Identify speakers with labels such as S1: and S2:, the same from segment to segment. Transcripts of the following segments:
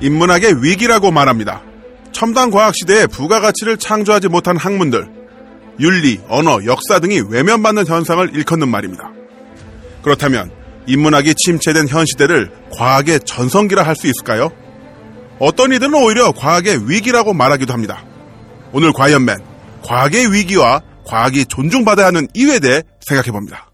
S1: 인문학의 위기라고 말합니다. 첨단 과학 시대에 부가가치를 창조하지 못한 학문들, 윤리, 언어, 역사 등이 외면받는 현상을 일컫는 말입니다. 그렇다면 인문학이 침체된 현 시대를 과학의 전성기라 할 수 있을까요? 어떤 이들은 오히려 과학의 위기라고 말하기도 합니다. 오늘 과연맨, 과학의 위기와 과학이 존중받아야 하는 이유에 대해 생각해 봅니다.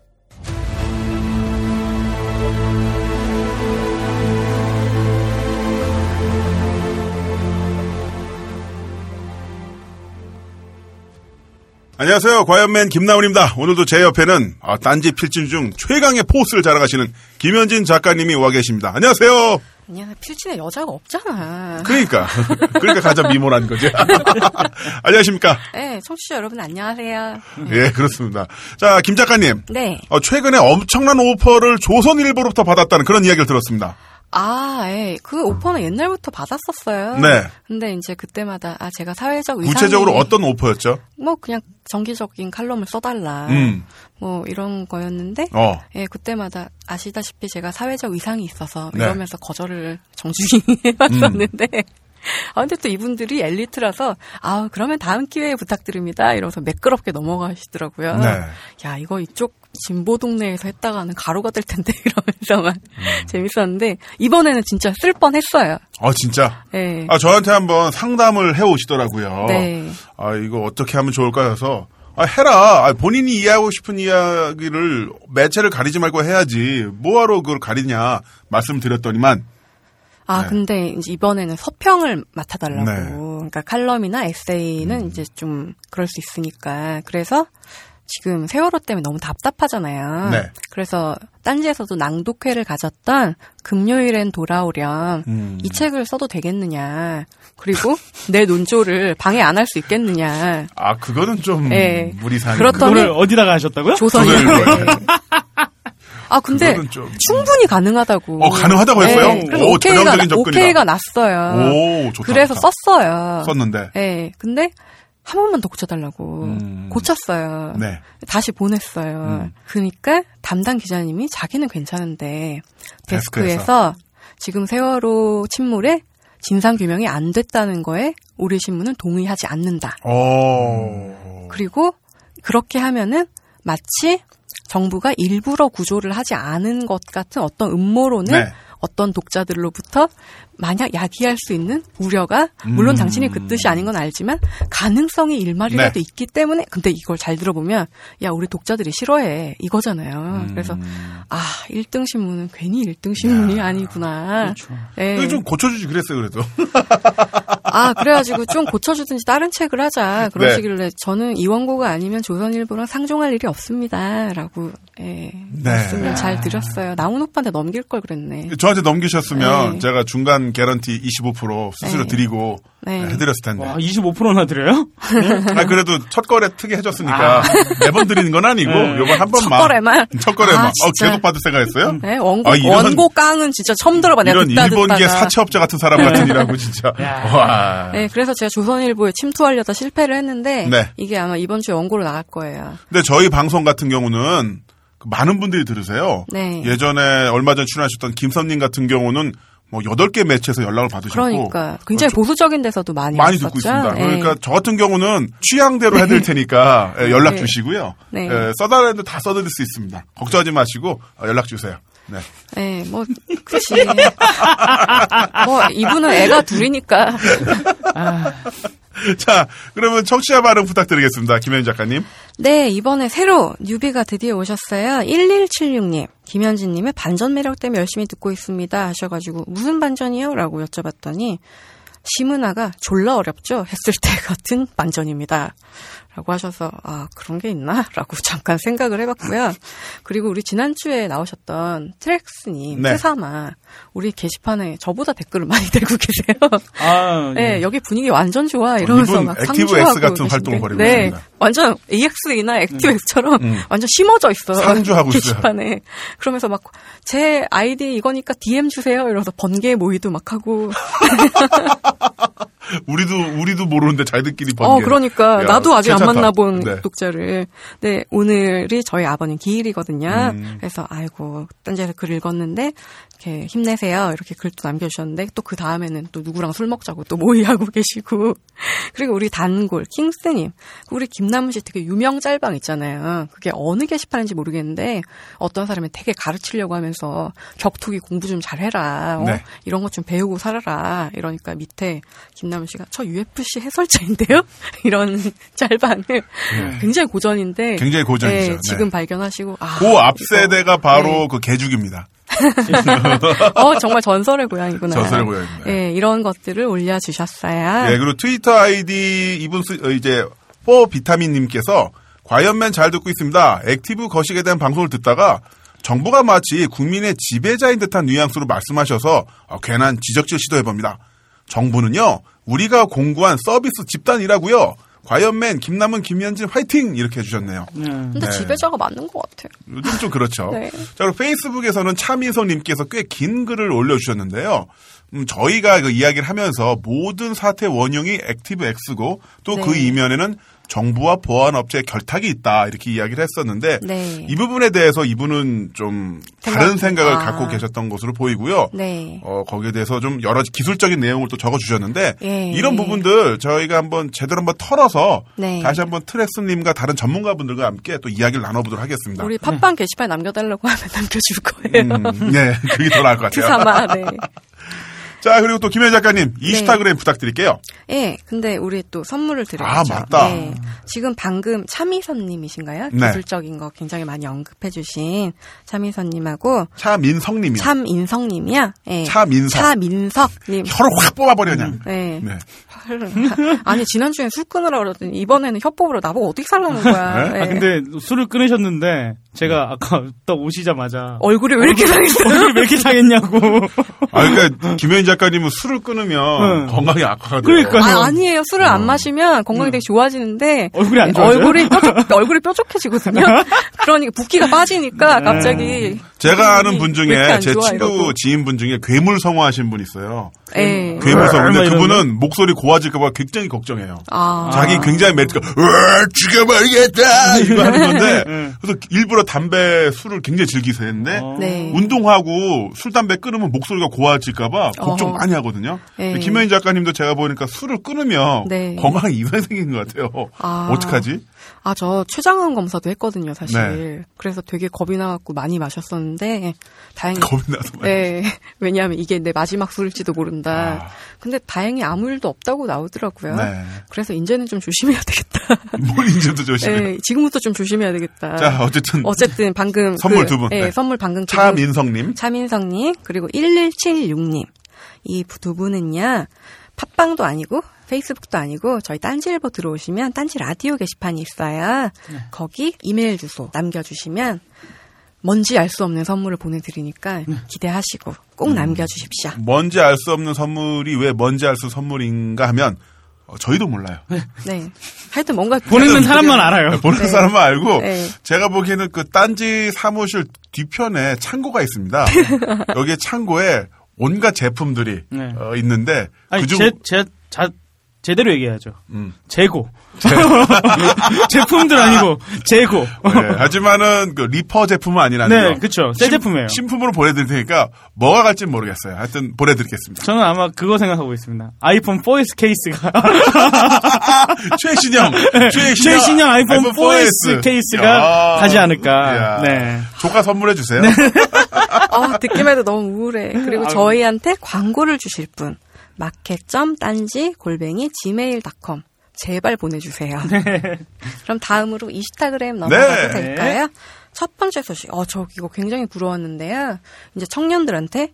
S1: 안녕하세요. 과연맨 김나훈입니다. 오늘도 제 옆에는 아, 딴지 필진 중 최강의 포스를 자랑하시는 김현진 작가님이 와 계십니다. 안녕하세요.
S2: 아니야, 필진에 여자가 없잖아.
S1: 그러니까. 그러니까 가장 미모라는 거죠. 안녕하십니까.
S2: 네, 청취자 여러분 안녕하세요.
S1: 예, 그렇습니다. 자, 김 작가님.
S2: 네.
S1: 어, 최근에 엄청난 오퍼를 조선일보로부터 받았다는 그런 이야기를 들었습니다.
S2: 아, 예. 그 오퍼는 옛날부터 받았었어요.
S1: 네.
S2: 근데 이제 그때마다 아, 제가 사회적 의상
S1: 구체적으로 어떤 오퍼였죠?
S2: 뭐 그냥 정기적인 칼럼을 써달라.
S1: 음.
S2: 뭐 이런 거였는데
S1: 어.
S2: 예, 그때마다 아시다시피 제가 사회적 의상이 있어서
S1: 네. 음.
S2: 이러면서 거절을 정중히 해봤었는데. 아, 근데 또 이분들이 엘리트라서, 아 그러면 다음 기회에 부탁드립니다. 이러면서 매끄럽게 넘어가시더라고요.
S1: 네.
S2: 야, 이거 이쪽 진보 동네에서 했다가는 가루가 될 텐데, 이러면서만
S1: 음.
S2: 재밌었는데, 이번에는 진짜 쓸 뻔 했어요.
S1: 아, 진짜.
S2: 예.
S1: 아, 저한테 한번 상담을 해 오시더라고요.
S2: 네.
S1: 아, 이거 어떻게 하면 좋을까 해서. 아, 해라. 아, 본인이 이해하고 싶은 이야기를 매체를 가리지 말고 해야지. 뭐하러 그걸 가리냐 말씀드렸더니만
S2: 아,
S1: 네.
S2: 근데 이제 이번에는 서평을 맡아달라고.
S1: 네. 음.
S2: 그러니까 칼럼이나 에세이는 이제 좀 그럴 수 있으니까. 그래서 지금 세월호 때문에 너무 답답하잖아요.
S1: 네.
S2: 그래서 딴지에서도 낭독회를 가졌던 금요일엔 돌아오렴.
S1: 음.
S2: 이 책을 써도 되겠느냐. 그리고 내 논조를 방해 안 할 수 있겠느냐.
S1: 아, 그거는 좀
S2: 예.
S1: 무리상이.
S2: 그렇다-
S1: 그거는
S2: 저는-
S3: 그거를 어디다가 하셨다고요?
S2: 조선이.
S1: 그거예요.
S2: 아, 근데
S1: 그거는 좀-
S2: 충분히 가능하다고.
S1: 어, 가능하다고 했어요?
S2: 네. 그래서
S1: 오,
S2: 오케이가,
S1: 전형적인 접근이다.
S2: 오케이가 났어요.
S1: 오, 좋다.
S2: 그래서
S1: 좋다.
S2: 썼어요.
S1: 썼는데.
S2: 네, 근데 한 번만 더 고쳐달라고
S1: 음.
S2: 고쳤어요.
S1: 네.
S2: 다시 보냈어요.
S1: 음.
S2: 그러니까 담당 기자님이 자기는 괜찮은데
S1: 데스크에서.
S2: 데스크에서, 지금 세월호 침몰에 진상 규명이 안 됐다는 거에 우리 신문은 동의하지 않는다.
S1: 오.
S2: 그리고 그렇게 하면은 마치 정부가 일부러 구조를 하지 않은 것 같은 어떤 음모론을
S1: 네.
S2: 어떤 독자들로부터 만약 야기할 수 있는 우려가 물론
S1: 음.
S2: 당신이 그 뜻이 아닌 건 알지만 가능성이 일말이라도
S1: 네.
S2: 있기 때문에 근데 이걸 잘 들어보면 야 우리 독자들이 싫어해
S1: 음.
S2: 이거잖아요. 그래서 아 1등 신문은 괜히 1등 신문이 아니구나. 예.
S1: 그렇죠. 이거 좀 고쳐주지 그랬어요, 그래도.
S2: 아, 그래가지고 좀 고쳐주든지 다른 책을 하자.
S1: 네.
S2: 그러시길래 저는 이원고가 아니면 조선일보랑 상종할 일이 없습니다. 라고, 예.
S1: 네.
S2: 말씀을 잘 드렸어요. 나훈 오빠한테 넘길 걸 그랬네.
S1: 저한테 넘기셨으면
S2: 네.
S1: 제가 중간 개런티 25% 수수료
S2: 네.
S1: 드리고
S2: 네.
S1: 해드렸을 텐데.
S3: 와, 25%나 드려요?
S1: 아, 그래도 첫 거래 특이 해줬으니까 매번 드리는 건 아니고
S3: 네.
S1: 요번 한 번만.
S2: 아. 첫 거래만?
S1: 첫 거래만.
S2: 아,
S1: 어,
S2: 진짜.
S1: 계속 받을 생각했어요?
S2: 네, 원고,
S1: 아, 이런-
S2: 원고 깡은 진짜 처음 들어봐. 내가
S1: 이런
S2: 듣다
S1: 일본계
S2: 듣다가.
S1: 사채업자 같은 사람 같은이라고 진짜.
S3: 야.
S1: 와.
S2: 네, 그래서 제가 조선일보에 침투하려다 실패를 했는데
S1: 네.
S2: 이게 아마 이번 주에 원고로 나갈 거예요.
S1: 근데 저희 방송 같은 경우는 그 많은 분들이 들으세요.
S2: 네.
S1: 예전에 얼마 전에 출연하셨던 김선님 같은 경우는 뭐 8개 매체에서 연락을 받으셨고 그렇죠.
S2: 그러니까 굉장히 보수적인 데서도 많이
S1: 많이
S2: 왔었죠?
S1: 듣고 있습니다.
S2: 네.
S1: 그러니까 저 같은 경우는 취향대로 해드릴 테니까 예, 연락
S2: 네.
S1: 주시고요.
S2: 네.
S1: 예, 써달라 해도 다 써드릴 수 있습니다. 걱정하지 마시고 어, 연락 주세요. 네.
S2: 네, 뭐, 그치. 뭐, 이분은 애가 둘이니까.
S1: 자, 그러면 청취자 발언 부탁드리겠습니다. 김현희 작가님.
S2: 네, 이번에 새로 뉴비가 드디어 오셨어요. 1176님. 김현진님의 반전 매력 때문에 열심히 듣고 있습니다. 하셔가지고, 무슨 반전이요? 라고 여쭤봤더니, 시문화가 졸라 어렵죠? 했을 때 같은 반전입니다. 라고 하셔서, 아, 그런 게 있나? 라고 잠깐 생각을 해봤고요. 그리고 우리 지난주에 나오셨던 트렉스님,
S1: 네.
S2: 트사마. 우리 게시판에 저보다 댓글을 많이 달고 계세요.
S3: 아,
S2: 네, 여기 분위기 완전 좋아 이러면서
S1: 예. 이분
S2: 막
S1: 액티브
S2: 상주하고
S1: S 같은
S2: 계신데.
S1: 활동을 벌이고
S2: 네,
S1: 있습니다. 음.
S2: 완전 AX이나 액티브 X처럼 완전 심어져 있어.
S1: 상주하고 있어요.
S2: 게시판에. 그러면서 막 제 아이디 이거니까 DM 주세요 이러면서 번개 모의도 막 하고
S1: 우리도 우리도 모르는데 자기들끼리 번개.
S2: 어, 그러니까.
S1: 야,
S2: 나도 아직
S1: 괜찮다.
S2: 안 만나본
S1: 네.
S2: 독자를. 네, 오늘이 저희 아버님 기일이거든요.
S1: 음.
S2: 그래서, 아이고, 딴지에서 글 읽었는데, 이렇게 힘내세요. 이렇게 글도 남겨주셨는데, 또 그 다음에는 또 누구랑 술 먹자고 또 모의하고 계시고. 그리고 우리 단골, 킹스님. 우리 김남은 씨 되게 유명 짤방 있잖아요. 그게 어느 게시판인지 모르겠는데, 어떤 사람이 되게 가르치려고 하면서, 격투기 공부 좀 잘해라. 어?
S1: 네.
S2: 이런 것 좀 배우고 살아라. 이러니까 밑에 김남은 씨가 저 UFC 해설자인데요? 이런 짤방을 굉장히 고전인데
S1: 네.
S2: 예,
S1: 굉장히 고전이죠. 네.
S2: 지금 발견하시고 아,
S1: 그 앞세대가
S2: 네.
S1: 바로 그 개죽입니다.
S2: 어 정말 전설의 고향이구나.
S1: 전설의 고향입니다.
S2: 예, 이런 것들을 올려주셨어요.
S1: 예, 그리고 트위터 아이디 이분 쓰, 어, 이제 4 비타민 님께서 과연맨 잘 듣고 있습니다. 액티브 거식에 대한 방송을 듣다가 정부가 마치 국민의 지배자인 듯한 뉘앙스로 말씀하셔서 어, 괜한 지적질 시도해 봅니다. 정부는요 우리가 공고한 서비스 집단이라고요. 과연맨 김남은 김현진 화이팅 이렇게 해주셨네요.
S3: 네.
S2: 근데
S1: 네.
S2: 지배자가 맞는 것 같아요.
S1: 요즘 좀 그렇죠.
S2: 네.
S1: 자, 그리고 페이스북에서는 차민성님께서 꽤 긴 글을 올려주셨는데요. 음, 저희가 그 이야기를 하면서 모든 사태 원흉이 액티브 X고 또 그
S2: 네.
S1: 이면에는 정부와 보안 업체의 결탁이 있다 이렇게 이야기를 했었는데
S2: 네.
S1: 이 부분에 대해서 이분은 좀 다른
S2: 생각-
S1: 생각을
S2: 아.
S1: 갖고 계셨던 것으로 보이고요.
S2: 네.
S1: 어, 거기에 대해서 좀 여러 기술적인 내용을 또 적어주셨는데
S2: 예.
S1: 이런 부분들 저희가 한번 제대로 한번 털어서
S2: 네.
S1: 다시 한번 트렉스님과 다른 전문가분들과 함께 또 이야기를 나눠보도록 하겠습니다.
S2: 우리 팟빵 게시판에 남겨달라고 하면 남겨줄 거예요.
S1: 음, 네, 그게 더 나을 것 같아요.
S2: 그사마 네.
S1: 자, 그리고 또 김현 작가님, 인스타그램 부탁드릴게요.
S2: 예, 근데 우리 또 선물을 드렸죠.
S1: 아, 맞다.
S2: 네. 지금 방금 차미선님이신가요?
S1: 네.
S2: 기술적인 거 굉장히 많이 언급해주신 차미선님하고
S1: 차민성님이요.
S2: 참인성님이야. 예.
S1: 차민석.
S2: 차민석님.
S1: 혀를 확 뽑아버려, 그냥.
S2: 네.
S1: 네.
S2: 아니 지난주엔 술 끊으라 그러더니 이번에는 협박으로 나보고 어떻게 살라는 거야.
S1: 네?
S2: 예.
S3: 아, 근데 술을 끊으셨는데 제가 아까 딱 오시자마자
S2: 얼굴이 왜 이렇게 상했어?
S3: 얼굴이 왜 이렇게 상했냐고.
S1: 아, 그러니까 김현 작가님은 술을 끊으면
S2: 음.
S3: 응.
S1: 건강이 악화가 돼요.
S3: 그러니까요.
S2: 아, 아니에요. 술을 안 마시면 건강이 되게 좋아지는데
S3: 얼굴이 안 좋아져요?
S2: 얼굴이 뾰족, 얼굴이 뾰족해지거든요. 그러니까 붓기가 빠지니까 갑자기
S1: 제가 아는 분
S2: 음. 왜 이렇게
S1: 중에
S2: 안
S1: 제
S2: 좋아,
S1: 친구
S2: 이러고.
S1: 지인분 중에 괴물 성화하신 분 있어요.
S2: 예.
S1: 괴물 성화. 근데
S3: 얼마
S1: 그분은 목소리 고와질까봐 굉장히 걱정해요.
S2: 아.
S1: 자기 굉장히 매트가 으아, 죽여버리겠다 이거 하는 건데 그래서 일부러 담배 술을 굉장히 즐기세요 했는데
S3: 어.
S2: 네.
S1: 운동하고 술 담배 끊으면 목소리가 고와질까봐 걱정
S2: 어허.
S1: 많이 하거든요.
S2: 네.
S1: 근데 김현희 작가님도 제가 보니까 술을 끊으면
S2: 네.
S1: 건강에 이상이 생긴 것 같아요.
S2: 아.
S1: 어떡하지?
S2: 아, 저 췌장암 검사도 했거든요, 사실.
S1: 네.
S2: 그래서 되게 겁이 나갖고 많이 마셨었는데 다행히
S1: 겁이 나서 말이야.
S2: 네. 왜냐하면 이게 내 마지막 술일지도 모른다.
S1: 아.
S2: 근데 다행히 아무 일도 없다고 나오더라고요.
S1: 네.
S2: 그래서 이제는 좀 조심해야 되겠다.
S1: 뭘 인제도 조심해.
S2: 네. 지금부터 좀 조심해야 되겠다.
S1: 자 어쨌든
S2: 어쨌든 방금
S1: 선물
S2: 그-
S1: 두 분.
S2: 네,
S1: 네.
S2: 선물 방금 두 분.
S1: 차민성님
S2: 차민성님 그리고 1176님 이 두 분은요 팟빵도 아니고 페이스북도 아니고 저희 딴지일보 들어오시면 딴지 라디오 게시판이 있어요
S3: 네.
S2: 거기 이메일 주소 남겨주시면 뭔지 알 수 없는 선물을 보내드리니까
S3: 네.
S2: 기대하시고 꼭 남겨주십시오
S3: 음.
S1: 뭔지 알 수 없는 선물이 왜 뭔지 알 수 선물인가 하면 어, 저희도 몰라요.
S2: 네 하여튼 뭔가
S3: 보내는 사람만 알아요.
S1: 보는
S2: 네.
S1: 사람만 알고
S2: 네.
S1: 제가 보기에는 그 딴지 사무실 뒤편에 창고가 있습니다. 여기에 창고에 온갖 제품들이
S3: 네.
S1: 어, 있는데
S3: 아니
S1: 그중
S3: 제 제 자 제대로 얘기해야죠.
S1: 음.
S3: 재고. 제품들 아니고 재고.
S1: 네, 하지만은 그 리퍼 제품은 아니라는
S3: 어. 네,
S1: 거.
S3: 그쵸. 새
S1: 신-
S3: 제품이에요.
S1: 신품으로 보내드릴 테니까 뭐가 갈진 모르겠어요. 하여튼 보내드리겠습니다.
S3: 저는 아마 그거 생각하고 있습니다. 아이폰 4S 케이스가
S1: 최신형, 최신형,
S3: 네, 최신형 아이폰 4S 케이스가
S1: 야.
S3: 가지 않을까.
S1: 야.
S3: 네.
S1: 조카 선물해 주세요.
S2: 아, 듣기만 해도 너무 우울해. 그리고
S3: 아유.
S2: 저희한테 광고를 주실 분 마켓.딴지 골뱅이 gmail.com 제발 보내주세요.
S3: 네.
S2: 그럼 다음으로 인스타그램 넘어가도
S1: 네.
S2: 될까요? 첫 번째 소식. 어, 저 이거 굉장히 부러웠는데요. 이제 청년들한테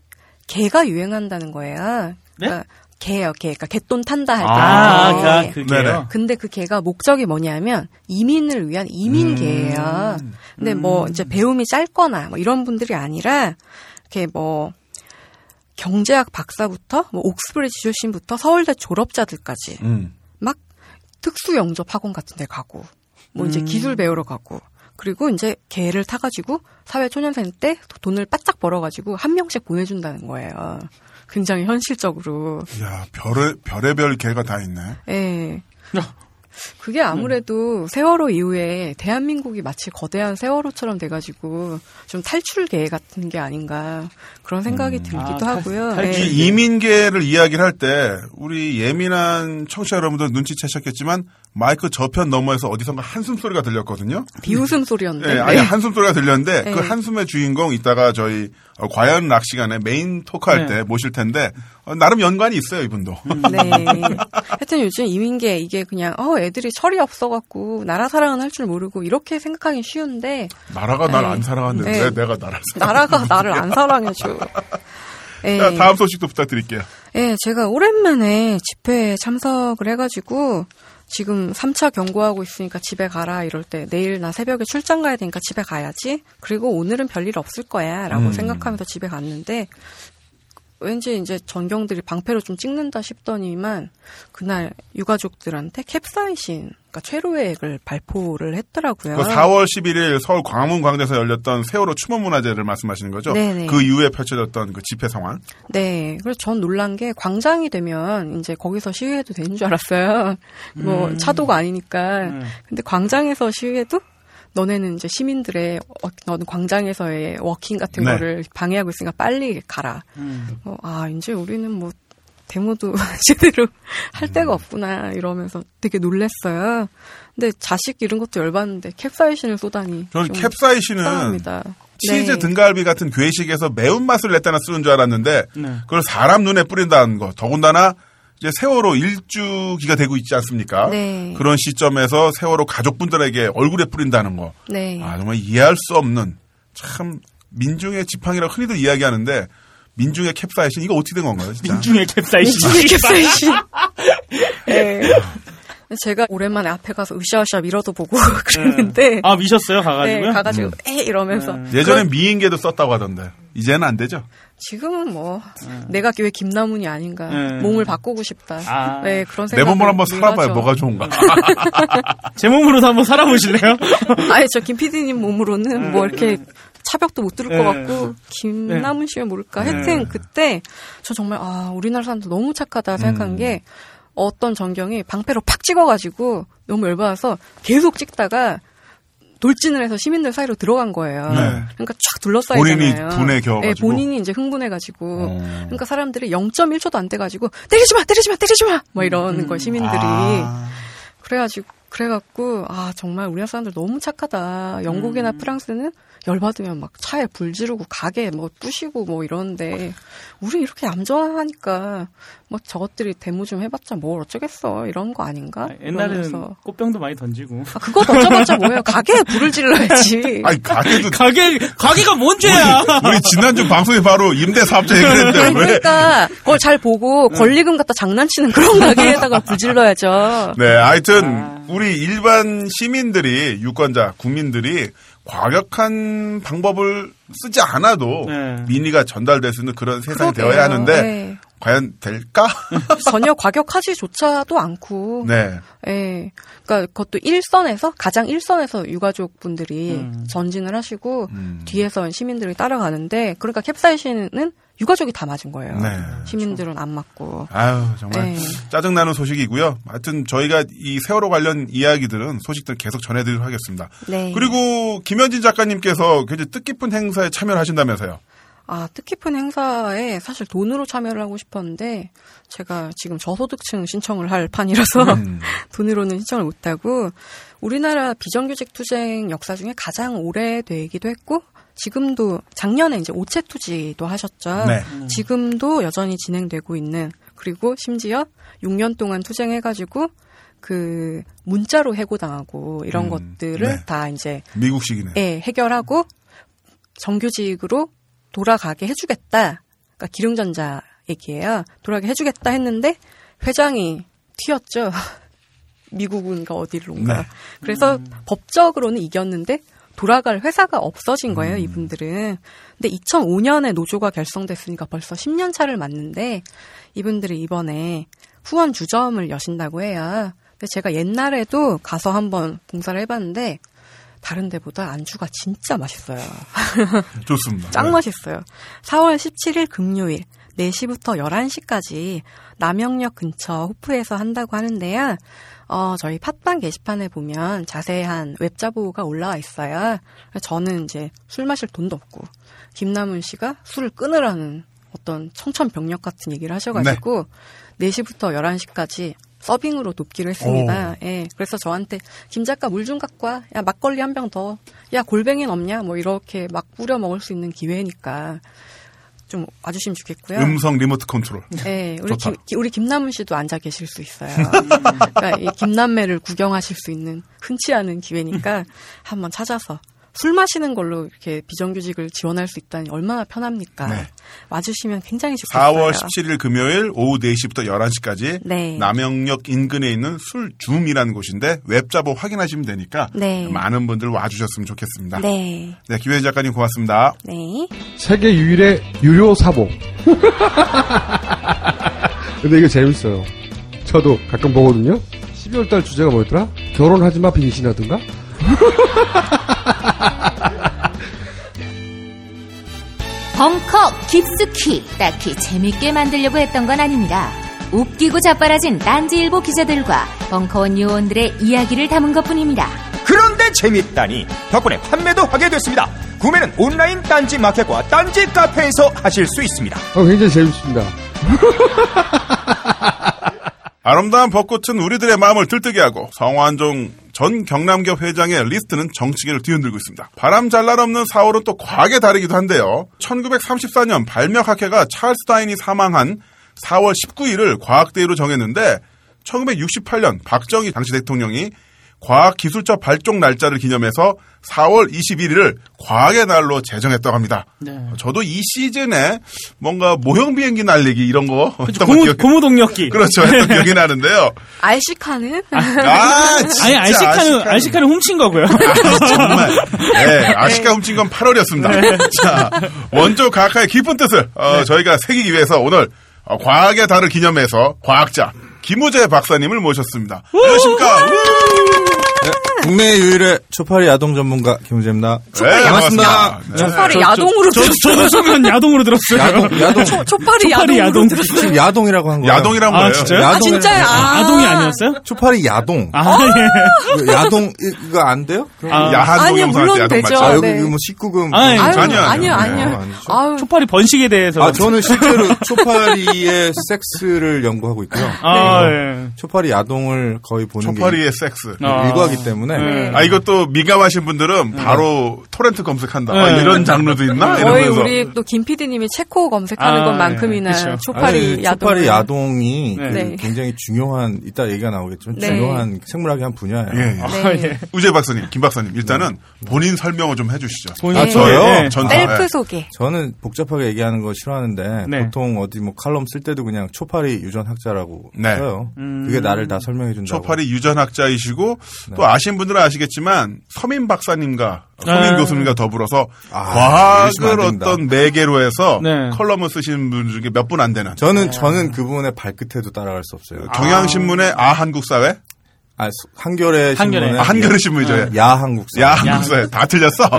S2: 개가 유행한다는 거예요.
S3: 네?
S2: 그러니까 개요, 개. 그러니까 개돈 탄다 할 때.
S3: 아,
S2: 개.
S3: 아,
S1: 네네.
S3: 그게요.
S2: 근데 그 개가 목적이 뭐냐면 이민을 위한 이민계예요. 근데 뭐 이제 배움이 짧거나 뭐 이런 분들이 아니라 이렇게 뭐 경제학 박사부터 뭐 옥스브리지 출신부터 서울대 졸업자들까지
S1: 음.
S2: 막 특수 영접 학원 같은 데 가고 뭐 이제 기술 배우러 가고 그리고 이제 개를 타가지고 사회 초년생 때 돈을 바짝 벌어가지고 한 명씩 보내준다는 거예요. 굉장히 현실적으로.
S1: 이야, 별의, 별의별 개가 다 있네.
S2: 예. 그게 아무래도 세월호 이후에 대한민국이 마치 거대한 세월호처럼 돼가지고 좀 탈출계 같은 게 아닌가 그런
S1: 음.
S2: 생각이 들기도
S3: 탈-
S2: 하고요.
S3: 탈출-
S2: 예.
S1: 아, 이 이민계를 이야기를 할 때 우리 예민한 청취자 여러분들 눈치채셨겠지만 마이크 저편 너머에서 어디선가 한숨 소리가 들렸거든요.
S2: 비웃음 소리였는데.
S1: 예, 아니 한숨 소리가 들렸는데
S2: 네.
S1: 그 한숨의 주인공 이따가 저희 어, 과연 락 시간에 메인 토크할
S3: 네.
S1: 때 모실 텐데 어, 나름 연관이 있어요 이분도.
S2: 네. 하여튼 요즘 이민계 이게 그냥 어 애들이 철이 없어갖고 나라 사랑은 할 줄 모르고 이렇게 생각하긴 쉬운데
S1: 나라가 날 안
S2: 네.
S1: 사랑하는데
S2: 네.
S1: 왜 내가 나라를 사랑?
S2: 나라가 나를 안 사랑해줘. 예.
S1: 자, 다음 소식도 부탁드릴게요.
S2: 예, 제가 오랜만에 집회에 참석을 해가지고 지금 3차 경고하고 있으니까 집에 가라 이럴 때 내일 나 새벽에 출장 가야 되니까 집에 가야지. 그리고 오늘은 별일 없을 거야 라고
S1: 음.
S2: 생각하면서 집에 갔는데 왠지 이제 전경들이 방패로 좀 찍는다 싶더니만 그날 유가족들한테 캡사이신, 그러니까 최루의 액을 발표를 했더라고요.
S1: 그 4월 11일 서울 광화문 광장에서 열렸던 세월호 추모 문화제를 말씀하시는 거죠?
S2: 네네.
S1: 그 이후에 펼쳐졌던 그 집회 상황.
S2: 네. 그래서 전 놀란 게 광장이 되면 이제 거기서 시위해도 되는 줄 알았어요. 뭐
S3: 음.
S2: 차도가 아니니까.
S1: 음.
S3: 네.
S2: 근데 광장에서 시위해도 너네는 이제 시민들의 어, 너는 광장에서의 워킹 같은
S1: 네.
S2: 거를 방해하고 있으니까 빨리 가라.
S3: 음.
S2: 어, 아 이제 우리는 뭐 데모도 제대로 할 데가 없구나 이러면서 되게 놀랬어요. 근데 자식 이런 것도 열받는데 캡사이신을 쏘다니.
S1: 저는
S2: 좀
S1: 캡사이신은
S2: 싸합니다.
S1: 치즈
S2: 네.
S1: 등갈비 같은 괴식에서 매운맛을 냈다나 쓰는 줄 알았는데
S3: 네.
S1: 그걸 사람 눈에 뿌린다는 거 더군다나 이제 세월호 일주기가 되고 있지 않습니까?
S2: 네.
S1: 그런 시점에서 세월호 가족분들에게 얼굴에 뿌린다는 거.
S2: 네.
S1: 아, 정말 이해할 수 없는 참 민중의 지팡이라고 흔히들 이야기하는데 민중의 캡사이신 이거 어떻게 된 건가요? 진짜?
S3: 민중의 캡사이신.
S2: 미친이 캡사이신. 네. 제가 오랜만에 앞에 가서 으쌰으쌰 밀어도 보고 그랬는데
S3: 아 미셨어요 가가지고요.
S2: 네, 가가지고 에 이러면서
S1: 예전에 미인계도 썼다고 하던데 이제는 안 되죠.
S2: 지금은 뭐 내가 왜 김나문이 아닌가
S3: 네.
S2: 몸을 바꾸고 싶다.
S3: 아.
S2: 네 그런
S1: 내
S2: 생각.
S1: 몸을 한번 살아봐요. 뭐가 좋은가.
S3: 제 몸으로도 한번 살아보실래요?
S2: 아니 저김 PD님 몸으로는 뭐
S1: 네.
S2: 이렇게 차벽도 못 들을 것
S3: 네.
S2: 같고 김나문 씨면 모를까.
S1: 네.
S2: 하여튼 그때 저 정말 아 우리나라 사람들 너무 착하다
S1: 음.
S2: 생각한 게 어떤 전경이 방패로 팍 찍어가지고 너무 열받아서 계속 찍다가 돌진을 해서 시민들 사이로 들어간 거예요.
S1: 네.
S2: 그러니까 촥 둘러싸이잖아요.
S1: 본인이 분에 겨워가지고?
S2: 네, 본인이 이제 흥분해가지고.
S1: 어.
S2: 그러니까 사람들이 0.1초도 안 돼가지고 때리지 마, 때리지 마, 때리지 마, 뭐 이런 거 시민들이
S1: 음. 아,
S2: 그래가지고 그래갖고 아 정말 우리나라 사람들 너무 착하다. 영국이나
S1: 음.
S2: 프랑스는 열받으면 막 차에 불 지르고 가게 뭐 부시고 뭐 이러는데 우리 이렇게 얌전하니까 뭐 저것들이 데모 좀 해봤자 뭘 어쩌겠어 이런 거 아닌가?
S3: 네, 옛날에는
S2: 그러면서.
S3: 꽃병도 많이 던지고.
S2: 아, 그거 어쩌봤자 뭐예요? 가게에 불을 질러야지.
S1: 아니 가게도
S3: 가게 가게가 뭔 죄야?
S1: 우리 지난주 방송에 바로 임대 사업자 얘기했는데
S2: 아니,
S1: 를 왜? 음.
S2: 그러니까 그걸 잘 보고 권리금 갖다 장난치는 그런 가게에다가 불질러야죠.
S1: 네, 하여튼
S3: 아.
S1: 우리 일반 시민들이 유권자 국민들이 과격한 방법을 쓰지 않아도
S3: 네.
S1: 민의가 전달될 수 있는 그런 세상이
S2: 그러게요.
S1: 되어야 하는데
S2: 네.
S1: 과연 될까?
S2: 전혀 과격하지조차도 않고
S1: 네,
S2: 예. 그러니까 그것도 일선에서 가장 일선에서 유가족 분들이
S3: 음.
S2: 전진을 하시고
S1: 음.
S2: 뒤에서 시민들이 따라가는데 그러니까 캡사이신은 유가족이 다 맞은 거예요.
S1: 네.
S2: 시민들은 안 맞고.
S1: 아유 정말
S2: 네.
S1: 짜증나는 소식이고요. 하여튼 저희가 이 세월호 관련 이야기들은 소식들 계속 전해드리도록 하겠습니다.
S2: 네.
S1: 그리고 김현진 작가님께서 굉장히 뜻깊은 행사에 참여를 하신다면서요.
S2: 아, 뜻깊은 행사에 사실 돈으로 참여를 하고 싶었는데 제가 지금 저소득층 신청을 할 판이라서
S1: 음.
S2: 돈으로는 신청을 못하고 우리나라 비정규직 투쟁 역사 중에 가장 오래되기도 했고 지금도 작년에 이제 오체 투지도 하셨죠.
S1: 네.
S2: 지금도 여전히 진행되고 있는 그리고 심지어 6년 동안 투쟁해가지고 그 문자로 해고당하고 이런
S1: 음,
S2: 것들을
S1: 네.
S2: 다 이제
S1: 미국식이네.
S2: 예, 해결하고 정규직으로 돌아가게 해주겠다. 그러니까 기름전자 얘기예요. 돌아가게 해주겠다 했는데 회장이 튀었죠. 미국은가 어디론가.
S1: 네.
S2: 그래서 법적으로는 이겼는데 돌아갈 회사가 없어진 거예요, 이분들은. 근데 2005년에 노조가 결성됐으니까 벌써 10년 차를 맞는데 이분들이 이번에 후원 주점을 여신다고 해요. 근데 제가 옛날에도 가서 한번 봉사를 해봤는데 다른 데보다 안주가 진짜 맛있어요.
S1: 좋습니다.
S2: 짱
S1: 네.
S2: 맛있어요. 4월 17일 금요일 4시부터 11시까지 남영역 근처 호프에서 한다고 하는데요. 어, 저희 팟빵 게시판에 보면 자세한 웹자보가 올라와 있어요. 저는 이제 술 마실 돈도 없고 김남훈 씨가 술을 끊으라는 어떤 청천벽력 같은 얘기를 하셔가지고 4시부터 11시까지 서빙으로 돕기로
S1: 어.
S2: 했습니다. 예. 그래서 저한테 김 작가 물 좀 갖고 와. 야 막걸리 한 병 더. 야 골뱅이는 없냐? 뭐 이렇게 막 뿌려 먹을 수 있는 기회니까 좀 와주시면 좋겠고요.
S1: 음성 리모트 컨트롤.
S2: 네, 우리
S1: 좋다.
S2: 김, 기- 우리 김남훈 씨도 앉아 계실 수 있어요. 그러니까 이 김남매를 구경하실 수 있는 흔치 않은 기회니까 한번 찾아서 술 마시는 걸로 이렇게 비정규직을 지원할 수 있다니 얼마나 편합니까?
S1: 네.
S2: 와주시면 굉장히 좋겠어요.
S1: 4월 17일 금요일 오후 4시부터 11시까지
S2: 네.
S1: 남영역 인근에 있는 술줌이라는 곳인데 웹자보 확인하시면 되니까
S2: 네.
S1: 많은 분들 와주셨으면 좋겠습니다.
S2: 네,
S1: 네, 김혜지 작가님 고맙습니다.
S2: 네.
S4: 세계 유일의 유료 사복. 근데 이거 재밌어요. 저도 가끔 보거든요. 12월달 주제가 뭐였더라? 결혼하지 마 빙신하든가? 어,
S5: 벙커 깊숙이 딱히 재밌게 만들려고 했던 건 아닙니다. 웃기고 자빠라진 딴지일보 기자들과 벙커원 요원들의 이야기를 담은 것뿐입니다.
S6: 그런데 재밌다니 덕분에 판매도 하게 됐습니다. 구매는 온라인 딴지 마켓과 딴지 카페에서 하실 수 있습니다.
S4: 어, 굉장히 재밌습니다.
S1: 아름다운 벚꽃은 우리들의 마음을 들뜨게 하고 성환종 전 경남기업 회장의 리스트는 정치계를 뒤흔들고 있습니다. 바람 잘 날 없는 4월은 또 과하게 다르기도 한데요. 1934년 발명학회가 찰스 다인이 사망한 4월 19일을 과학데이로 정했는데 1968년 박정희 당시 대통령이 과학기술처 발족 날짜를 기념해서 4월 21일을 과학의 날로 제정했다고 합니다. 저도 이 시즌에 뭔가 모형 비행기 날리기 이런 거
S3: 그렇죠.
S1: 했던 거
S3: 고무,
S1: 기억이-
S3: 고무동력기.
S1: 그렇죠. 했던 기억이 나는데요.
S2: 알씨카는
S1: 아, 진짜 아,
S3: 아니, 알시카는, 알시카는 훔친 거고요. 네.
S1: 정말. 예, 아시카 훔친 건 8월이었습니다. 자, 원조 과학의 깊은 뜻을 어,
S3: 네.
S1: 저희가 새기기 위해서 오늘 어, 과학의 달을 기념해서 과학자 김우재 박사님을 모셨습니다. 안녕하십니까? 네,
S7: 국내 유일의 초파리 아동 전문가 김우재입니다.
S1: 네,
S7: 반갑습니다.
S1: 반갑습니다.
S2: 족발이 그 야동으로
S3: 저,
S2: 들었어요.
S3: 저도 순간 야동으로 들었어요.
S7: 야동, 야동.
S2: 초- 족발이
S3: 족발이
S2: 야동으로
S3: 야동.
S2: 들었어요.
S7: 지금 야동이라고 한 거예요.
S1: 야동이란
S3: 아,
S1: 거예요.
S3: 진짜요?
S2: 아
S7: 야동이라고
S2: 진짜요?
S7: 한 거예요.
S2: 아. 어.
S3: 야동이 아니었어요?
S7: 초파리 야동.
S3: 아, 예.
S7: 이거 야동 이- 이거 안 돼요? 그럼-
S3: 아,
S1: 야한
S2: 아니요,
S1: 동영상 할
S2: 물론
S1: 때 야동
S2: 되죠.
S1: 맞죠?
S7: 아, 여기
S2: 네.
S7: 이거 뭐 19금.
S3: 아유,
S2: 아유,
S1: 아니요, 아니요.
S2: 아니요,
S7: 네,
S2: 아니요.
S7: 아니죠.
S2: 아유,
S3: 초파리 번식에 대해서.
S7: 아, 저는 실제로 초파리의 섹스를 연구하고 있고요.
S3: 아,
S2: 네.
S3: 예.
S7: 초파리 야동을 거의 보는 게
S1: 초파리의 섹스.
S3: 아.
S7: 일과기 때문에
S3: 네.
S1: 아, 이것도 민감하신 분들은 바로 토렌트 검색한다. 아,
S3: 네.
S1: 이런 장르도 있나?
S2: 거의
S1: 이러면서.
S2: 우리 또 김 PD님이 체코 검색하는
S3: 아,
S2: 것만큼이나
S3: 네, 그쵸.
S2: 초파리 야동.
S7: 초파리 야동이
S3: 네.
S7: 그
S2: 네.
S7: 굉장히 중요한 이따 얘기가 나오겠지만
S2: 네.
S7: 중요한 생물학의 한 분야예요.
S1: 예.
S3: 아, 예.
S1: 우재 박사님, 김 박사님, 일단은
S7: 네.
S1: 본인 설명을 좀 해주시죠.
S3: 본인
S7: 아
S3: 소개.
S7: 저요?
S3: 예.
S1: 전-
S2: 셀프
S1: 예.
S2: 소개.
S7: 저는 복잡하게 얘기하는 거 싫어하는데
S3: 네.
S7: 보통 어디 뭐 칼럼 쓸 때도 그냥 초파리 유전학자라고
S1: 네.
S7: 써요. 그게 나를 다 설명해 준다고.
S1: 초파리 유전학자이시고
S7: 네.
S1: 또 아신 분들은 아시겠지만 서민 박사님과 서민
S3: 아.
S1: 교수님과 더불어서
S7: 아,
S1: 과학을
S7: 이러시면 안 된다.
S1: 어떤 매개로 해서
S3: 네.
S1: 컬럼을 쓰시는 분 중에 몇 분 안 되는
S7: 저는 저는 그분의 발끝에도 따라갈 수
S1: 아.
S7: 없어요.
S1: 경향신문의 아 한국사회
S7: 아 수- 한겨레
S3: 한겨레.
S7: 신문에 네.
S1: 아, 한겨레 신문이죠. 예.
S7: 야 한국사.
S1: 야 한국사회 다 틀렸어.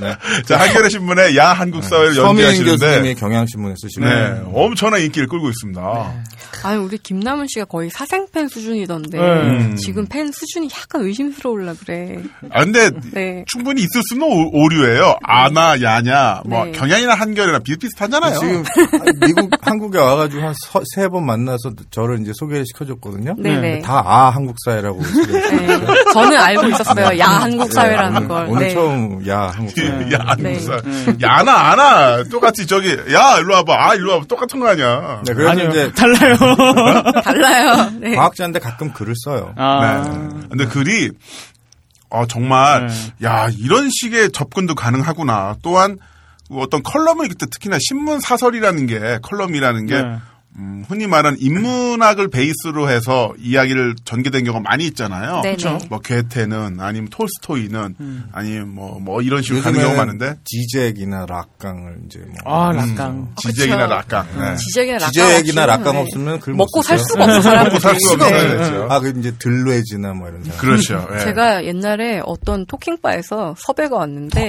S7: 네.
S1: 자 한겨레 신문의 야 한국사회를
S7: 서민
S1: 연재하시는데
S7: 교수님이 경향신문에 쓰시고
S1: 네 엄청난 인기를 끌고 있습니다.
S7: 네.
S2: 아니 우리 김남훈 씨가 거의 사생팬 수준이던데
S3: 네.
S2: 지금 팬 수준이 약간 의심스러울라 그래.
S1: 아 근데
S2: 네.
S1: 충분히 있을 수는 오- 오류예요. 아나 야냐 뭐
S2: 네.
S1: 경향이나 한겨레나 비슷비슷하잖아요.
S7: 네. 지금 미국 한국에 와가지고 한 세 번 만나서 저를 이제 소개를 시켜줬거든요.
S2: 네네.
S7: 근데 다 아 한국사회라고.
S2: 네. 저는 알고 있었어요. 야 한국 사회라는 걸.
S7: 오늘
S2: 네.
S7: 처음 야 한국사회.
S1: 예, 야, 안사. 야나, 아나. 똑같이 저기, 야, 일로 와봐. 아, 일로 와봐. 똑같은 거 아니야.
S7: 네, 그래서
S3: 아니요.
S7: 이제
S3: 달라요.
S2: 달라요. 네.
S7: 과학자인데 가끔 글을 써요.
S3: 아,
S1: 네. 근데 글이, 어, 정말, 야, 이런 식의 접근도 가능하구나. 또한, 뭐 어떤 컬럼을 그때 특히나 신문 사설이라는 게, 컬럼이라는 게,
S3: 네.
S1: 음, 흔히 말하는 인문학을 베이스로 해서 이야기를 전개된 경우가 많이 있잖아요.
S2: 네네. 그쵸.
S1: 뭐 괴테는 아니면 톨스토이는 아니면 뭐, 뭐 이런 식으로 가는 경우가
S7: 요즘에는
S2: 어,
S1: 많은데
S7: 지잭이나 락강을 이제 뭐
S3: 아, 락강.
S1: 지잭이나
S2: 그쵸. 음,
S1: 락강. 네.
S2: 지적이나 락강.
S7: 지적이나
S2: 없이는,
S7: 락강
S2: 네.
S7: 없으면 글
S2: 먹고
S7: 못
S2: 살
S7: 쓰죠. 네.
S2: 수가 없는 사람.
S1: 먹고 살 수가 없어요. 그렇죠.
S7: 아, 그 이제 들레지나 뭐 이런 사람.
S1: 그렇죠. 예.
S2: 제가 옛날에 어떤 토킹바에서 섭외가 왔는데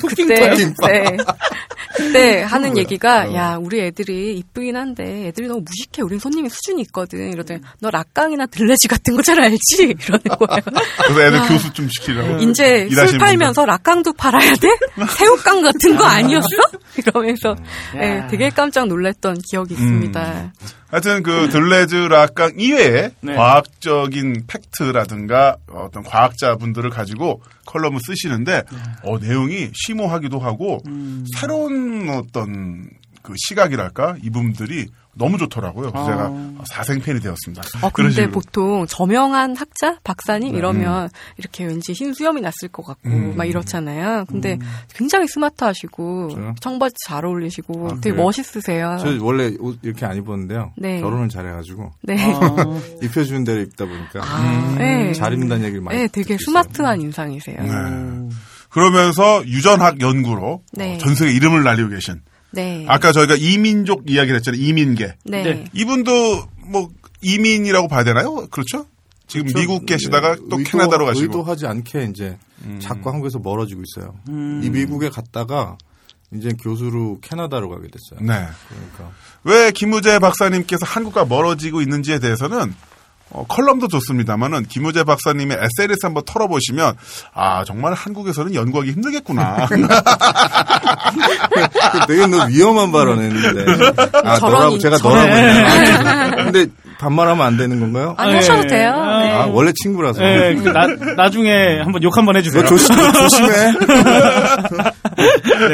S2: 그때
S7: 토킹바?
S2: 네, 그때 하는 얘기가 야 우리 애들이 이쁘긴 한데 애들이 너무 무식해 우린 손님이 수준이 있거든 이러더니 너 락강이나 들레지 같은 거 잘 알지 이러는 거예요
S1: 그래서 애들 교수 좀 시키려고.
S2: 이제 술
S1: 일하시는
S2: 팔면서 락강도 팔아야 돼? 새우깡 같은 거 아니었어? 이러면서 예, 되게 깜짝 놀랐던 기억이 있습니다.
S1: 하여튼 그 들레즈 락강 이외에
S3: 네.
S1: 과학적인 팩트라든가 어떤 과학자분들을 가지고 컬럼을 쓰시는데 어, 내용이 심오하기도 하고
S2: 음.
S1: 새로운 어떤 그 시각이랄까 이분들이 너무 좋더라고요. 그래서 제가 사생팬이 되었습니다.
S2: 어,
S1: 그런
S2: 근데
S1: 식으로.
S2: 보통 저명한 학자, 박사님 이러면 이렇게 왠지 흰 수염이 났을 것 같고 막 이렇잖아요. 근데 굉장히 스마트하시고 청바지 잘 어울리시고 되게 멋있으세요.
S7: 저 원래 옷 이렇게 안 입었는데요.
S2: 네.
S7: 결혼을 잘해가지고
S2: 네.
S7: 입혀주는 대로 입다 보니까 음,
S2: 아, 네.
S7: 잘 입는다는 얘기를 많이
S2: 네, 되게
S7: 듣고 있어요.
S2: 스마트한 인상이세요.
S1: 그러면서 유전학 연구로
S2: 네.
S1: 어, 전 세계 이름을 날리고 계신
S2: 네.
S1: 아까 저희가 이민족 이야기를 했잖아요. 이민계
S2: 네.
S3: 네.
S1: 이분도 뭐 이민이라고 봐야 되나요? 그렇죠? 지금 미국 계시다가 또
S7: 의도-
S1: 캐나다로 가시고
S7: 의도하지 않게 이제 자꾸 한국에서 멀어지고 있어요.
S2: 음.
S7: 이 미국에 갔다가 이제 교수로 캐나다로 가게 됐어요.
S1: 네.
S7: 그러니까
S1: 왜 김우재 박사님께서 한국과 멀어지고 있는지에 대해서는 어, 컬럼도 좋습니다만은 김우재 박사님의 에세이를 한번 털어보시면 아 정말 한국에서는 연구하기 힘들겠구나.
S7: 그 되게 너무 위험한 발언했는데 아
S2: 저런
S7: 너라고
S2: 인-
S7: 제가
S2: 저런- 네.
S7: 너라고 했나? 근데 반말하면 안 되는 건가요?
S2: 안 아, 하셔도
S3: 예.
S2: 돼요.
S3: 아,
S2: 네. 그렇죠.
S7: 아 원래 친구라서.
S3: 예, 그 나, 나중에 한번 욕 한번 해주세요.
S7: 너뭐 조심 조심해.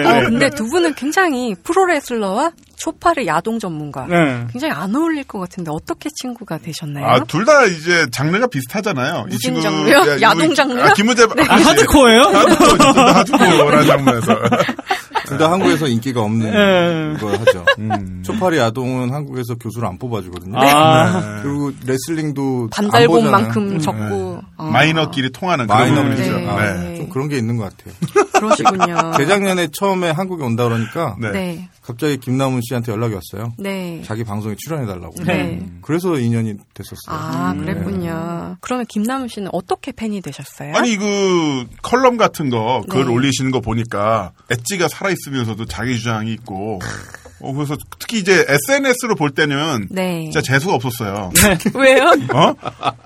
S2: 어, 근데 두 분은 굉장히 프로레슬러와 초파르 야동 전문가.
S3: 네.
S2: 굉장히 안 어울릴 것 같은데 어떻게 친구가 되셨나요?
S1: 아 둘 다 이제 장르가 비슷하잖아요. 이
S2: 무슨
S1: 친구-
S2: 장르요?
S1: 야, 이분-
S2: 야동 장르요?
S1: 아, 김우재 박-
S3: 아, 하드코어예요?
S1: 네. 하드코어라는 장르에서
S7: 둘 다 한국에서 인기가 없는
S2: 네.
S3: 예.
S7: 걸 하죠. 초파리 야동은 한국에서 교수를 안 뽑아주거든요. 네.
S3: 아,
S7: 그리고 레슬링도 안 보잖아요.
S2: 반달곰만큼 적고 아,
S1: 마이너끼리 통하는 그런
S7: 마이너리죠.
S1: 부분이죠.
S2: 네.
S7: 아,
S1: 네.
S7: 좀 그런 게 있는 것 같아요.
S2: 그러시군요.
S7: 재작년에 처음에 한국에 온다 그러니까
S1: 네.
S2: 네,
S7: 갑자기 김남훈 씨한테 연락이 왔어요.
S2: 네,
S7: 자기 방송에 출연해달라고.
S2: 네.
S7: 그래서 인연이 됐었어요.
S2: 아 그랬군요. 그러면 김남훈 씨는 어떻게 팬이 되셨어요?
S1: 아니 그 컬럼 같은 거 글
S2: 네.
S1: 올리시는 거 보니까 엣지가 살아 있으면서도 자기 주장이 있고 어, 그래서 특히 이제 SNS로 볼 때는
S2: 네.
S1: 진짜 재수가 없었어요.
S2: 왜요?
S1: 어?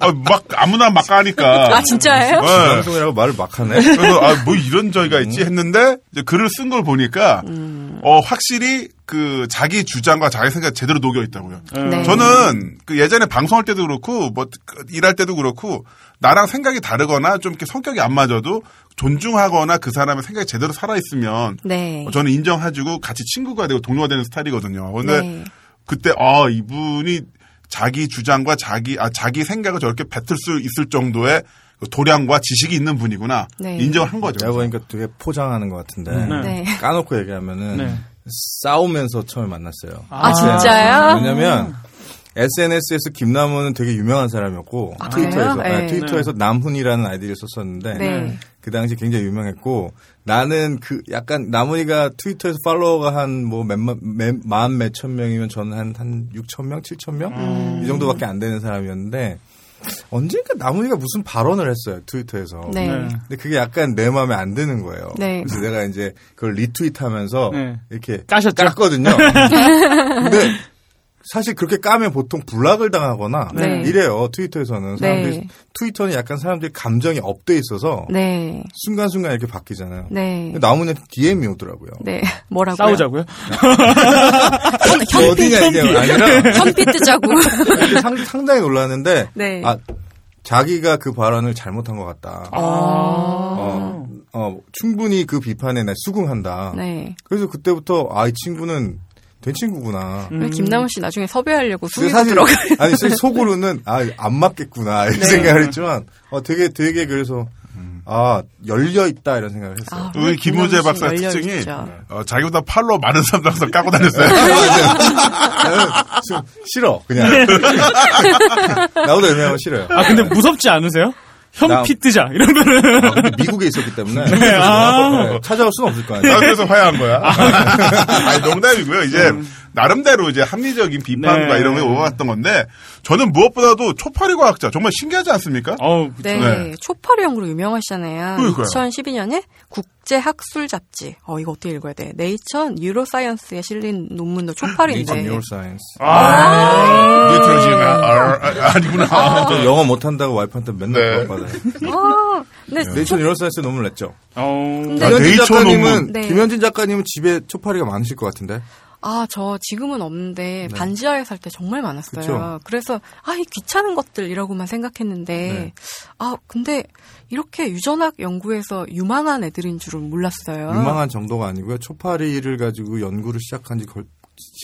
S1: 어, 막 아무나 막 까니까.
S2: 아 진짜예요?
S1: 네.
S7: 방송이라고 말을 막 하네.
S1: 그래서 아 뭐 이런 저희가 있지 했는데 이제 글을 쓴 걸 보니까
S2: 음.
S1: 어 확실히 그 자기 주장과 자기 생각 제대로 녹여 있다고요.
S2: 네.
S1: 어, 저는 그 예전에 방송할 때도 그렇고 뭐 일할 때도 그렇고 나랑 생각이 다르거나 좀 이렇게 성격이 안 맞아도 존중하거나 그 사람의 생각이 제대로 살아 있으면
S2: 네.
S1: 저는 인정해주고 같이 친구가 되고 동료가 되는 스타일이거든요. 근데
S2: 네.
S1: 그때 아 이분이 자기 주장과 자기 아 자기 생각을 저렇게 뱉을 수 있을 정도의 그 도량과 지식이 있는 분이구나
S2: 네.
S1: 인정을 한 거죠.
S7: 내가 보니까 되게 포장하는 것 같은데
S2: 네.
S7: 까놓고 얘기하면은
S3: 네.
S7: 싸우면서 처음에 만났어요. 네.
S2: 아, 진짜요? 음.
S7: 왜냐면 SNS에서 김남훈은 되게 유명한 사람이었고
S2: 아, 그래요?
S7: 트위터에서 네,
S2: 네.
S7: 트위터에서 남훈이라는 아이디를 썼었는데
S2: 네.
S7: 그 당시 굉장히 유명했고 나는 그 약간 남훈이가 트위터에서 팔로워가 한뭐 뭐몇만 몇천 명이면 저는 한한 6천 명, 7천 명
S2: 음.
S7: 이 정도밖에 안 되는 사람이었는데 언젠가 남훈이가 무슨 발언을 했어요 트위터에서.
S2: 네.
S3: 네.
S7: 근데 그게 약간 내 마음에 안 드는 거예요.
S2: 네.
S7: 그래서 내가 이제 그걸 리트윗하면서
S3: 네.
S7: 이렇게
S3: 까셨죠?
S7: 거 든요 근데 사실 그렇게 까면 보통 블락을 당하거나
S2: 네.
S7: 이래요. 트위터에서는 사람들이
S2: 네.
S7: 트위터는 약간 사람들이 감정이 업돼 있어서
S2: 네.
S7: 순간순간 이렇게 바뀌잖아요.
S2: 네.
S7: 나무는 DM이 오더라고요.
S2: 네. 뭐라고요?
S3: 싸우자고요?
S2: 아,
S7: 너 어디냐 이게 아니라
S2: 현피 뜨자고.
S7: 상, 상당히 놀랐는데
S2: 네.
S7: 아 자기가 그 발언을 잘못한 것 같다.
S2: 아. 어.
S7: 어, 어, 충분히 그 비판에 나 수긍한다.
S2: 네.
S7: 그래서 그때부터 아 이 친구는 된 친구구나.
S3: 음.
S2: 그리고 김남훈 씨 나중에 섭외하려고
S7: 근데
S2: 음, 숨이 들어가.
S1: 그
S2: 네.
S7: 아니 사실 속으로는 아 안 맞겠구나 이런 생각을 했지만 어 되게 되게 그래서 아 열려 있다 이런 생각을
S2: 아,
S7: 했어요.
S1: 우리 김우재
S2: 김남훈 씨
S1: 박사
S2: 열려
S1: 특징이
S2: 있죠.
S1: 어, 자기보다 팔로 많은 사람 항상 까고 다녔어요.
S7: 나는 좀 싫어 그냥
S2: 네.
S7: 나보다 유명하면 싫어요.
S3: 아, 근데 무섭지 않으세요? 현피 뜨자 이러면은
S7: 아, 근데 미국에 있었기 때문에
S3: 아.
S7: 네, 찾아올 수는 없을 거
S1: 아,
S7: 아니에요. 음.
S1: 그래서 화해한 거야. 아니 농담이고요. 이제 나름대로 이제 합리적인 비판과
S3: 네.
S1: 이런 걸 오갔던 건데 저는 무엇보다도 초파리 과학자 정말 신기하지 않습니까?
S3: 어우,
S2: 네,
S1: 네.
S2: 초파리형으로 유명하시잖아요.
S1: 그러니까요.
S2: 2012년에 국제 학술 잡지. 어 이거 어떻게 읽어야 돼? 네이처 뉴로사이언스에 실린 논문도
S7: 네, 이건
S2: 초파리인데.
S7: 뉴얼사이언스.
S1: 아.
S2: 아.
S1: 뉴트로지나 아, 아, 아니구나.
S7: 저 영어 못한다고 와이프한테
S1: 네.
S7: 맨날 그런 받아요.
S2: 어, 근데
S7: 네이처 뉴얼사이언스 논문 냈죠.
S3: 어우.
S2: 근데-
S1: 아,
S7: 김현진
S1: 네이처
S7: 작가님은
S1: 논문.
S2: 네.
S7: 김현진 작가님은 집에 초파리가 많으실 것 같은데.
S2: 아, 저 지금은 없는데 반지하에 살 때 정말 많았어요.
S7: 네. 그쵸.
S2: 그래서 아, 이 귀찮은 것들이라고만 생각했는데
S7: 네.
S2: 아, 근데 이렇게 유전학 연구에서 유망한 애들인 줄은 몰랐어요.
S7: 유망한 정도가 아니고요. 초파리를 가지고 연구를 시작한 지 걸-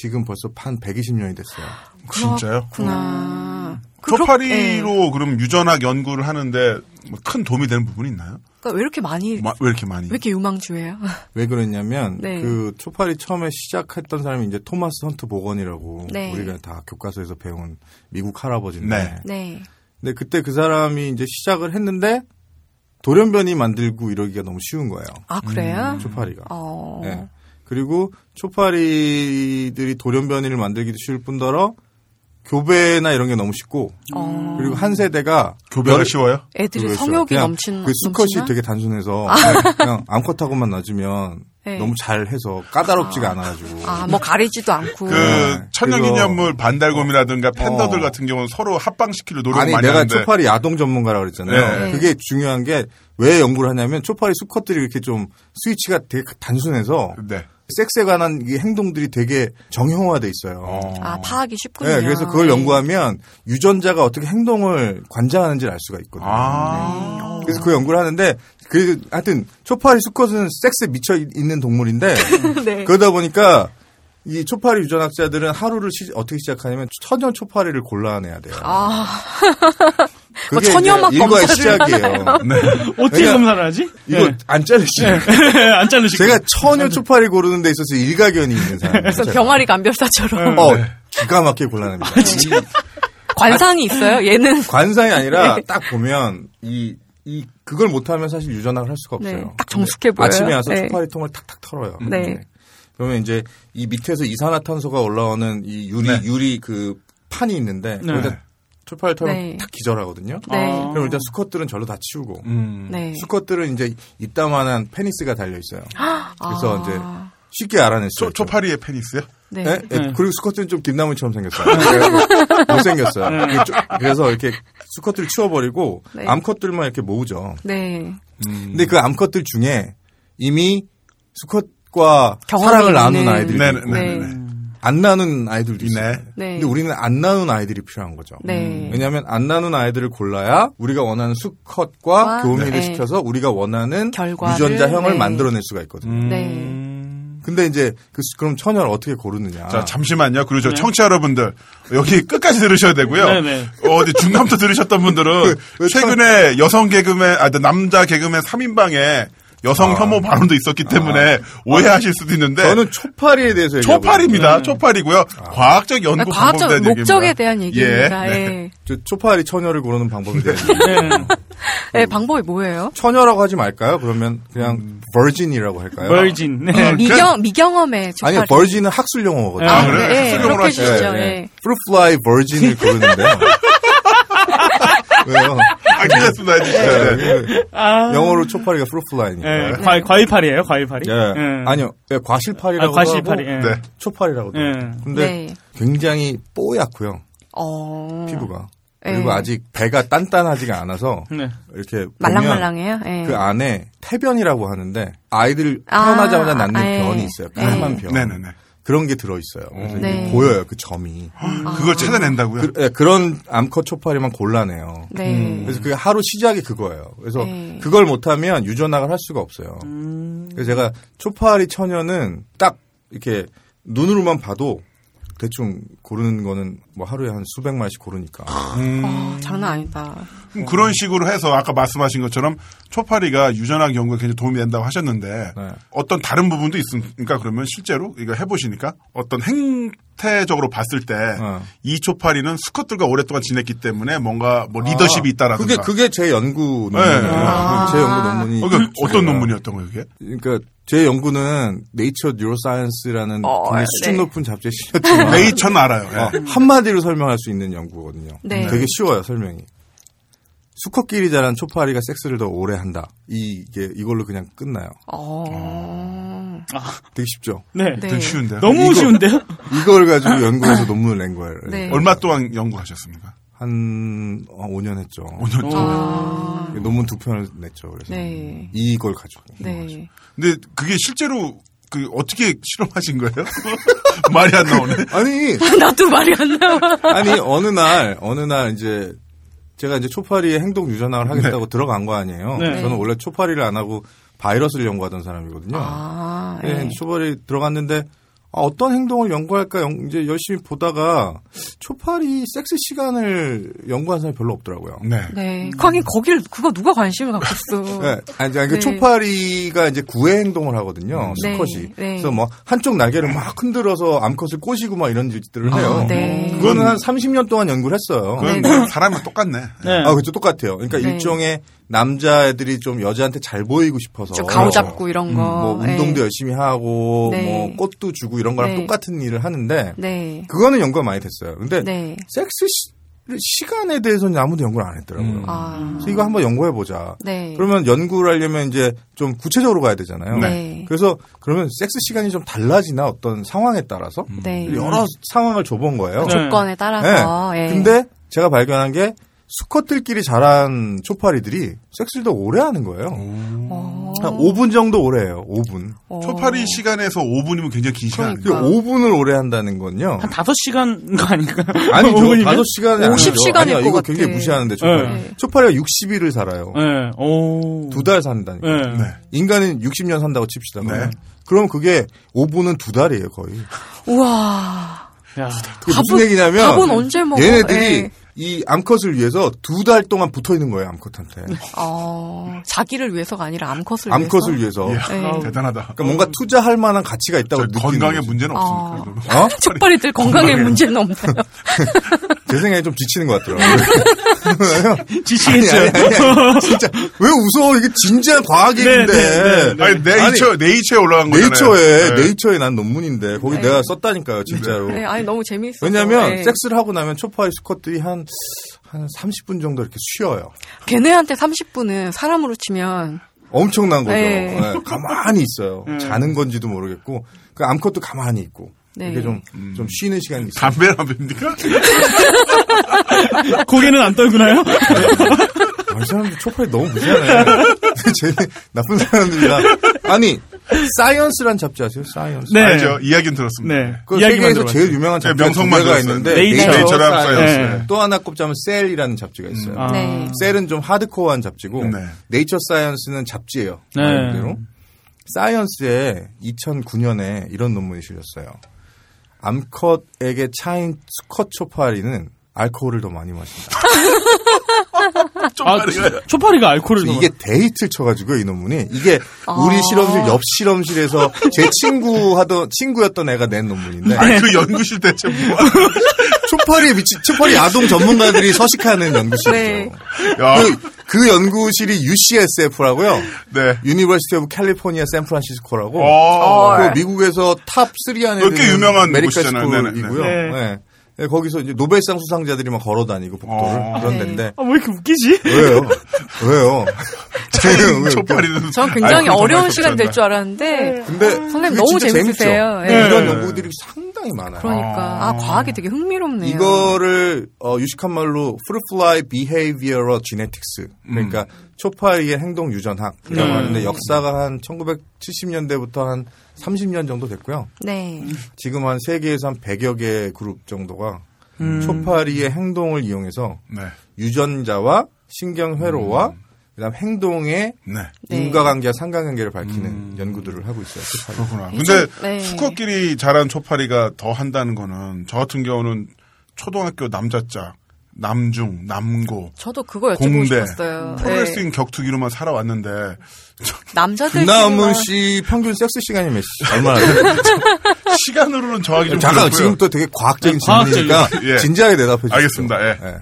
S7: 지금 벌써 한 120년이 됐어요.
S1: 진짜요?
S7: 음.
S2: 그렇구나. 그
S1: 초파리로 그럼 유전학 연구를 하는데 뭐큰 도움이 되는 부분이 있나요?
S2: 그러니까 왜 이렇게 많이
S1: 마- 왜 이렇게 많이?
S2: 왜 이렇게 유망주예요?
S7: 왜 그랬냐면
S2: 네.
S7: 그 초파리 처음에 시작했던 사람이 이제 토마스 헌트 보건이라고
S2: 네.
S7: 우리가 다 교과서에서 배운 미국 할아버지인데
S1: 네.
S2: 네.
S7: 근데 그때 그 사람이 이제 시작을 했는데 돌연변이 만들고 이러기가 너무 쉬운 거예요. 음,
S2: 아, 그래요?
S7: 초파리가.
S2: 어.
S7: 예. 그리고 초파리들이 돌연변이를 만들기도 쉬울 뿐더러 교배나 이런 게 너무 쉽고
S2: 어.
S7: 그리고 한 세대가
S1: 교배가
S7: 열- 그렇죠.
S1: 쉬워요?
S2: 애들이
S7: 그거였어요.
S2: 성욕이
S7: 그냥
S2: 넘치는 아.
S7: 그 수컷이 되게 단순해서 네, 그냥- 그냥 암컷하고만 놔주면
S2: 네.
S7: 너무 잘해서 까다롭지가 않아가지고
S2: 아, 뭐 가리지도 않고.
S1: 그
S7: 네.
S1: 천연기념물 반달곰이라든가 팬더들
S7: 어.
S1: 같은 경우는 서로 합방시키려 노력
S7: 아니
S1: 많이
S7: 내가
S1: 하는데
S7: 초파리 야동 전문가라고 그랬잖아요.
S1: 네.
S2: 네.
S7: 그게 중요한 게 왜 연구를 하냐면 초파리 수컷들이 이렇게 좀 스위치가 되게 단순해서
S1: 네.
S7: 섹스에 관한 이 행동들이 되게 정형화돼 있어요.
S2: 아, 파악이 쉽군요.
S7: 네, 그래서 그걸
S2: 네.
S7: 연구하면 유전자가 어떻게 행동을 관장하는지를 알 수가 있거든요.
S1: 아.
S7: 네. 그래서 그 연구를 하는데 그 하여튼 초파리 수컷은 섹스에 미쳐 있는 동물인데
S2: 네.
S7: 그러다 보니까 이 초파리 유전학자들은 하루를 시- 어떻게 시작하냐면 천연 초파리를 골라내야 돼요.
S2: 아, 뭐
S7: 그게
S2: 천연
S7: 이제
S2: 막
S7: 일과의
S2: 검사를
S7: 시작이에요.
S1: 네.
S3: 어떻게
S7: 그러니까-
S3: 검사를 하지?
S7: 이거 안 잘리시네.
S3: 네. 안 자르시고.
S7: 제가 천연 초파리 고르는 데 있어서 일가견이 아, 있는
S2: 그래서
S7: 사람이에요.
S2: 병아리 감별사처럼
S7: 어, 기가 막히게 곤란합니다.
S2: 관상이 있어요. 얘는
S7: 관상이 아니라
S2: 네.
S7: 딱 보면 이, 이 그걸 못하면 사실 유전학을 할 수가 없어요.
S2: 네, 딱 정숙해
S7: 근데 아침에
S2: 보여요.
S7: 와서
S2: 네.
S7: 초파리 통을 탁탁 털어요.
S2: 네.
S7: 이렇게. 그러면 이제 이 밑에서 이산화탄소가 올라오는 이 유리 유리 그 판이 있는데
S3: 네.
S7: 거기다 초파리 털면
S2: 네.
S7: 탁 기절하거든요.
S2: 네.
S3: 아.
S7: 그럼 일단 수컷들은 절로 다 치우고
S1: 음.
S2: 네.
S7: 수컷들은 이제 이따만한 페니스가 달려 있어요. 그래서
S2: 아.
S7: 이제 쉽게 알아냈어요.
S1: 초, 초파리의 페니스요?
S2: 네.
S7: 예? 예,
S3: 네.
S7: 그리고 수컷들은 좀 김나무처럼 생겼어요. 네, 그래가지고 못생겼어요. 그리고 좀- 그래서 이렇게 수컷들을 치워버리고
S2: 네.
S7: 암컷들만 이렇게 모으죠.
S2: 네.
S7: 근데
S1: 음.
S7: 그 암컷들 중에 이미 수컷과
S2: 경험이
S7: 사랑을
S2: 있는.
S7: 나눈 아이들이
S1: 네,
S7: 있고
S1: 네, 네, 네.
S2: 네.
S7: 안 나눈 아이들도 있어요.
S1: 네.
S2: 네.
S7: 근데 우리는 안 나눈 아이들이 필요한 거죠. 음.
S2: 네.
S7: 왜냐하면 안 나눈 아이들을 골라야 우리가 원하는 수컷과
S2: 와,
S7: 교미를
S2: 네.
S7: 시켜서 우리가 원하는
S2: 결과를,
S7: 유전자형을
S2: 네.
S7: 만들어낼 수가 있거든요.
S1: 음.
S2: 네.
S7: 근데 이제 그 수- 그럼 천연을 어떻게 고르느냐?
S3: 아.
S1: 자, 잠시만요. 그리고 저 청취자 여러분들, 여기 끝까지 들으셔야 되고요.
S3: 네. 네네.
S1: 어, 이제 중간부터 들으셨던 분들은
S7: 왜 참-
S1: 최근에 여성 개그맨, 아, 남자 개그맨 3인방에 여성 혐오 발언도 있었기 때문에 오해하실 수도 있는데.
S7: 저는 초파리에 대해서 얘기하고
S1: 네. 초팔입니다. 초팔이고요. 과학적 연구
S2: 아니, 과학적
S1: 방법에 대한
S2: 목적에
S1: 얘기입니다.
S2: 대한 얘기입니다.
S1: 예.
S2: 예.
S1: 네.
S7: 저 초파리 처녀를 고르는 방법에 대해서.
S3: 네.
S2: 예, 방법이 뭐예요?
S7: 처녀라고 하지 말까요? 그러면 그냥 버진이라고 할까요?
S3: 버진. 네.
S7: 아,
S2: 미경 미경험의 초파리.
S7: 아니요, 버진은 학술 용어거든요.
S3: 아,
S2: 네,
S1: 그래요?
S2: 예,
S1: 학술 용어로
S2: 그렇게
S1: 하시죠.
S2: 주시죠.
S7: 예,
S2: 예.
S7: 예. 프루플라이 버진을 고르는데요. 왜요?
S1: 아, 괜찮습니다. 진짜. 네.
S7: 예,
S3: 아.
S7: 영어로 초파리가 프루플라이니까.
S3: 예, 과, 과일팔이에요, 네. 과일팔이.
S7: 네. 예. 아니요, 예, 과실파리라고
S3: 아, 과실파리.
S7: 하고
S3: 예.
S1: 네.
S7: 초파리라고도.
S3: 예.
S7: 해요. 근데
S2: 네.
S7: 굉장히 뽀얗고요,
S2: 어.
S7: 피부가.
S2: 예.
S7: 그리고 아직 배가 단단하지가 않아서
S3: 네.
S7: 이렇게 보면
S2: 말랑말랑해요. 예.
S7: 그 안에 태변이라고 하는데 아이들
S2: 아,
S7: 태어나자마자 낳는
S2: 아, 예.
S7: 변이 있어요. 까만
S2: 예.
S7: 변.
S1: 네네네.
S7: 그런 게 들어있어요. 그래서 이게
S2: 네.
S7: 보여요, 그 점이.
S1: 그걸 찾아낸다고요?
S7: 그, 예, 그런 암컷 초파리만 골라내요.
S2: 네.
S7: 그래서 그 하루 시작이 그거예요. 그래서
S2: 네. 음.
S7: 그걸 못하면 유전학을 할 수가 없어요. 그래서 제가 초파리 처녀는 딱 이렇게 눈으로만 봐도 대충 고르는 거는 뭐 하루에 한 수백 마리씩 고르니까.
S2: 아, 장난 아니다.
S1: 그럼 그런 식으로 해서 아까 말씀하신 것처럼 초파리가 유전학 연구에 굉장히 도움이 된다고 하셨는데
S7: 네.
S1: 어떤 다른 부분도 있습니까? 그러면 실제로 이거 해보시니까 어떤 행 사태적으로 봤을 때
S7: 어.
S1: 이초파리는 스컷들과 오랫동안 지냈기 때문에 뭔가 뭐 리더십이 있다라든가.
S7: 그게 그게 제 연구
S1: 네.
S7: 논문이에요.
S1: 아.
S7: 제 연구 논문이
S1: 어, 그 어떤
S7: 제가
S1: 논문이었던 거예요, 그게?
S7: 그러니까 제 연구는 네이처 뉴로사이언스라는
S2: 어,
S7: 굉장히
S2: 네.
S7: 수준 높은 잡지에 실렸지만
S1: 네이처는 알아요. 예.
S7: 어, 한마디로 설명할 수 있는 연구거든요.
S2: 네.
S7: 되게 쉬워요 설명이. 수컷끼리 자란 초파리가 섹스를 더 오래 한다. 이- 이게 이걸로 그냥 끝나요.
S2: 어.
S7: 되게 쉽죠.
S3: 네.
S2: 네.
S1: 되게 쉬운데요.
S3: 너무
S7: 이거-
S3: 쉬운데요?
S7: 이걸 가지고 연구해서 논문을 낸 거예요.
S2: 네.
S1: 얼마 동안 연구하셨습니까?
S7: 한 어, 5년 했죠.
S1: 5년 동안.
S2: 아.
S7: 논문 두 편을 냈죠. 그래서
S2: 네.
S7: 이걸 가지고.
S2: 네.
S1: 근데 그게 실제로 그 어떻게 실험하신 거예요? 말이 안 나오네.
S7: 아니
S2: 나도 말이 안 나와.
S7: 아니 어느 날 어느 날 이제 제가 이제 초파리의 행동 유전학을 하겠다고 들어간 거 아니에요.
S3: 네.
S7: 저는 원래 초파리를 안 하고 바이러스를 연구하던 사람이거든요.
S2: 아,
S7: 예,
S2: 네.
S7: 초파리 들어갔는데 아, 어떤 행동을 연구할까 영- 이제 열심히 보다가 초파리 섹스 시간을 연구한 사람이 별로 없더라고요.
S1: 네.
S2: 네. 거긴 거길 그거 누가 관심을 갖겠어.
S7: 네, 아니, 아니, 그
S2: 네.
S7: 초파리가 이제 구애 행동을 하거든요.
S2: 네,
S7: 수컷이.
S2: 네.
S7: 그래서 뭐 한쪽 날개를 막 흔들어서 암컷을 꼬시고 막 이런 짓들을 해요.
S2: 아, 네.
S7: 그거는 한 30년 동안 연구를 했어요.
S1: 그건 뭐
S2: 네.
S1: 사람은 똑같네.
S3: 네.
S7: 아, 그렇죠. 똑같아요. 그러니까
S2: 네.
S7: 일종의 남자애들이 좀 여자한테 잘 보이고 싶어서
S2: 저 가오 잡고 이런 거.
S7: 뭐 운동도
S2: 네.
S7: 열심히 하고
S2: 네.
S7: 뭐 꽃도 주고 이런 거랑
S2: 네.
S7: 똑같은 일을 하는데
S2: 네.
S7: 그거는 연구가 많이 됐어요. 근데
S2: 네.
S7: 섹스 시, 간에 대해서는 아무도 연구를 안 했더라고요.
S2: 아.
S7: 그래서 이거 한번 연구해 보자.
S2: 네.
S7: 그러면 연구를 하려면 이제 좀 구체적으로 가야 되잖아요.
S2: 네.
S7: 그래서 그러면 섹스 시간이 좀 달라지나 어떤 상황에 따라서
S2: 네.
S7: 여러 상황을 줘본 거예요.
S3: 네.
S2: 조건에 따라서. 예.
S7: 근데 제가 발견한 게 수컷들끼리 자란 초파리들이 섹스를 더 오래 하는 거예요.
S2: 어.
S7: 한 5분 정도 오래 해요. 5분.
S2: 어.
S1: 초파리 시간에서 5분이면 굉장히 긴
S7: 그
S2: 그러니까.
S1: 시간이에요.
S7: 5분을 오래 한다는 건요.
S3: 한 5시간 거 아닌가?
S7: 아니, 저
S3: 5분이면?
S7: 5시간이 아니죠.
S2: 50 시간일
S7: 아니요,
S2: 것
S7: 이거
S2: 같아. 예.
S7: 굉장히 무시하는데 초파리.
S2: 네.
S7: 초파리가 60일을 살아요.
S3: 네. 오.
S7: 두 달 산다니까.
S2: 예.
S3: 네.
S1: 네.
S7: 인간은 60년 산다고 칩시다.
S1: 네.
S7: 그러면. 그럼 그게 5분은 두 달이에요, 거의.
S2: 우와.
S3: 야.
S7: 그게
S2: 밥은-
S7: 무슨 얘기냐면
S2: 밥은 언제 먹어?
S7: 얘네들이
S2: 예.
S7: 이 암컷을 위해서 두 달 동안 붙어 있는 거예요, 암컷한테.
S2: 네. 어. 자기를 위해서가 아니라 암컷을
S7: 암컷을
S2: 위해서.
S7: 위해서.
S1: 이야,
S2: 네.
S1: 예, 대단하다.
S7: 그러니까 뭔가 투자할 만한 가치가 있다고
S1: 저
S7: 느끼는
S1: 건강에
S7: 거지.
S1: 문제는
S2: 아.
S1: 없습니까?
S7: 어?
S2: 족발이들 건강에 문제는 없나요?
S7: 제 생각에 좀 지치는 것 같아요. 아니,
S3: 지치겠어요.
S7: 아니, 아니. 진짜 왜 웃어? 이게 진지한 과학 얘기인데.
S3: 네,
S1: 아니, 네이처, 네이처에 올라간 거잖아요.
S7: 네이처에
S1: 네.
S7: 네이처에 난 논문인데 거기 내가 썼다니까요, 진짜로.
S2: 네, 아니 너무 예. 재미있어.
S7: 왜냐하면 섹스를 하고 나면 초파의 수컷들이 한 한 30분 정도 이렇게 쉬어요.
S2: 걔네한테 30분은 사람으로 치면
S7: 엄청난 거죠.
S2: 네.
S7: 네, 가만히 있어요.
S1: 음.
S7: 자는 건지도 모르겠고 그 암컷도 가만히 있고
S2: 네.
S7: 이렇게 좀 좀 쉬는 시간이 있어요.
S1: 담배를 안 핍니까?
S3: 고개는 안 떨구나요?
S7: 아, 이 사람들 초파에 너무 무시하네. 쟤네 나쁜 사람들이다. 아니, 사이언스란 잡지 아세요? 사이언스.
S3: 네.
S1: 알죠. 이야기는 들었습니다.
S3: 네.
S7: 그
S3: 이야기
S7: 세계에서
S3: 만들어봤어요.
S7: 제일 유명한
S1: 제가
S7: 잡지가
S1: 네, 명성만
S7: 명성만 가
S1: 들었어요.
S7: 있는데
S3: 네이처.
S1: 네이처랑
S7: 사이언스.
S3: 사이언스.
S7: 또 하나 꼽자면 셀이라는 잡지가 있어요.
S3: 아.
S2: 네.
S7: 셀은 좀 하드코어한 잡지고
S1: 네.
S7: 네이처 사이언스는 잡지예요.
S3: 네.
S7: 말 그대로. 사이언스에 2009년에 이런 논문이 실렸어요. 암컷에게 차인 수컷 초파리는 알코올을 더 많이 마신다.
S3: 아, 초파리가 알코올을
S7: 그래서
S3: 넣어.
S7: 네. 이게 데이트를 쳐가지고요, 이 논문이. 이게 우리
S2: 아.
S7: 실험실 옆 실험실에서 제 친구 하던, 친구였던 애가 낸 논문인데.
S1: 아니, 그 연구실 대체 뭐
S7: 초파리 미친, 초파리 아동 전문가들이 서식하는 연구실이죠.
S2: 네.
S1: 야,
S7: 그, 그 연구실이 UCSF라고요.
S1: 네.
S7: 유니버시티 오브 캘리포니아 샌프란시스코라고.
S1: 어.
S7: 그 미국에서 탑3 안에
S1: 그게
S7: 드는
S1: 유명한
S7: 메디컬
S1: 곳이잖아요.
S7: 스쿨이고요.
S3: 네네.
S7: 네. 네, 거기서 이제 노벨상 수상자들이 막 걸어다니고 복도를
S1: 어.
S7: 그런
S2: 네.
S7: 데인데
S3: 아, 왜 이렇게 웃기지?
S7: 왜요? 왜요? 제가 왜
S1: 초파리는.
S2: 전 굉장히
S1: 알코올
S2: 어려운
S1: 정말
S2: 시간 될 줄 알았는데
S7: 근데
S2: 아, 선생님
S7: 그게
S2: 너무
S7: 진짜
S2: 재밌으세요.
S7: 재밌죠? 네.
S2: 예.
S7: 이런 연구들이 상당히 많아요.
S2: 그러니까 아 과학이 되게 흥미롭네요.
S7: 이거를 어, 유식한 말로 fruitfly behavioral genetics 그러니까 초파이의 행동 유전학이라고
S3: 음.
S7: 하는데 역사가 한 1970년대부터 한 30년 정도 됐고요.
S2: 네.
S7: 지금 한 세계에서 한 100여 개 그룹 정도가 초파리의 행동을 이용해서
S1: 네.
S7: 유전자와 신경 회로와 그다음 행동의
S1: 네.
S2: 네.
S7: 인과관계와 상관관계를 밝히는 연구들을 하고 있어요. 초파리.
S1: 그렇구나.
S2: 이제-
S1: 근데
S2: 네.
S1: 수컷끼리 자란 초파리가 더 한다는 거는 저 같은 경우는 초등학교 남자짝 남중, 남고,
S2: 저도 그거 여쭤보고
S1: 공대,
S2: 싶었어요.
S1: 프로레슬링
S2: 네.
S1: 격투기로만 살아왔는데
S2: 남자들
S7: 김남은 그 씨 평균 섹스 시간이 몇 시? 얼마나? 돼요?
S1: 시간으로는 정하기 좀
S7: 잠깐
S1: 그렇고요.
S7: 지금 또 되게 과학적인
S3: 네, 과학적인
S7: 질문이니까
S1: 예.
S7: 진지하게 대답해 주세요.
S1: 알겠습니다. 예.
S7: 예.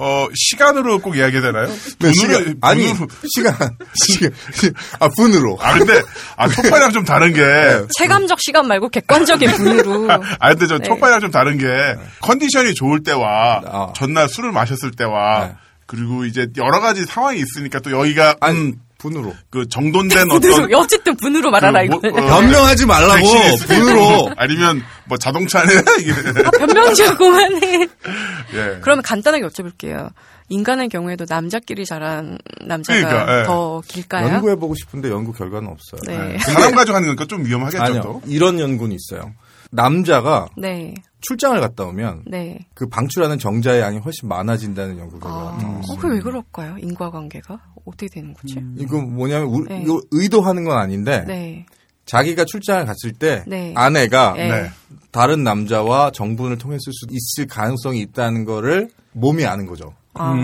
S1: 어, 시간으로 꼭 이야기해야 되나요?
S7: 네,
S1: 분으로-
S7: 시간, 아니
S1: 분으로-
S7: 시간 시간 아 분으로
S1: 아 근데 아 촉발이랑 좀 다른 게
S7: 네.
S2: 체감적 시간 말고 객관적인 분으로
S1: 아, 근데 전
S2: 네.
S1: 촉발이랑 좀 다른 게, 컨디션이 좋을 때와,
S7: 어.
S1: 전날 술을 마셨을 때와,
S7: 네.
S1: 그리고 이제 여러 가지 상황이 있으니까 또 여기가,
S7: 아니
S1: 음,
S7: 분으로
S1: 그 정돈된 어떤.
S2: 분으로 어쨌든 분으로 말하라 이거.
S1: 뭐, 어,
S7: 변명하지 말라고
S1: 백신일 수도 있고,
S7: 분으로
S1: 아니면 뭐 자동차 안에 이게
S2: 변명적고만해.
S1: 예.
S2: 그러면 간단하게 여쭤볼게요. 인간의 경우에도 남자끼리 자란 남자가
S1: 그러니까, 예.
S2: 더 길까요?
S7: 연구해 보고 싶은데 연구 결과는 없어요.
S2: 네.
S1: 사람 가져가는 거니까 좀 위험하겠죠
S7: 아니요
S1: 또.
S7: 이런 연구는 있어요. 남자가
S2: 네.
S7: 출장을 갔다 오면
S2: 네.
S7: 그 방출하는 정자의 양이 훨씬 많아진다는 연구 결과가
S2: 아,
S7: 나왔어요.
S2: 어, 그게 왜 그럴까요? 인과관계가 어떻게 되는 거지?
S7: 이거 뭐냐면 우-
S2: 네.
S7: 이거 의도하는 건 아닌데
S2: 네.
S7: 자기가 출장을 갔을 때
S2: 네.
S7: 아내가
S2: 예.
S1: 네.
S7: 다른 남자와 정분을 통했을 수 있을 가능성이 있다는 거를 몸이 아는 거죠.
S2: 아,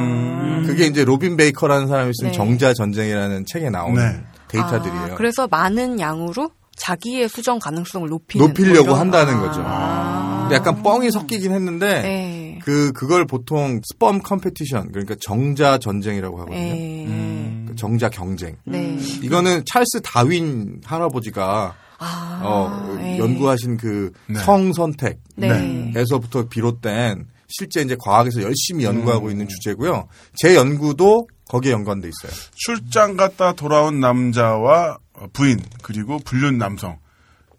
S7: 그게 이제 로빈 베이커라는 사람이 쓴
S2: 네.
S7: 정자 전쟁이라는 책에 나오는
S1: 네.
S7: 데이터들이에요.
S2: 아, 그래서 많은 양으로 자기의 수정 가능성을 높이는
S7: 높이려고
S2: 뭐 이런-
S7: 한다는 거죠.
S2: 아.
S7: 근데 약간 뻥이 섞이긴 했는데
S2: 네.
S7: 그 그걸 보통 스펌 컴페티션 그러니까 정자 전쟁이라고 하거든요.
S2: 네.
S7: 그 정자 경쟁.
S2: 네.
S7: 이거는 찰스 다윈 할아버지가
S2: 아,
S7: 어,
S2: 네.
S7: 연구하신 그
S1: 네.
S7: 성 선택에서부터
S2: 네.
S7: 비롯된 실제 이제 과학에서 열심히
S1: 음.
S7: 연구하고 있는 주제고요. 제 연구도 거기에 연관돼 있어요.
S1: 출장 갔다 돌아온 남자와 부인 그리고 불륜 남성.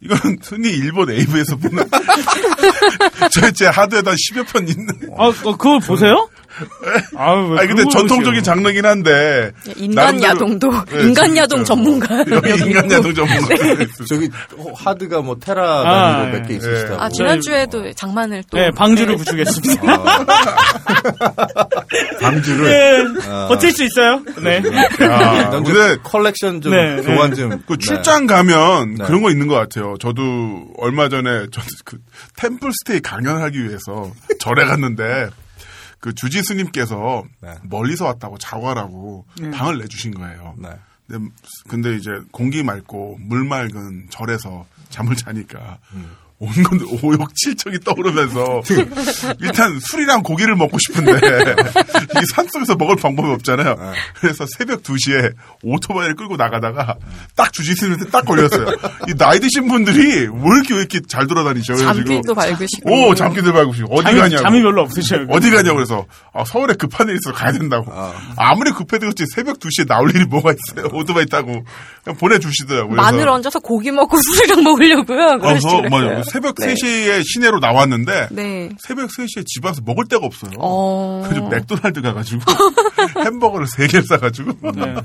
S1: 이건 흔히 일본 AV에서 보는 저제 하드에다 10여 편 있는
S3: 아, 어, 그걸 보세요? 아, 왜
S1: 아니 근데
S3: 그걸
S1: 전통적인
S3: 보세요?
S1: 장르긴 한데
S2: 인간
S1: 나름대로-
S2: 야동도
S1: 네,
S2: 인간
S1: 진짜요.
S2: 야동 전문가
S1: 여기 인간 야동 전문가
S2: 네.
S7: 저기 어, 하드가 뭐 테라
S3: 아,
S7: 단위로 몇 개
S1: 그렇죠. 예.
S7: 있으시다고.
S2: 아 지난주에도 장만을 또
S3: 네, 방주를 부추겠습니다.
S7: 방주를
S3: 네, 버틸 수 있어요? 네.
S1: 야,
S7: 넌
S1: 근데
S7: 좀 컬렉션 좀
S3: 네,
S7: 교환 좀.
S1: 그
S7: 네.
S1: 출장 가면
S7: 네.
S1: 그런 거 있는 것 같아요. 저도 얼마 전에 저그 템플스테이 강연하기 위해서 절에 갔는데 그 주지스님께서
S7: 네.
S1: 멀리서 왔다고 자과라고 방을 내주신 거예요.
S7: 네.
S1: 근데, 근데 이제 공기 맑고 물 맑은 절에서 잠을 자니까
S7: 음.
S1: 온 건 오욕칠척이 떠오르면서 일단 술이랑 고기를 먹고 싶은데 이 산속에서 먹을 방법이 없잖아요.
S7: 네.
S1: 그래서 새벽 2시에 오토바이를 끌고 나가다가 딱 주짓수한테 딱 걸렸어요. 이 나이 드신 분들이 왜 이렇게 왜 이렇게 잘 돌아다니죠? 그래가지고
S2: 잠길도 밝으시고
S1: 오 잠길도 밟으시고 어디
S3: 잠이,
S1: 가냐고
S3: 잠이 별로 없으셔요.
S1: 어디 가냐고 그래서 아, 서울에 급한 일이 있어 가야 된다고 아무리 급해도 그렇지 새벽 2시에 나올 일이 뭐가 있어요 오토바이 타고 그냥 보내주시더라고요 어,
S2: 마늘 얹어서 고기 먹고 술이랑
S1: 그래서
S2: 먹으려고요. 그러시더라고요.
S1: 맞아요. 새벽
S2: 네.
S1: 3시에 시내로 나왔는데
S2: 네.
S1: 새벽 3시에 집 와서 먹을 데가 없어요
S2: 어.
S1: 그래서 맥도날드 가가지고 햄버거를 3개를 싸가지고 네,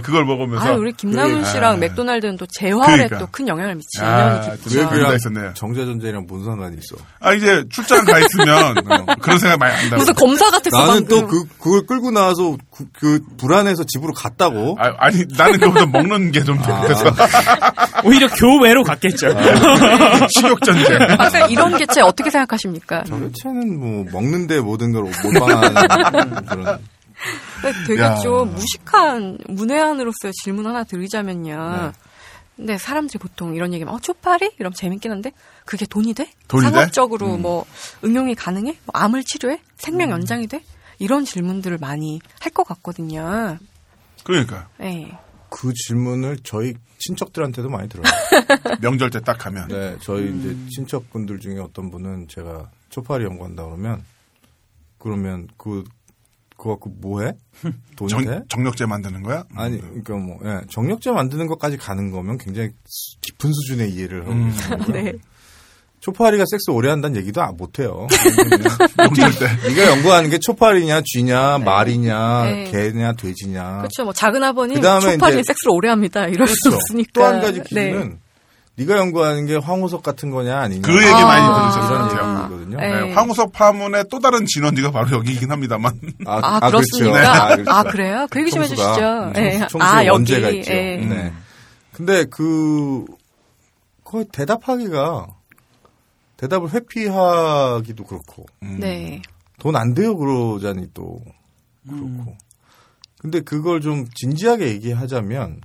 S1: 그걸 먹으면서
S2: 아, 우리 김남훈
S1: 그게-
S2: 씨랑 맥도날드는 또 재활에
S1: 그러니까.
S2: 또 큰 영향을 미치는
S1: 아,
S2: 연이
S1: 왜
S2: 깊죠.
S1: 그래요? 문제가 있었네요.
S7: 정자 전쟁이랑 무슨 상관이 있어?
S1: 아 이제 출장 가 있으면 어, 그런 생각 많이 안다고
S2: 무슨 검사 같았어
S7: 나는
S2: 방금.
S7: 또 그 그걸 끌고 나와서 그, 그 불안해서 집으로 갔다고.
S1: 아, 아니 나는 그보다 먹는 게 좀
S7: 아.
S1: 그래서
S3: 오히려 교외로 갔겠죠.
S1: 식욕
S7: 그
S1: 전쟁
S2: 박사님 아, 그러니까 이런 개체 어떻게 생각하십니까?
S7: 도대체는 뭐 먹는데 모든 걸 몰빵하는 그런.
S2: 네, 되게
S1: 야.
S2: 좀 무식한 문외한으로서의 질문 하나
S7: 네.
S2: 드리자면요. 근데 사람들이 보통 이런 얘기면 어 초파리 이러면 재밌긴 한데 그게 돈이 돼?
S1: 돈이 돼?
S2: 상업적으로
S7: 음.
S2: 뭐 응용이 가능해? 뭐 암을 치료해? 생명 연장이 돼? 이런 질문들을 많이 할 것 같거든요.
S1: 그러니까
S2: 네.
S7: 그 질문을 저희 친척들한테도 많이 들어요.
S1: 명절 때 딱 가면
S7: 네, 저희 이제 친척분들 중에 어떤 분은 제가 초파리 연구한다 그러면 그러면 그 그거 갖고 뭐해? 돈이 돼?
S1: 정, 정력제 만드는 거야? 음,
S7: 아니, 그러니까 뭐 예, 정력제 만드는 것까지 가는 거면 굉장히 수- 깊은 수준의 이해를 하고 계시는 거고요.
S2: 네.
S7: 초파리가 섹스 오래 한다는 얘기도 아- 못 해요.
S1: 명절 때
S7: 네가 연구하는 게 초파리냐, 쥐냐, 말이냐,
S2: 네.
S7: 개냐, 돼지냐.
S2: 그렇죠. 뭐 작은 아버님
S7: 그다음에
S2: 초파리
S7: 이제- 그렇죠.
S2: 섹스를 오래 합니다. 이럴 수 없으니까.
S7: 또 한 가지
S2: 네.
S7: 기준은 네. 가 연구하는 게 황호석 같은 거냐 아니냐.
S1: 그 얘기
S2: 아.
S1: 많이
S7: 이런
S1: 들으셨죠.
S2: 아.
S7: 얘기거든요.
S2: 네.
S1: 네, 황우석 파문의 또 다른 진원지가 바로 여기이긴 합니다만
S2: 아,
S7: 그렇죠.
S2: 그렇습니까?
S7: 그렇죠.
S2: 아, 그래요? 그 얘기 좀
S7: 총수가,
S2: 해주시죠.
S7: 음,
S2: 예.
S7: 총수
S2: 아, 여기.
S7: 원제가 있죠.
S2: 예.
S7: 네. 근데 그 거의 대답하기가 대답을 회피하기도 그렇고
S2: 네.
S7: 돈 안 돼요 그러자니 또 그렇고.
S1: 음.
S7: 근데 그걸 좀 진지하게 얘기하자면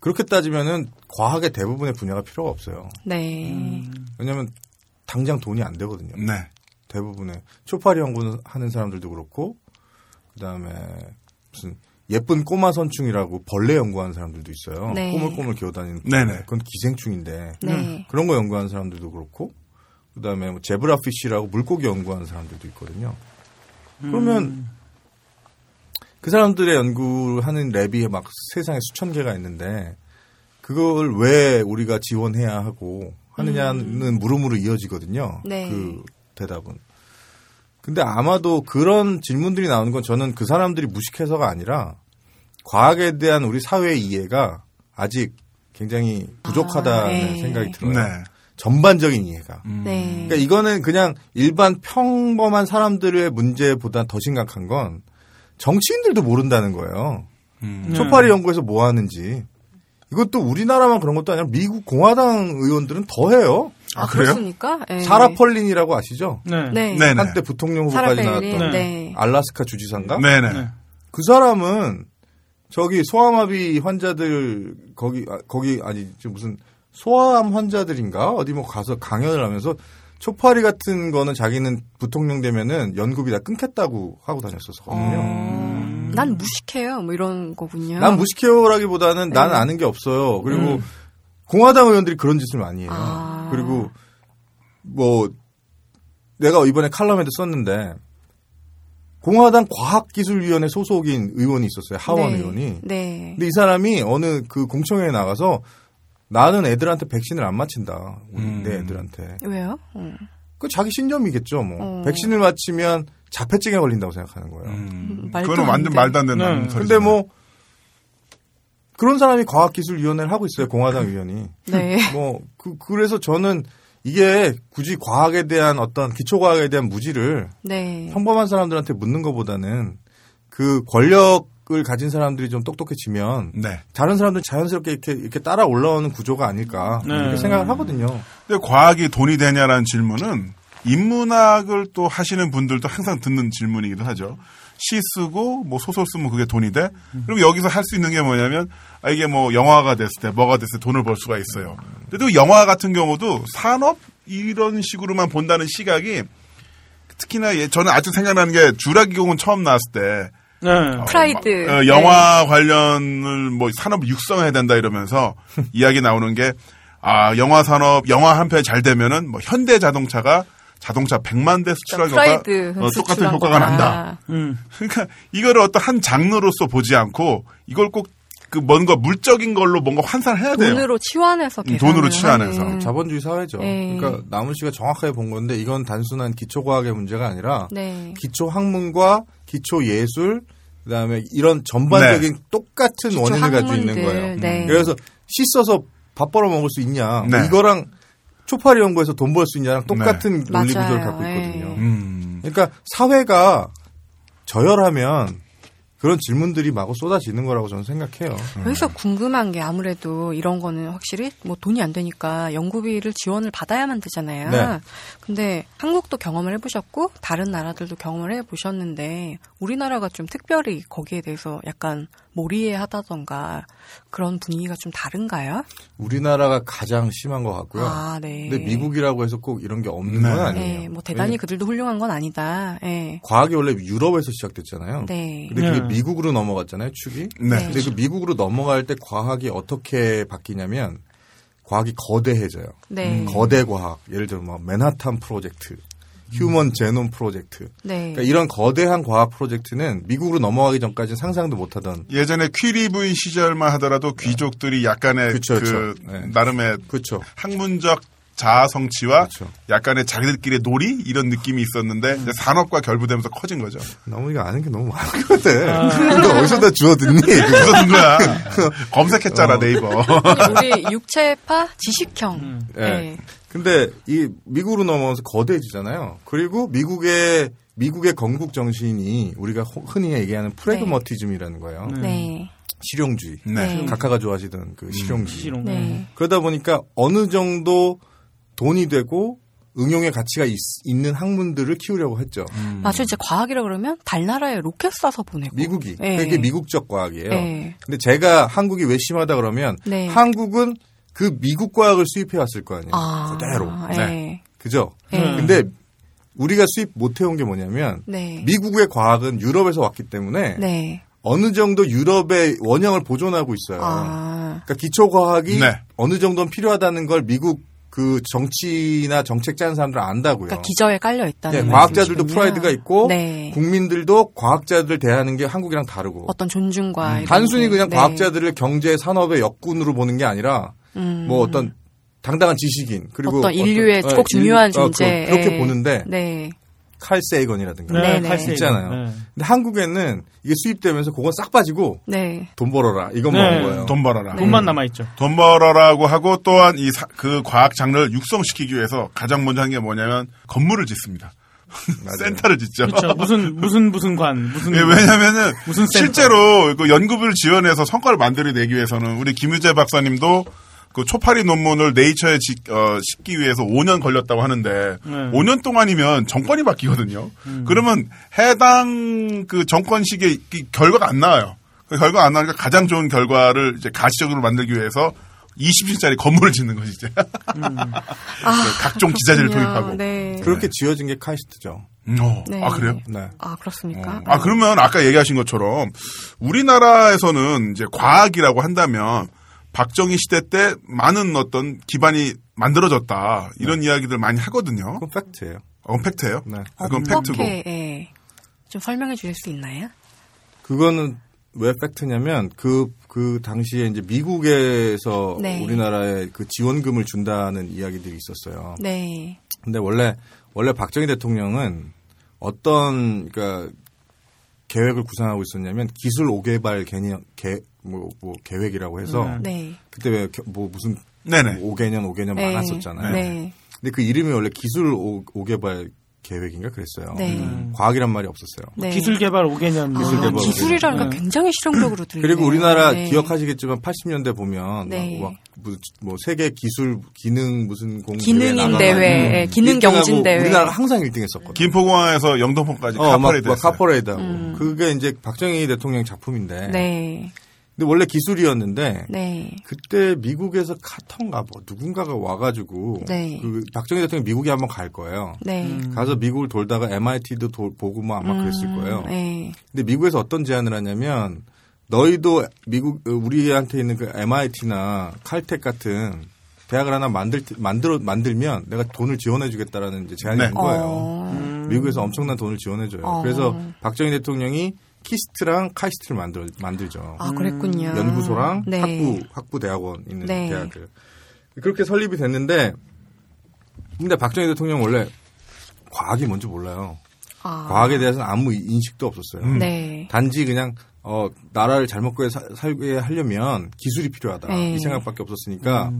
S7: 그렇게 따지면은 과학의 대부분의 분야가 필요가 없어요.
S2: 네.
S7: 음. 왜냐면 당장 돈이 안 되거든요.
S1: 네.
S7: 대부분의 초파리 연구는 하는 사람들도 그렇고 그다음에 무슨 예쁜 꼬마 선충이라고 벌레 연구하는 사람들도 있어요.
S2: 네.
S7: 꼬물꼬물 기어다니는
S1: 네네.
S7: 그건 기생충인데
S2: 네.
S7: 그런 거 연구하는 사람들도 그렇고 그다음에 뭐 제브라피쉬라고 물고기 연구하는 사람들도 있거든요. 그러면
S1: 음.
S7: 그 사람들의 연구하는 랩이 막 세상에 수천 개가 있는데 그걸 왜 우리가 지원해야 하고 하느냐는 물음으로 이어지거든요.
S2: 네.
S7: 그 대답은. 근데 아마도 그런 질문들이 나오는 건 저는 그 사람들이 무식해서가 아니라 과학에 대한 우리 사회의 이해가 아직 굉장히 부족하다는
S2: 아, 네.
S7: 생각이 들어요.
S1: 네.
S7: 전반적인 이해가.
S2: 네.
S7: 그러니까 이거는 그냥 일반 평범한 사람들의 문제보다 더 심각한 건 정치인들도 모른다는 거예요.
S1: 음.
S2: 네.
S7: 초파리 연구에서 뭐 하는지. 이것도 우리나라만 그런 것도 아니라 미국 공화당 의원들은 더 해요.
S2: 아,
S1: 아, 그래요?
S2: 그렇습니까? 네.
S7: 사라 펄린이라고 아시죠?
S3: 네.
S2: 네.
S1: 네네.
S7: 음.
S1: 아.
S7: 한때 부통령
S2: 사라
S7: 후보까지
S2: 펠린.
S7: 나왔던
S2: 네.
S7: 알라스카 주지사인가?
S1: 네네.
S3: 네.
S7: 그 사람은 저기 소아마비 환자들 거기 아, 거기 아니 지금 무슨 소아암 환자들인가 어디 뭐 가서 강연을 하면서 초파리 같은 거는 자기는 부통령 되면은 연금이 다 끊겠다고 하고 다녔었거든요.
S2: 음. 난 무식해요. 뭐 이런 거군요.
S7: 난 무식해요라기보다는 난
S2: 네.
S7: 아는 게 없어요. 그리고 공화당 의원들이 그런 짓을 많이 해요.
S2: 음. 아.
S7: 그리고 뭐 내가 이번에 칼럼에도 썼는데 공화당 과학기술위원회 소속인 의원이 있었어요. 하원
S2: 네.
S7: 의원이.
S2: 네.
S7: 근데 이 사람이 어느 그 공청회에 나가서 나는 애들한테 백신을 안 맞힌다. 우리
S1: 음.
S7: 내 애들한테.
S2: 왜요? 음.
S7: 그 자기 신념이겠죠, 뭐.
S2: 어.
S7: 백신을 맞히면 자폐증에 걸린다고 생각하는 거예요.
S1: 음.
S2: 말도
S1: 그거는
S2: 안
S1: 완전
S2: 돼.
S1: 말도 안 된다는
S3: 네.
S1: 소리.
S7: 근데 뭐 그런 사람이 과학기술위원회를 하고 있어요. 공화당 위원이.
S2: 네.
S7: 뭐 그, 그래서 저는 이게 굳이 과학에 대한 어떤 기초과학에 대한 무지를
S2: 네.
S7: 평범한 사람들한테 묻는 것보다는 그 권력을 가진 사람들이 좀 똑똑해지면
S1: 네.
S7: 다른 사람들 자연스럽게 이렇게, 이렇게 따라 올라오는 구조가 아닐까
S3: 네.
S7: 이렇게 생각을 하거든요.
S2: 음.
S1: 근데 과학이 돈이 되냐라는 질문은 인문학을 또 하시는 분들도 항상 듣는 질문이기도 하죠. 시 쓰고 뭐 소설 쓰면 그게 돈이 돼. 그럼 여기서 할 수 있는 게 뭐냐면 아 이게 뭐 영화가 됐을 때 뭐가 됐을 때 돈을 벌 수가 있어요. 근데 또 영화 같은 경우도 산업 이런 식으로만 본다는 시각이 특히나 예, 저는 아주 생각나는 게 주라기공은 처음 나왔을 때
S3: 네.
S2: 프라이드.
S1: 어, 영화 관련을 뭐 산업 육성해야 된다 이러면서 이야기 나오는 게 아, 영화 산업, 영화 한 편 잘 되면은 뭐 현대 자동차가 자동차 100만 대 수출할 효과,
S2: 그러니까 프라이드.
S1: 어, 똑같은
S2: 수출한 아.
S1: 효과가
S2: 거다.
S1: 난다.
S3: 음.
S1: 그러니까 이거를 어떤 한 장르로서 보지 않고 이걸 꼭 그 뭔가 물적인 걸로 뭔가 환산해야 돼요.
S2: 돈으로 치환해서
S1: 음,
S2: 계산을
S1: 돈으로 치환해서.
S2: 하는.
S7: 자본주의 사회죠.
S2: 네.
S7: 그러니까 남은 씨가 정확하게 본 건데 이건 단순한 기초과학의 문제가 아니라
S2: 네.
S7: 기초 학문과 기초 예술 그다음에 이런 전반적인
S1: 네.
S7: 똑같은 원인을 가지고 있는
S2: 학문들,
S7: 거예요. 음.
S2: 네.
S7: 그래서 씨 써서 밥 벌어 먹을 수 있냐 뭐
S1: 네.
S7: 이거랑 초파리 연구에서 돈 벌 수 있냐랑 똑같은 논리
S2: 맞아요.
S7: 구조를 갖고 있거든요.
S2: 네.
S1: 음.
S7: 그러니까 사회가 저열하면 그런 질문들이 마구 쏟아지는 거라고 저는 생각해요.
S2: 여기서 궁금한 게 아무래도 이런 거는 확실히 뭐 돈이 안 되니까 연구비를 지원을 받아야만 되잖아요.
S7: 네.
S2: 근데 한국도 경험을 해보셨고 다른 나라들도 경험을 해보셨는데 우리나라가 좀 특별히 거기에 대해서 약간 몰이해하다던가 그런 분위기가 좀 다른가요?
S7: 우리나라가 가장 심한 것 같고요.
S2: 아, 네.
S7: 근데 미국이라고 해서 꼭 이런 게 없는
S1: 네.
S7: 건 아니에요.
S2: 네, 뭐 대단히
S7: 왜냐면
S2: 그들도 훌륭한 건 아니다. 예.
S7: 과학이 원래 유럽에서 시작됐잖아요.
S2: 네.
S7: 근데 그게
S3: 네.
S7: 미국으로 넘어갔잖아요, 축이.
S1: 네.
S7: 근데 그 미국으로 넘어갈 때 과학이 어떻게 바뀌냐면 과학이 거대해져요.
S2: 네.
S7: 음, 거대 과학. 예를 들어 뭐 맨하탄 프로젝트, 휴먼 제놈 프로젝트.
S2: 네.
S7: 그러니까 이런 거대한 과학 프로젝트는 미국으로 넘어가기 전까지는 상상도 못하던
S1: 예전에 퀴리부인 시절만 하더라도 귀족들이 약간의 그
S7: 그쵸, 그쵸. 네.
S1: 나름의
S7: 그렇죠.
S1: 학문적 자아 성취와
S7: 그렇죠. 음.
S1: 약간의 자기들끼리의 놀이 이런 느낌이 있었는데 이제 산업과 결부되면서 커진 거죠.
S7: 너무 이가 아는 게 너무 많거든. 이거 어디서 다 주워 듣니?
S1: 그런 거야. 검색했잖아
S7: 어.
S1: 네이버.
S2: 우리 육체파 지식형. 네.
S7: 예. 근데 이 미국으로 넘어와서 거대해지잖아요. 그리고 미국의 미국의 건국 정신이 우리가 호- 흔히 얘기하는 프레그머티즘이라는 거예요.
S2: 네.
S7: 실용주의.
S2: 네.
S7: 각하가 좋아하시던 그 음. 실용주의.
S3: 시롱.
S2: 네.
S7: 그러다 보니까 어느 정도 돈이 되고 응용의 가치가 있, 는 학문들을 키우려고 했죠.
S2: 아주 이제 과학이라 그러면 달나라에 로켓 쏴서 보내고
S7: 음. 미국이
S2: 예.
S7: 그게 미국적 과학이에요.
S2: 예.
S7: 근데 제가 한국이 왜 심하다 그러면
S2: 네.
S7: 한국은 그 미국 과학을 수입해 왔을 거 아니에요.
S2: 아,
S7: 그대로
S2: 네.
S7: 그죠.
S2: 예.
S3: 음.
S7: 근데 우리가 수입 못 해온 게 뭐냐면
S2: 네.
S7: 미국의 과학은 유럽에서 왔기 때문에
S2: 네.
S7: 어느 정도 유럽의 원형을 보존하고 있어요.
S2: 아.
S7: 그러니까 기초 과학이
S1: 네.
S7: 어느 정도는 필요하다는 걸 미국 그 정치나 정책 짜는 사람들은 안다고요.
S2: 그러니까 기저에 깔려 있다는
S7: 네,
S2: 말씀이시군요.
S7: 과학자들도 프라이드가 있고
S2: 네.
S7: 국민들도 과학자들 대하는 게 한국이랑 다르고
S2: 어떤 존중과 이런
S7: 음. 단순히
S2: 게.
S7: 그냥
S2: 네.
S7: 과학자들을 경제 산업의 역군으로 보는 게 아니라
S2: 음.
S7: 뭐 어떤 당당한 지식인 뭐 그리고
S2: 어떤 인류의
S7: 어떤-
S2: 꼭
S7: 네,
S2: 중요한
S7: 인류- 어,
S2: 존재
S7: 그런- 그렇게
S2: 예.
S7: 보는데
S2: 네.
S7: 칼 세이건이라든가
S2: 네, 네.
S3: 칼세이건.
S7: 있잖아요.
S3: 네.
S7: 근데 한국에는 이게 수입되면서 그건 싹 빠지고
S2: 네.
S7: 돈 벌어라 이것만
S3: 네.
S7: 온 거예요.
S1: 돈 벌어라. 음.
S3: 돈만 남아있죠.
S1: 돈 벌어라고 하고 또한 이 그 과학 장르를 육성시키기 위해서 가장 먼저 한 게 뭐냐면 건물을 짓습니다. 센터를 짓죠.
S2: 네.
S3: 그렇죠. 무슨 무슨 무슨 관 무슨
S1: 예, 왜냐면은
S3: 음. 무슨 센터?
S1: 실제로 그 연구를 지원해서 성과를 만들어내기 위해서는 우리 김유재 박사님도 그 초파리 논문을 네이처에 지, 어, 싣기 위해서 5년 걸렸다고 하는데
S3: 네.
S1: 5년 동안이면 정권이 바뀌거든요.
S3: 음.
S1: 그러면 해당 그 정권식의 이 결과가 안 나와요. 그 결과 안 나니까 가장 좋은 결과를 이제 가시적으로 만들기 위해서 20층짜리 건물을 짓는 것이죠. 각종 기자재를
S2: 아. 그렇군요.
S1: 도입하고.
S2: 네.
S7: 그렇게 지어진 게 카이스트죠.
S1: 음, 어,
S2: 네.
S1: 아 그래요?
S7: 네.
S2: 아, 그렇습니까?
S1: 아, 그러면 아까 얘기하신 것처럼 우리나라에서는 이제 과학이라고 한다면 박정희 시대 때 많은 어떤 기반이 만들어졌다. 이런 이야기들 많이 하거든요.
S7: 네. 그건 팩트예요.
S1: 어, 그건 팩트예요?
S7: 네.
S1: 아, 그건 팩트고.
S2: 어떻게 예. 좀 설명해 주실 수 있나요?
S7: 그거는 왜 팩트냐면 그, 그 당시에 이제 미국에서
S2: 네.
S7: 우리나라에 그 지원금을 준다는 이야기들이 있었어요.
S2: 네.
S7: 근데 원래, 원래 박정희 대통령은 어떤, 그니까 계획을 구상하고 있었냐면 기술 오개발 개념, 개, 뭐, 뭐 계획이라고 해서
S2: 네.
S7: 그때 왜, 겨- 뭐 무슨
S1: 네네.
S7: 오개년오개년
S2: 네.
S7: 음, 많았었잖아요.
S2: 네.
S7: 근데 그 이름이 원래 기술 오개발 계획인가 그랬어요.
S2: 네.
S7: 과학이란 말이 없었어요.
S2: 네.
S3: 기술 개발 5개년
S7: 기술
S2: 아,
S7: 개발.
S2: 기술이라는 게
S3: 네.
S2: 굉장히 실용적으로 들리네요.
S7: 그리고 우리나라
S2: 네.
S7: 기억하시겠지만 80년대 보면
S2: 네.
S7: 막, 뭐, 뭐 세계 기술 기능 무슨 공
S2: 기능인
S7: 나가가지고
S2: 대회, 예, 기능
S7: 일등하고
S2: 경진 대회.
S7: 우리나라가 항상 1등했었거든.
S1: 김포공항에서 영등포까지
S7: 어, 막,
S1: 카퍼레이드
S7: 막
S1: 했어요.
S7: 카퍼레이드하고 그게 이제 박정희 대통령 작품인데.
S2: 음. 네.
S7: 근데 원래 기술이었는데
S2: 네.
S7: 그때 미국에서 카터인가 뭐 누군가가 와가지고
S2: 네.
S7: 그 박정희 대통령 미국에 한번 갈 거예요.
S2: 네.
S7: 가서 미국을 돌다가 MIT도 보고 뭐 아마 그랬을 거예요.
S2: 음. 네.
S7: 근데 미국에서 어떤 제안을 하냐면 너희도 미국 어, 우리한테 있는 그 MIT나 칼텍 같은 대학을 하나 만들 만들어 만들면 내가 돈을 지원해 주겠다라는 이제 제안이
S1: 네.
S7: 온 거예요.
S2: 어.
S7: 미국에서 엄청난 돈을 지원해 줘요.
S2: 어.
S7: 그래서 박정희 대통령이 키스트랑 카이스트를 만들 만들죠.
S2: 아, 그랬군요.
S7: 음. 연구소랑
S2: 네.
S7: 학부 학부 대학원 있는
S2: 네.
S7: 대학을 그렇게 설립이 됐는데 근데 박정희 대통령 원래 과학이 뭔지 몰라요.
S2: 아.
S7: 과학에 대해서는 아무 인식도 없었어요.
S2: 네.
S7: 단지 그냥 어, 나라를 잘 먹고 사- 살게 하려면 기술이 필요하다
S2: 네. 음.
S7: 이 생각밖에 없었으니까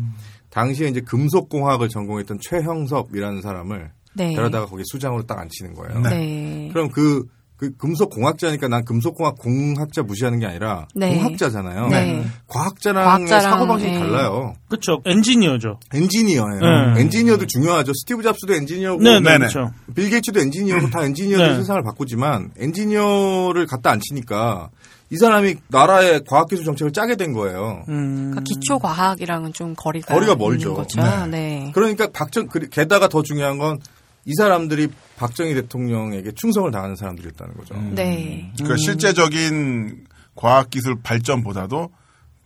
S7: 당시에 이제 금속공학을 전공했던 최형섭이라는 사람을
S2: 네.
S7: 데려다가 거기 수장으로 딱 앉히는 거예요.
S2: 네.
S7: 그럼 그, 그 금속공학자니까 난 금속공학 공학자 무시하는 게 아니라
S2: 네.
S7: 공학자잖아요.
S2: 네.
S7: 과학자랑
S2: 과학자랑,
S7: 사고방식이
S2: 네.
S7: 달라요.
S3: 그렇죠. 엔지니어죠.
S7: 엔지니어예요.
S3: 네.
S7: 엔지니어들 중요하죠. 스티브 잡스도 엔지니어고
S3: 네,
S1: 네네.
S3: 네, 그렇죠.
S7: 빌 게이츠도 엔지니어고 다 엔지니어들
S3: 네.
S7: 세상을 바꾸지만 엔지니어를 갖다 앉히니까 이 사람이 나라의 과학기술 정책을 짜게 된 거예요.
S3: 음.
S2: 그러니까 기초 과학이랑은 좀 거리가
S7: 거리가
S2: 있는
S7: 멀죠.
S2: 거죠.
S7: 네.
S2: 네.
S7: 그러니까 박정 그리- 게다가 더 중요한 건 이 사람들이 박정희 대통령에게 충성을 당하는 사람들이었다는 거죠.
S3: 음.
S2: 네.
S7: 음.
S1: 그러니까 실제적인 과학기술 발전보다도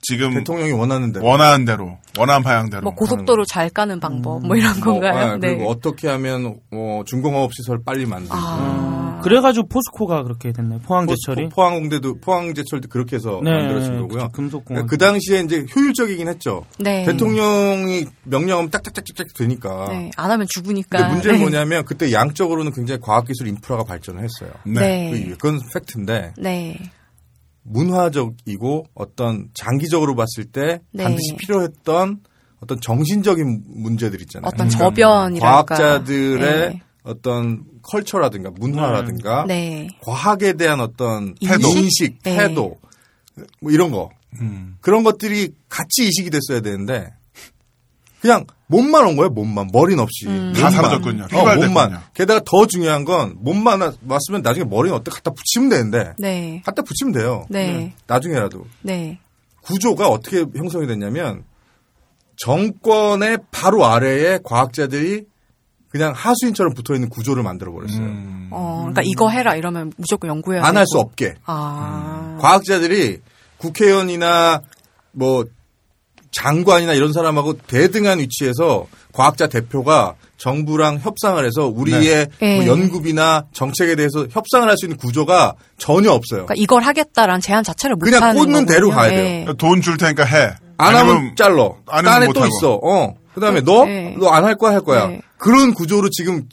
S1: 지금
S7: 음. 대통령이 원하는 대로.
S1: 원하는 대로, 원하는 방향대로.
S2: 뭐 고속도로 잘 까는 방법 뭐 이런
S7: 음. 뭐,
S2: 건가요?
S7: 아,
S2: 네.
S7: 그리고 어떻게 하면 어, 중공업 시설 빨리 만들고
S2: 아.
S3: 그래가지고 포스코가 그렇게 됐네. 포항제철이.
S7: 포, 항공대도 포항제철도 그렇게 해서
S3: 네,
S7: 만들어진
S3: 네,
S7: 거고요.
S3: 그쵸, 금속공학.
S7: 그 당시에 이제 효율적이긴 했죠.
S2: 네.
S7: 대통령이 명령하면 딱딱딱딱딱 되니까.
S2: 네. 안 하면 죽으니까.
S7: 근데 문제는
S2: 네.
S7: 뭐냐면 그때 양적으로는 굉장히 과학기술 인프라가 발전을 했어요.
S2: 네.
S7: 그 이유. 그건 팩트인데
S2: 네.
S7: 음. 문화적이고 어떤 장기적으로 봤을 때
S2: 네.
S7: 반드시 필요했던 어떤 정신적인 문제들 있잖아요.
S2: 어떤 저변이랄까.
S7: 그러니까 과학자들의
S2: 네.
S7: 어떤 컬처라든가 문화라든가
S2: 네.
S7: 과학에 대한 어떤
S2: 인식?
S7: 태도, 인식,
S2: 네.
S7: 태도
S1: 음.
S7: 뭐 이런 거 그런 것들이 같이 이식이 됐어야 되는데 그냥 몸만 온 거예요, 몸만. 머리는 없이.
S2: 음.
S1: 다
S7: 몸만.
S1: 사라졌군요.
S7: 어,
S1: 휘발됐군요.
S7: 몸만. 게다가 더 중요한 건 몸만 왔으면 나중에 머리는 어떻게 갖다 붙이면 되는데
S2: 네.
S7: 갖다 붙이면 돼요.
S2: 네.
S7: 나중에라도.
S2: 네.
S7: 구조가 어떻게 형성이 됐냐면 정권의 바로 아래에 과학자들이 그냥 하수인처럼 붙어 있는 구조를 만들어 버렸어요.
S1: 음.
S2: 어, 그러니까 이거 해라 이러면 무조건 연구해야
S7: 음. 안 할 수
S2: 되고.
S7: 없게 음.
S2: 아.
S7: 과학자들이 국회의원이나 뭐 장관이나 이런 사람하고 대등한 위치에서 과학자 대표가 정부랑 협상을 해서 우리의
S2: 네.
S7: 뭐
S2: 예.
S7: 연구비나 정책에 대해서 협상을 할 수 있는 구조가 전혀 없어요.
S2: 그러니까 이걸 하겠다라는 제안 자체를 못
S7: 그냥
S2: 하는
S7: 꽂는 대로
S2: 거군요.
S7: 가야 돼요.
S2: 예.
S1: 돈 줄 테니까 해.
S7: 안 하면
S1: 아니면
S7: 잘러.
S1: 안 하면
S7: 딴에
S1: 못
S7: 또
S1: 하고.
S7: 있어. 어. 그다음에 너 너
S2: 네.
S7: 안 할 거야 할 거야.
S2: 네.
S7: 그런 구조로 지금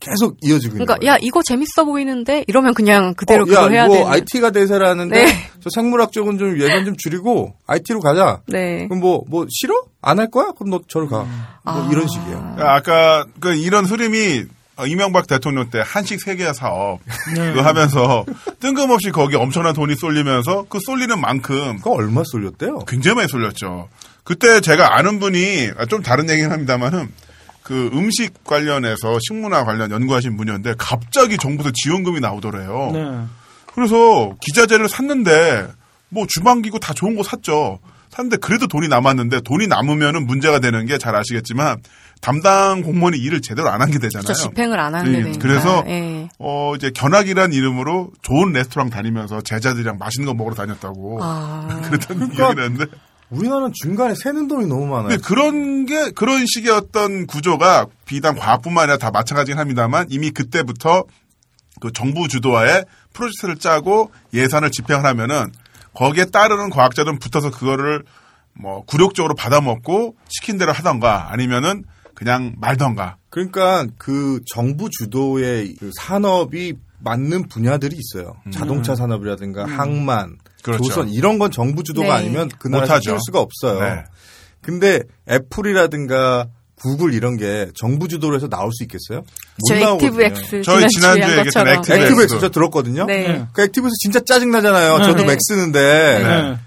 S7: 계속 이어지고 있는
S2: 그러니까
S7: 거예요.
S2: 야 이거 재밌어 보이는데 이러면 그냥 그대로
S7: 어, 야,
S2: 그걸 해야
S7: 이거
S2: 되는.
S7: IT가 대세라는데
S2: 네.
S7: 저 생물학 쪽은 좀 예산 좀 줄이고 IT로 가자.
S2: 네.
S7: 그럼 뭐 뭐 싫어? 안 할 거야? 그럼 너 저로 가. 뭐
S2: 아.
S7: 이런 식이에요.
S1: 아까 그 이런 흐름이 어, 이명박 대통령 때 한식 세계화 사업 그거 하면서 뜬금없이 거기 엄청난 돈이 쏠리면서 그 쏠리는 만큼
S7: 그거 그러니까 얼마 쏠렸대요?
S1: 굉장히 많이 쏠렸죠. 그때 제가 아는 분이 아, 좀 다른 얘기긴 합니다만은 그 음식 관련해서 식문화 관련 연구하신 분이었는데 갑자기 정부에서 지원금이 나오더래요.
S3: 네.
S1: 그래서 기자재를 샀는데 뭐 주방기구 다 좋은 거 샀죠. 샀는데 그래도 돈이 남았는데 돈이 남으면은 문제가 되는 게 잘 아시겠지만 담당 공무원이 일을 제대로 안 한 게 되잖아요.
S2: 그렇죠. 집행을 안 하는
S1: 네,
S2: 게 되니까.
S1: 그래서
S2: 예.
S1: 어 이제 견학이란 이름으로 좋은 레스토랑 다니면서 제자들이랑 맛있는 거 먹으러 다녔다고
S2: 아.
S1: 그랬던 기억이 나는데
S7: 우리나라는 중간에 새는 돈이 너무 많아요.
S1: 근데 그런 게 그런 식의 어떤 구조가 비단 과학뿐만 아니라 다 마찬가지긴 합니다만 이미 그때부터 그 정부 주도하에 프로젝트를 짜고 예산을 집행을 하면은 거기에 따르는 과학자들은 붙어서 그거를 뭐 굴욕적으로 받아먹고 시킨 대로 하던가 아니면은 그냥 말던가
S7: 그러니까 그 정부 주도의 그 산업이 맞는 분야들이 있어요. 자동차 산업이라든가 항만,
S1: 음. 그렇죠.
S7: 조선 이런 건 정부 주도가
S2: 음. 네.
S7: 아니면 그 나라에서
S1: 못하죠.
S7: 키울 수가 없어요.
S1: 네.
S7: 근데 애플이라든가 구글 이런 게 정부 주도로 해서 나올 수 있겠어요? 못
S2: 저 액티브
S7: 나오거든요.
S2: 엑스
S1: 저희
S2: 지난주에
S1: 지난주에
S2: 한
S1: 얘기했던
S2: 것처럼.
S1: 액티브
S7: 액티브
S1: 네.
S7: 엑스 저 들었거든요.
S2: 네. 네.
S7: 그 액티브에서 진짜 짜증나잖아요.
S3: 네.
S7: 저도
S2: 네.
S7: 맥 쓰는데
S3: 네.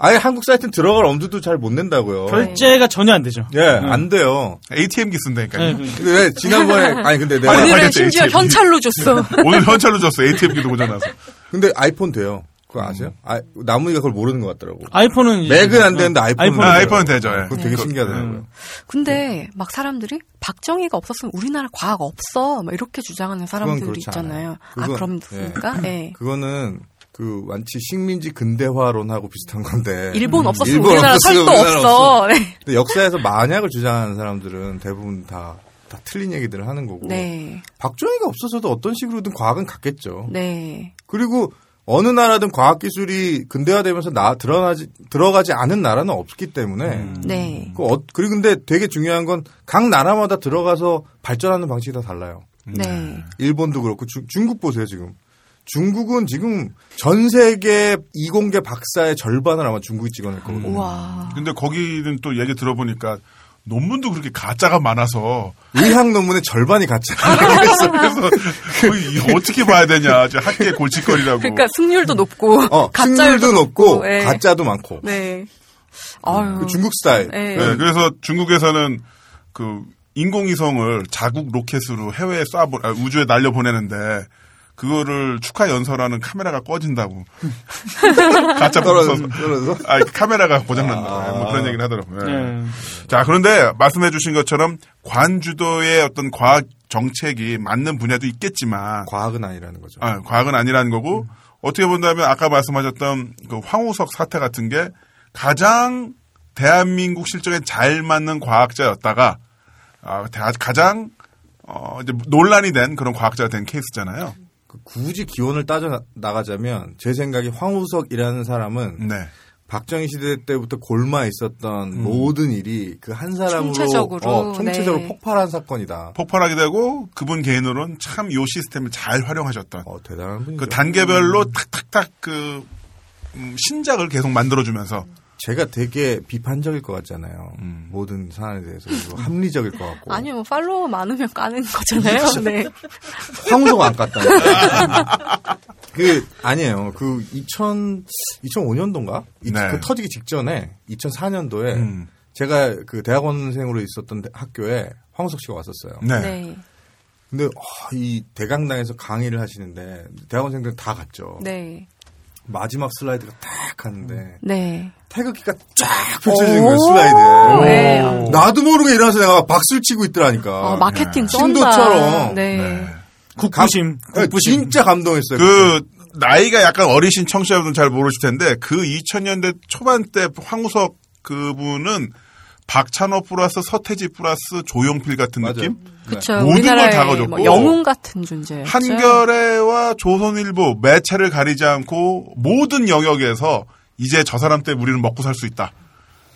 S7: 아예 한국 사이트는 들어갈 엄두도 잘 못 낸다고요.
S3: 결제가 전혀 안 되죠.
S1: 네.
S7: 예, 안 돼요.
S1: ATM기
S3: 네,
S1: 쓴다니까요.
S3: 그-
S7: 근데 왜 지난번에 아니 근데 내가
S1: 아니,
S2: 오늘은
S1: 아니,
S2: 심지어
S1: 아니, 아니.
S2: 현찰로
S7: 네.
S2: 줬어.
S1: 오늘 현찰로 줬어 ATM기도 고장나서
S7: 근데 아이폰 돼요. 그거 아세요?
S1: 음.
S7: 아, 나무이가 그걸 모르는 것 같더라고.
S3: 아이폰은 이제-
S7: 맥은 안 되는데 아이폰은
S3: 아이폰은
S1: 아,
S7: 돼요.
S1: 아이폰은 되죠. 예.
S7: 그거 되게 신기하더라고요.
S2: 근데 막 사람들이 박정희가 없었으면 우리나라 과학 없어. 막 이렇게 주장하는 사람들이
S7: 그렇지
S2: 있잖아요. 아,
S7: 않아요.
S2: 그럼
S7: 그건- 예.
S2: 그러니까 예.
S7: 그거는 그 완치 식민지 근대화론하고 비슷한 건데.
S1: 음.
S2: 일본 없었으면
S7: 일본
S2: 우리나라
S7: 없었으면
S2: 설도
S7: 우리나라
S2: 없어. 네.
S7: 근데 역사에서 만약을 주장하는 사람들은 대부분 다, 다 틀린 얘기들을 하는 거고.
S2: 네.
S7: 박정희가 없어서도 어떤 식으로든 과학은 갔겠죠.
S2: 네.
S7: 그리고 어느 나라든 과학 기술이 근대화되면서 나 드러나지 들어가지 않은 나라는 없기 때문에
S2: 네.
S7: 그 어- 그리고 근데 되게 중요한 건 각 나라마다 들어가서 발전하는 방식이 다 달라요.
S2: 네.
S7: 일본도 그렇고 주- 중국 보세요 지금. 중국은 지금 전 세계 이공계 박사의 절반을 아마 중국이 찍어낼 거거든요.
S2: 우와.
S1: 근데 거기는 또 얘기 들어보니까 논문도 그렇게 가짜가 많아서
S7: 의학 논문의 절반이 가짜.
S1: 그래서, 그래서 거의 이거 어떻게 봐야 되냐. 저 학계 골칫거리라고.
S2: 그러니까 승률도 높고
S7: 어,
S2: 가짜율도
S7: 승률도 높고
S2: 예.
S7: 가짜도 많고.
S2: 네. 아유.
S7: 그 중국 스타일.
S2: 네.
S1: 네, 그래서 중국에서는 그 인공위성을 자국 로켓으로 해외에 쏴보, 아, 우주에 날려보내는데 그거를 축하 연설하는 카메라가 꺼진다고. 가짜
S7: 떨어져서.
S1: 부서서.
S7: 떨어져서. 아.
S1: 아, 카메라가 고장난다. 뭐 그런 얘기를 하더라고요. 예.
S3: 네.
S1: 자, 그런데 말씀해 주신 것처럼 관주도의 어떤 과학 정책이 맞는 분야도 있겠지만
S7: 과학은 아니라는 거죠.
S1: 아, 과학은 아니라는 거고 어떻게 본다면 아까 말씀하셨던 그 황우석 사태 같은 게 가장 대한민국 실정에 잘 맞는 과학자였다가 아, 대- 가장 어, 이제 논란이 된 그런 과학자가 된 케이스잖아요.
S7: 그 굳이 기원을 따져 나가자면 제 생각에 황우석이라는 사람은
S1: 네. 음.
S7: 박정희 시대 때부터 골마에 있었던 모든 일이 그 한 사람으로
S2: 총체적으로,
S7: 어, 총체적으로
S2: 네.
S7: 폭발한 사건이다.
S1: 폭발하게 되고 그분 개인으로는 참 요 시스템을 잘 활용하셨던
S7: 어, 대단한 분이죠.
S1: 그 단계별로 탁탁탁 그 음, 신작을 계속 만들어주면서
S7: 제가 되게 비판적일 것 같잖아요.
S1: 음.
S7: 모든 사안에 대해서 그리고 합리적일 것 같고.
S2: 아니요, 뭐 팔로워 많으면 까는 거잖아요. 네.
S7: 황우석 안 갔다. 그 아니에요. 그 2000, 2005년도인가?
S1: 네.
S7: 그 터지기 직전에 2004년도에
S1: 음.
S7: 제가 그 대학원생으로 있었던 대- 학교에 황우석 씨가 왔었어요.
S1: 네.
S2: 네.
S7: 근데 아, 이 대강당에서 강의를 하시는데 대학원생들 은다 갔죠.
S2: 네.
S7: 마지막 슬라이드가 딱 하는데
S2: 네.
S7: 태극기가 쫙 펼쳐지는 거예요 슬라이드에.
S2: 네.
S7: 나도 모르게 일어나서 내가 막 박수를 치고 있더라니까.
S2: 어, 마케팅 쩐다.
S7: 신도처럼.
S2: 네.
S3: 국부심.
S7: 네,
S3: 국부심.
S7: 진짜 감동했어요.
S1: 그
S7: 네.
S1: 나이가 약간 어리신 청취자분들 잘 모르실 텐데 그 2000년대 초반 때 황우석 그분은 박찬호 플러스 서태지 플러스 조용필 같은
S7: 맞아요.
S1: 느낌?
S2: 그쵸.
S1: 모든 걸다
S2: 우리나라의
S1: 가져갔고.
S2: 뭐 영웅 같은 존재였죠.
S1: 한겨레와 조선일보 매체를 가리지 않고 모든 영역에서 이제 저 사람 때문에 우리는 먹고 살 수 있다.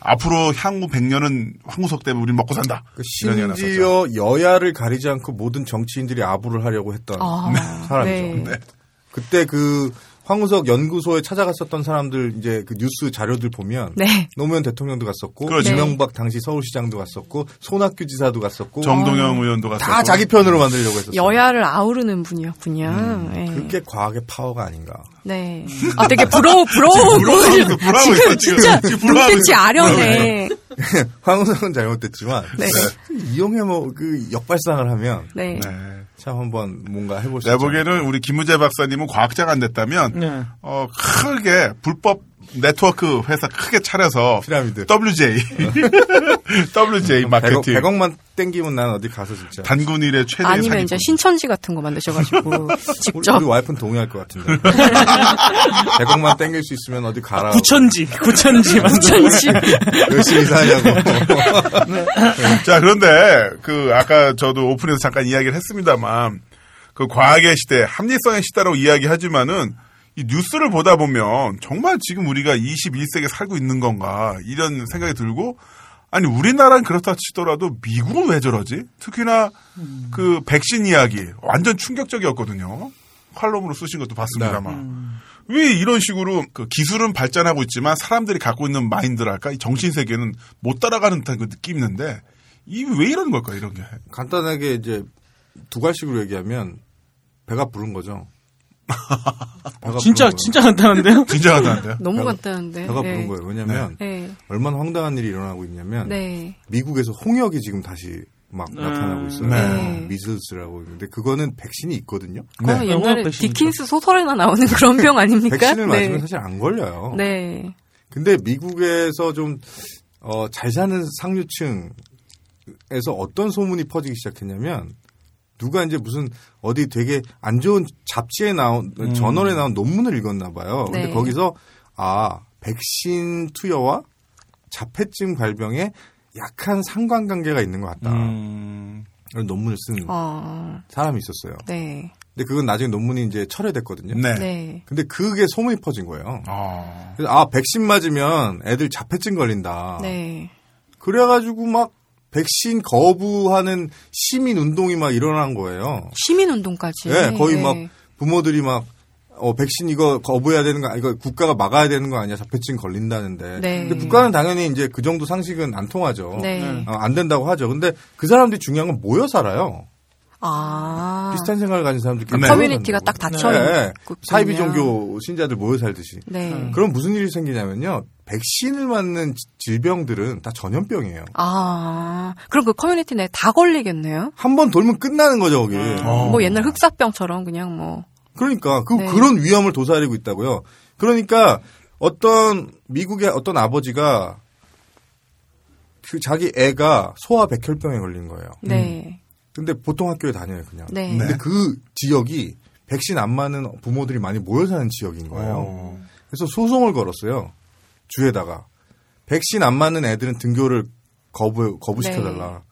S1: 앞으로 향후 100년은 황우석 때문에 우리는 먹고 산다.
S7: 그
S1: 이런 얘기가 났었죠.
S7: 심지어 여야를 가리지 않고 모든 정치인들이 아부를 하려고 했던
S2: 아,
S7: 사람이죠.
S2: 네.
S7: 그때 그 황우석 연구소에 찾아갔었던 사람들 이제 그 뉴스 자료들 보면
S2: 네.
S7: 노무현 대통령도 갔었고
S1: 그렇죠.
S7: 이명박 당시 서울시장도 갔었고 손학규 지사도 갔었고
S1: 정동영 의원도 갔었고
S7: 다 자기 편으로 만들려고 했었어요.
S2: 여야를 아우르는 분이었군요. 네.
S7: 그게 과학의 파워가 아닌가.
S2: 네. 아, 되게 부러워, 부러워.
S1: 불안하고 불안하고 있어
S2: 지금
S1: 지금
S2: 진짜
S1: 지금 불안하고
S2: 눈빛이
S1: 있어.
S2: 아련해.
S7: 황우석은 잘못됐지만
S2: 네.
S7: 이용해 뭐그 역발상을 하면
S2: 네.
S1: 네.
S7: 참 한번 뭔가 해볼 수
S1: 내
S7: 있죠.
S1: 보기에는 우리 김우재 박사님은 과학자가 안 됐다면
S3: 네.
S1: 어, 크게 불법 네트워크 회사 크게 차려서
S7: 피라미드.
S1: WJ
S7: 음,
S1: WJ 마케팅
S7: 100억, 100억만 땡기면 난 어디 가서 진짜
S1: 단군 일의 최대
S2: 아니면
S1: 사기꾼.
S2: 이제 신천지 같은 거 만드셔가지고
S7: 우리,
S2: 직접
S7: 우리 와이프는 동의할 것 같은데. 100억만 땡길 수 있으면 어디 가라.
S3: 구천지. 구천지.
S2: 신천지.
S7: 열심히 사냐고.
S1: 자 그런데 그 아까 저도 오프닝에서 잠깐 이야기를 했습니다만 그 과학의 시대 합리성의 시대라고 이야기하지만은 이 뉴스를 보다 보면 정말 지금 우리가 21세기에 살고 있는 건가 이런 생각이 들고 아니 우리나라는 그렇다 치더라도 미국은 왜 저러지 특히나 그 백신 이야기 완전 충격적이었거든요 칼럼으로 쓰신 것도 봤습니다만 왜 이런 식으로 그 기술은 발전하고 있지만 사람들이 갖고 있는 마인드랄까 이 정신 세계는 못 따라가는 듯한 그 느낌이 있는데 이 왜 이러는 걸까 이런 게
S7: 간단하게 이제 두 갈식으로 얘기하면 배가 부른 거죠. 배가
S3: 진짜,
S7: 부른 거예요.
S3: 진짜 간단한데요?
S1: 긴장하다는데요.
S2: 너무
S7: 배가-
S2: 간단한데.
S7: 배가
S2: 네.
S7: 부른 거예요. 왜냐면
S2: 네.
S7: 얼마나 황당한 일이 일어나고 있냐면
S2: 네.
S7: 미국에서 홍역이 지금 다시 막
S3: 음.
S7: 나타나고 있어요.
S1: 네.
S7: 미슬스라고 있는데 그거는 백신이 있거든요. 네.
S2: 어, 옛날에
S3: 영어 백신이죠.
S2: 디킨스 소설에나 나오는 그런 병 아닙니까?
S7: 백신을 맞으면
S2: 네.
S7: 사실 안 걸려요.
S2: 네.
S7: 근데 미국에서 좀, 어, 잘 사는 상류층에서 어떤 소문이 퍼지기 시작했냐면, 누가 이제 무슨 어디 되게 안 좋은 잡지에 나온,
S1: 음.
S7: 저널에 나온 논문을 읽었나 봐요. 근데
S2: 네.
S7: 거기서, 아, 백신 투여와 자폐증 발병에 약한 상관관계가 있는 것 같다.
S1: 음.
S7: 이런 논문을 쓴
S2: 어,
S7: 사람이 있었어요.
S2: 네.
S7: 근데 그건 나중에 논문이 이제 철회됐거든요.
S1: 네.
S2: 네.
S7: 근데 그게 소문이 퍼진 거예요.
S1: 아,
S7: 그래서 아, 백신 맞으면 애들 자폐증 걸린다.
S2: 네.
S7: 그래가지고 막 백신 거부하는 시민 운동이 막 일어난 거예요.
S2: 시민운동까지.
S7: 예, 거의
S2: 네.
S7: 막 부모들이 막 어, 백신 이거 거부해야 되는 거, 아- 이거 국가가 막아야 되는 거 아니야? 자폐증 걸린다는데.
S2: 네.
S7: 근데 국가는 당연히 이제 그 정도 상식은 안 통하죠.
S2: 네.
S7: 어, 안 된다고 하죠. 근데 그 사람들이 중요한 건 모여 살아요.
S2: 아.
S7: 비슷한 생각을 가진 사람들끼리. 모여
S2: 커뮤니티가
S7: 사는
S2: 딱
S7: 거고.
S2: 닫혀
S7: 예, 예.
S2: 있군요.
S7: 사이비 종교 신자들 모여 살듯이.
S2: 네.
S7: 그럼 무슨 일이 생기냐면요. 백신을 맞는 지- 질병들은 다 전염병이에요.
S2: 아. 그럼 그 커뮤니티 내에 다 걸리겠네요?
S7: 한 번 돌면 끝나는 거죠, 거기.
S2: 뭐 옛날 흑사병처럼 그냥 뭐.
S7: 그러니까 그
S2: 네.
S7: 그런 위험을 도사리고 있다고요. 그러니까 어떤 미국의 어떤 아버지가 그 자기 애가 소아 백혈병에 걸린 거예요.
S2: 네.
S7: 근데 보통 학교에 다녀요, 그냥.
S2: 네.
S7: 근데 그 지역이 백신 안 맞는 부모들이 많이 모여 사는 지역인 거예요. 그래서 소송을 걸었어요. 주에다가 백신 안 맞는 애들은 등교를 거부 거부시켜
S2: 네.
S7: 달라.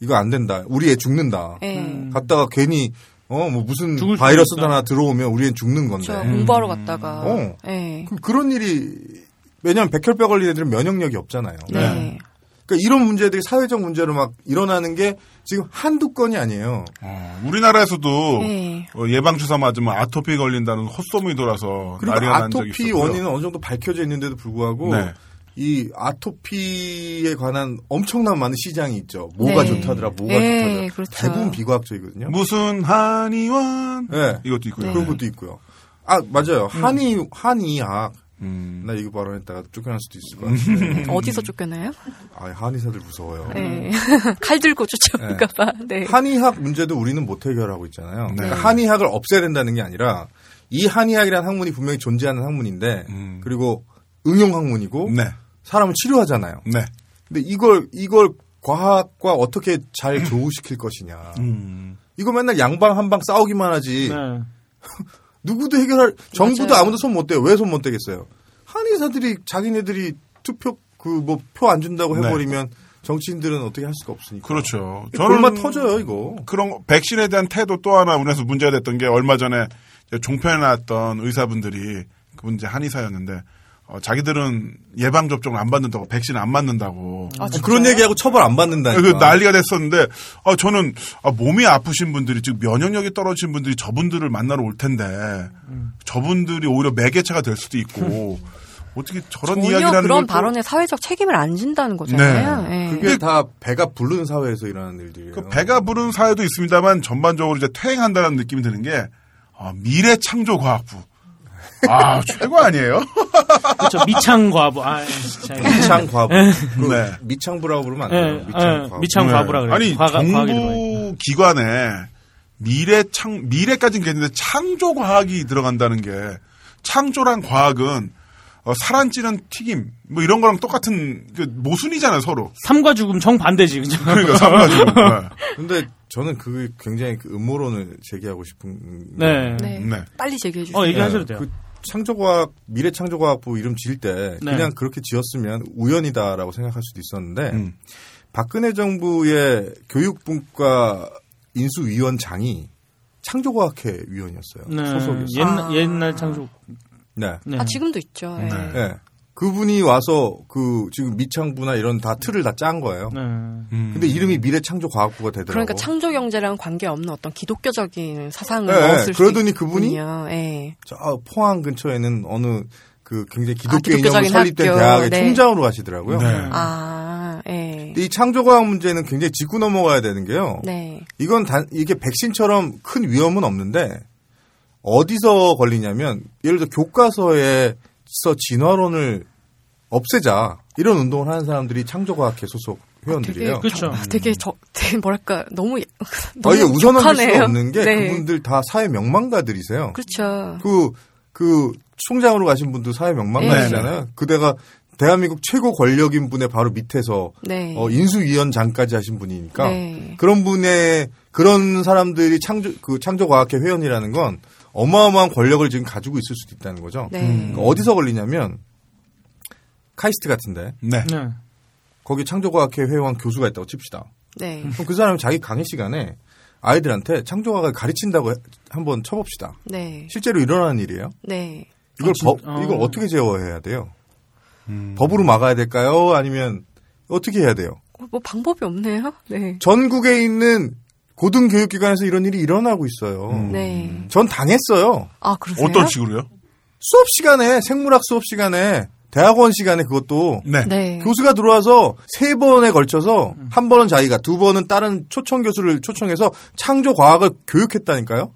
S7: 이거 안 된다. 우리 애 죽는다.
S2: 예.
S7: 갔다가 괜히 어 뭐 무슨
S3: 죽을 수도
S7: 바이러스
S3: 있다.
S7: 하나 들어오면 우리는 죽는 건데.
S2: 저
S1: 음.
S2: 공부하러 갔다가.
S7: 네. 어.
S2: 예.
S7: 그럼 그런 일이 왜냐하면 백혈병 걸린 애들은 면역력이 없잖아요.
S2: 네.
S7: 그러니까 이런 문제들이 사회적 문제로 막 일어나는 게 지금 한두 건이 아니에요.
S1: 어, 우리나라에서도
S2: 네.
S1: 어, 예방 주사 맞으면 아토피 걸린다는 헛소문이 돌아서
S7: 그리고
S1: 난리가 난 적이
S7: 그러니까 아토피
S1: 있었고요.
S7: 원인은 어느 정도 밝혀져 있는데도 불구하고
S1: 네.
S7: 이 아토피에 관한 엄청난 많은 시장이 있죠. 뭐가
S2: 네.
S7: 좋다더라, 뭐가
S2: 네,
S7: 좋다더라.
S2: 그렇죠.
S7: 대부분 비과학적이거든요.
S1: 무슨 한의원
S7: 네.
S1: 이것도 있고요.
S2: 음.
S7: 그런 것도 있고요. 아 맞아요. 한의 한의학
S6: 음.
S7: 나 이거 발언했다가 쫓겨날 수도 있을 것 같은데.
S2: 어디서 쫓겨나요?
S7: 아, 한의사들 무서워요.
S2: 네. 칼 들고 쫓아올까봐. 네.
S7: 한의학 문제도 우리는 못 해결하고 있잖아요. 그러니까 한의학을 없애야 된다는 게 아니라 이 한의학이라는 학문이 분명히 존재하는 학문인데
S6: 음.
S7: 그리고 응용 학문이고
S1: 네.
S7: 사람을 치료하잖아요.
S1: 네.
S7: 근데 이걸 이걸 과학과 어떻게 잘 조우시킬 것이냐.
S6: 음.
S7: 이거 맨날 양방 한방 싸우기만 하지.
S3: 네.
S7: 누구도 해결할 정부도
S2: 맞아요.
S7: 아무도 손 못 대요. 왜 손 못 대겠어요? 한의사들이 자기네들이 투표 그 뭐 표 안 준다고
S1: 네.
S7: 해버리면 정치인들은 어떻게 할 수가 없으니까.
S1: 그렇죠.
S7: 저는 얼마 터져요 이거.
S1: 그런 거- 백신에 대한 태도 또 하나 우리나라에서 문제가 됐던 게 얼마 전에 이제 종편에 나왔던 의사분들이 그분 이제 한의사였는데 어, 자기들은 예방 접종을 안 받는다고 백신 안 맞는다고
S2: 아,
S7: 아, 그런 얘기하고 처벌 안 받는다니까.
S1: 그 난리가 됐었는데 아, 저는 아, 몸이 아프신 분들이 즉 면역력이 떨어진 분들이 저분들을 만나러 올 텐데
S2: 음.
S1: 저분들이 오히려 매개체가 될 수도 있고 어떻게 저런
S2: 전혀
S1: 이야기라는
S2: 그런
S1: 걸 또-
S2: 발언에 사회적 책임을 안 진다는 거잖아요. 예.
S7: 네. 그게 다 배가 부르는 사회에서 일어나는 일들이에요.
S3: 그렇죠.
S1: 그 배가 부른 사회도 있습니다만 전반적으로 이제 퇴행한다는 느낌이 드는 게 어, 미래 창조 과학부. 아 최고 아니에요?
S3: 그렇죠. 미창 과부. 아, 진짜.
S7: 미창 과부. 그
S1: 네.
S7: 미창부라고 그러면 안
S3: 예,
S7: 돼요. 네. 미창
S3: 예,
S7: 과부.
S3: 미창 과부라 그래요.
S1: 아니
S3: 과가- 과학이 들어가니까.
S1: 정부 기관에 미래 창 미래까지는 괜찮은데 창조 과학이 들어간다는 게 창조란 과학은 어, 사란찌는 튀김 뭐 이런 거랑 똑같은 그 모순이잖아요 서로.
S3: 삶과 죽음 정반대지. 그죠?
S1: 그러니까 삼가지고.
S7: 근데 저는 그게 굉장히 그 음모론을 제기하고 싶은.
S3: 네.
S2: 네.
S7: 음,
S1: 네.
S2: 빨리 제기해 주세요.
S3: 어, 얘기하셔도 돼요.
S7: 그 창조과학 미래 창조과학부 이름 지을 때
S3: 네.
S7: 그냥 그렇게 지었으면 우연이다라고 생각할 수도 있었는데
S1: 음.
S7: 박근혜 정부의 교육분과 인수위원장이 창조과학회 위원이었어요.
S3: 네.
S7: 그 소속이었어요.
S3: 옛날, 옛날 창조.
S7: 네.
S3: 네.
S2: 아, 지금도 있죠. 예.
S1: 네.
S7: 예. 그분이 와서 그 지금 미창부나 이런 다 틀을 다 짠 거예요.
S3: 네.
S7: 근데 이름이 미래창조과학부가 되더라고요.
S2: 그러니까 창조 경제랑 관계없는 어떤 기독교적인 사상을
S7: 예,
S2: 넣었을 수
S7: 그러더니 그분이 음.
S2: 있군요. 예.
S7: 저 아, 포항 근처에는 어느 그 굉장히 기독교
S2: 아,
S7: 이념으로
S2: 기독교적인
S7: 설립된
S2: 학교.
S7: 대학의
S2: 네.
S7: 총장으로 가시더라고요.
S1: 네.
S2: 아, 예.
S7: 근데 이 창조과학 문제는 굉장히 짚고 넘어가야 되는 게요.
S2: 네.
S7: 이건 단, 이게 백신처럼 큰 위험은 없는데 어디서 걸리냐면 예를 들어 교과서에서 진화론을 없애자 이런 운동을 하는 사람들이 창조과학회 소속 회원들이에요.
S3: 그렇죠.
S2: 아, 되게 저, 되게 뭐랄까 너무
S7: 음. 아,
S2: 너무
S7: 이게 웃어넘길
S2: 격하네요.
S7: 수가 없는 게
S2: 네.
S7: 그분들 다 사회 명망가들이세요.
S2: 그렇죠.
S7: 그, 그, 총장으로 가신 분도 사회 명망가시잖아요.
S2: 네.
S7: 그대가 대한민국 최고 권력인 분의 바로 밑에서
S2: 네.
S7: 어, 인수위원장까지 하신 분이니까
S2: 네.
S7: 그런 분의 그런 사람들이 창조 그 창조과학회 회원이라는 건 어마어마한 권력을 지금 가지고 있을 수도 있다는 거죠.
S2: 네.
S7: 그러니까 어디서 걸리냐면 카이스트 같은데
S1: 네.
S3: 네.
S7: 거기 창조과학회 회원 교수가 있다고 칩시다.
S2: 네.
S7: 그럼 그 사람이 자기 강의 시간에 아이들한테 창조과학을 가르친다고 해- 한번 쳐봅시다.
S2: 네.
S7: 실제로 일어나는 일이에요.
S2: 네.
S7: 이걸
S3: 진-
S7: 법
S3: 어.
S7: 이걸 어떻게 제어해야 돼요? 법으로 막아야 될까요? 아니면 어떻게 해야 돼요?
S2: 어, 뭐 방법이 없네요. 네.
S7: 전국에 있는 고등교육기관에서 이런 일이 일어나고 있어요.
S2: 네.
S7: 전 음. 당했어요.
S2: 아, 그러세요?
S1: 어떤 식으로요?
S7: 수업 시간에 생물학 수업 시간에 대학원 시간에 그것도
S1: 네.
S2: 네.
S7: 교수가 들어와서 세 번에 걸쳐서
S3: 음.
S7: 한 번은 자기가 두 번은 다른 초청 교수를 초청해서 창조 과학을 교육했다니까요.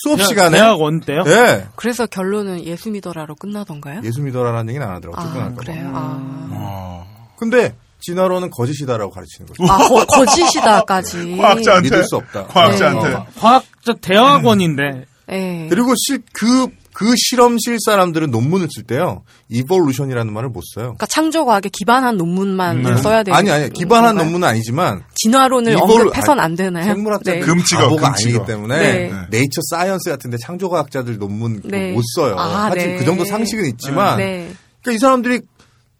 S7: 수업
S3: 대학-
S7: 시간에
S3: 대학원 때요?
S7: 예.
S2: 그래서 결론은 예수 믿어라로 끝나던가요?
S7: 예수 믿어라라는 얘기는 안 하더라고.
S2: 아,
S7: 쫓겨날까 봐.
S2: 그래요. 아.
S7: 근데 진화론은 거짓이다라고 가르치는 거죠.
S3: 음.
S2: 아, 거, 거짓이다까지.
S1: 과학자한테
S7: 믿을 수 없다.
S1: 과학자한테.
S7: 네.
S3: 과학자 대학원인데.
S2: 네.
S7: 그리고 실, 그, 그 실험실 사람들은 논문을 쓸 때요. 이볼루션이라는 말을 못 써요.
S2: 그러니까 창조 과학에 기반한 논문만
S1: 네.
S2: 써야 되는
S7: 아니, 아니, 기반한
S2: 건가요?
S7: 논문은 아니지만
S2: 진화론을
S7: 이걸-
S2: 네, 언급해선
S7: 아니,
S2: 안 되나요?
S7: 생물학자
S2: 네.
S7: 들
S1: 금지가
S7: 바보가
S1: 금지가.
S7: 아니기 때문에
S2: 네.
S7: 네. 이처 사이언스 같은데 창조과학자들 논문 그거
S2: 네.
S7: 못 써요.
S2: 아,
S7: 사실
S2: 네.
S7: 그 정도 상식은 있지만
S2: 네.
S7: 그러니까 이 사람들이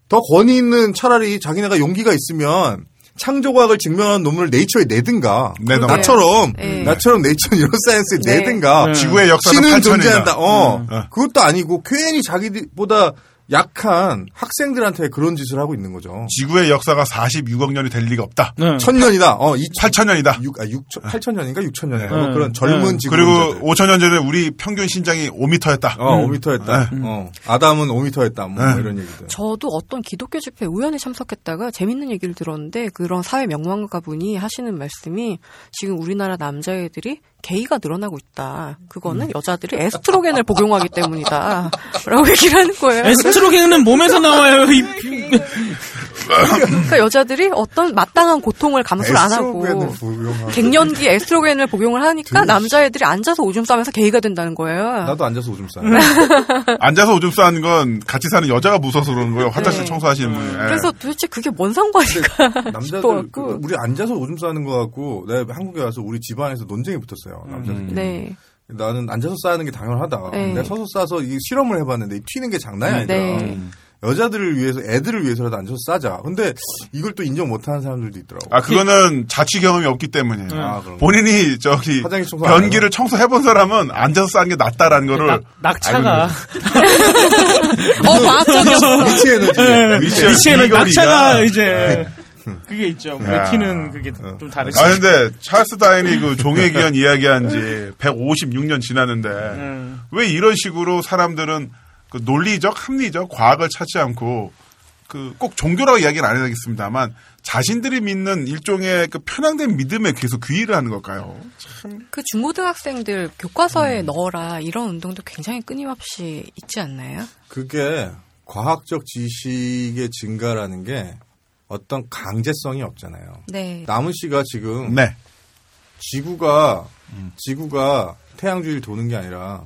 S7: 더 권위 있는 차라리 자기네가 용기가 있으면 창조과학을 증명하는 논문을 네이처에 내든가
S1: 내던가.
S7: 나처럼
S2: 네.
S7: 나처럼 네이처 이론사이언스에
S2: 네.
S7: 내든가
S3: 네.
S1: 지구의 역사는
S7: 신은 존재한다.
S1: 팔천이다.
S7: 어,
S1: 어.
S7: 그것도 아니고 괜히 자기보다 약한 학생들한테 그런 짓을 하고 있는 거죠.
S1: 지구의 역사가 46억 년이 될 리가 없다.
S3: 네.
S7: 천년이다. 어, 2
S1: 8천년이다.
S7: 6, 아, 6천, 8천 년인가 6천 년인가 뭐
S3: 네.
S7: 그런 젊은
S3: 네.
S7: 지구
S1: 그리고
S7: 존재들.
S1: 5천 년 전에 우리 평균 신장이 5m였다.
S3: 음.
S7: 어, 5미터였다.
S3: 네.
S7: 어, 아담은 5미터였다. 뭐
S1: 네.
S7: 이런 얘기들.
S2: 저도 어떤 기독교 집회 우연히 참석했다가 재밌는 얘기를 들었는데 그런 사회 명망가 분이 하시는 말씀이 지금 우리나라 남자애들이 게이가 늘어나고 있다. 그거는
S7: 음.
S2: 여자들이 에스트로겐을 복용하기 때문이다. 라고 얘기를 하는 거예요.
S8: 에스트로겐은 몸에서 나와요. 이 비-
S2: 그러니까 여자들이 어떤 마땅한 고통을 감수를 안 하고
S7: 에스트로겐을 복용하고.
S2: 갱년기 에스트로겐을 복용을 하니까 남자애들이 앉아서 오줌 싸면서 게이가 된다는 거예요.
S7: 나도 앉아서 오줌 싸.
S2: 네.
S1: 앉아서 오줌 싸는 건 같이 사는 여자가 무서워서 그러는 거예요. 화장실
S2: 네.
S1: 청소하시는 분이. 예.
S2: 그래서 도대체 그게 뭔 상관인가
S7: 네. 남자들
S2: 싶어갖고.
S7: 그- 우리 앉아서 오줌 싸는 거 같고 내가 한국에 와서 우리 집안에서 논쟁이 붙었어요.
S3: 음.
S7: 남자들.
S2: 네.
S7: 나는 앉아서 싸는 게 당연하다.
S2: 네.
S7: 내가 서서 싸서 이 실험을 해봤는데 이 튀는 게 장난이 아니더라.
S2: 네.
S7: 여자들을 위해서 애들을 위해서라도 앉아서 싸자. 근데 이걸 또 인정 못하는 사람들도 있더라고.
S1: 아, 그거는 자취 경험이 없기 때문이에요.
S7: 아, 그런 거.
S1: 본인이 저기
S7: 화장실 청소 안
S1: 변기를 청소해본 사람은 앉아서 싸는 게 낫다라는 거를
S2: 그러니까
S3: 낙, 차가
S7: 음.
S2: 어, 과학적이었어.
S1: 아.
S7: 위치 에너지.
S1: 위치에
S3: 위치에는
S1: 비거리가-
S3: 네. 낙차가 이제
S7: 네.
S3: 그게 있죠.
S1: 야.
S3: 맥히는 그게
S7: 어.
S3: 좀 다르죠.
S1: 아 근데 찰스 다인이 그 종의 기한 이야기한 지 156년 지났는데
S3: 음.
S1: 왜 이런 식으로 사람들은 그 논리적, 합리적, 과학을 찾지 않고 그 꼭 종교라고 이야기는 안 해야겠습니다만 자신들이 믿는 일종의 그 편향된 믿음에 계속 귀의를 하는 걸까요?
S2: 그 중고등학생들
S7: 음.
S2: 교과서에 넣어라 이런 운동도 굉장히 끊임없이 있지 않나요?
S7: 그게 과학적 지식의 증가라는 게 어떤 강제성이 없잖아요.
S2: 네.
S7: 남은 씨가 지금
S1: 네. 음.
S7: 지구가 지구가 태양 주위를 도는 게 아니라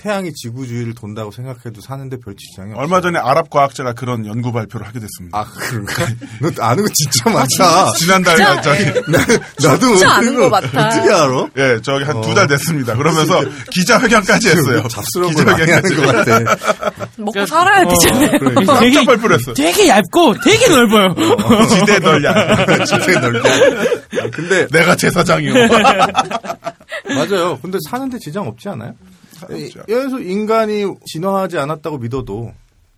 S7: 태양이 지구 주위를 돈다고 생각해도 사는데 별 지장이 없어.
S1: 얼마 전에 아랍 과학자가 그런 연구 발표를 하게 됐습니다.
S7: 아 그런가? 너 아는 거 진짜 많다.
S1: 지난달 저기
S7: 나도
S2: 진짜 아는
S7: 그거
S2: 거 같아.
S7: 어떻게 알아? 어.
S1: 예, 저기 한 두 달 됐습니다. 그러면서 기자회견까지 했어요.
S7: 잡스러운 걸 많이 하는 것 같아.
S2: 먹고 살아야
S3: 어.
S2: 되잖아요.
S1: 그러니까. 깜짝
S8: 되게
S1: 발표를 했어요.
S8: 되게 얇고 되게 넓어요.
S1: 지대 널야.
S7: 진짜 넓게. 아, 근데
S1: 내가 제사장이요. 네.
S7: 맞아요. 근데 사는데 지장 없지 않아요? 예, 여기서 인간이 진화하지 않았다고 믿어도
S3: 음.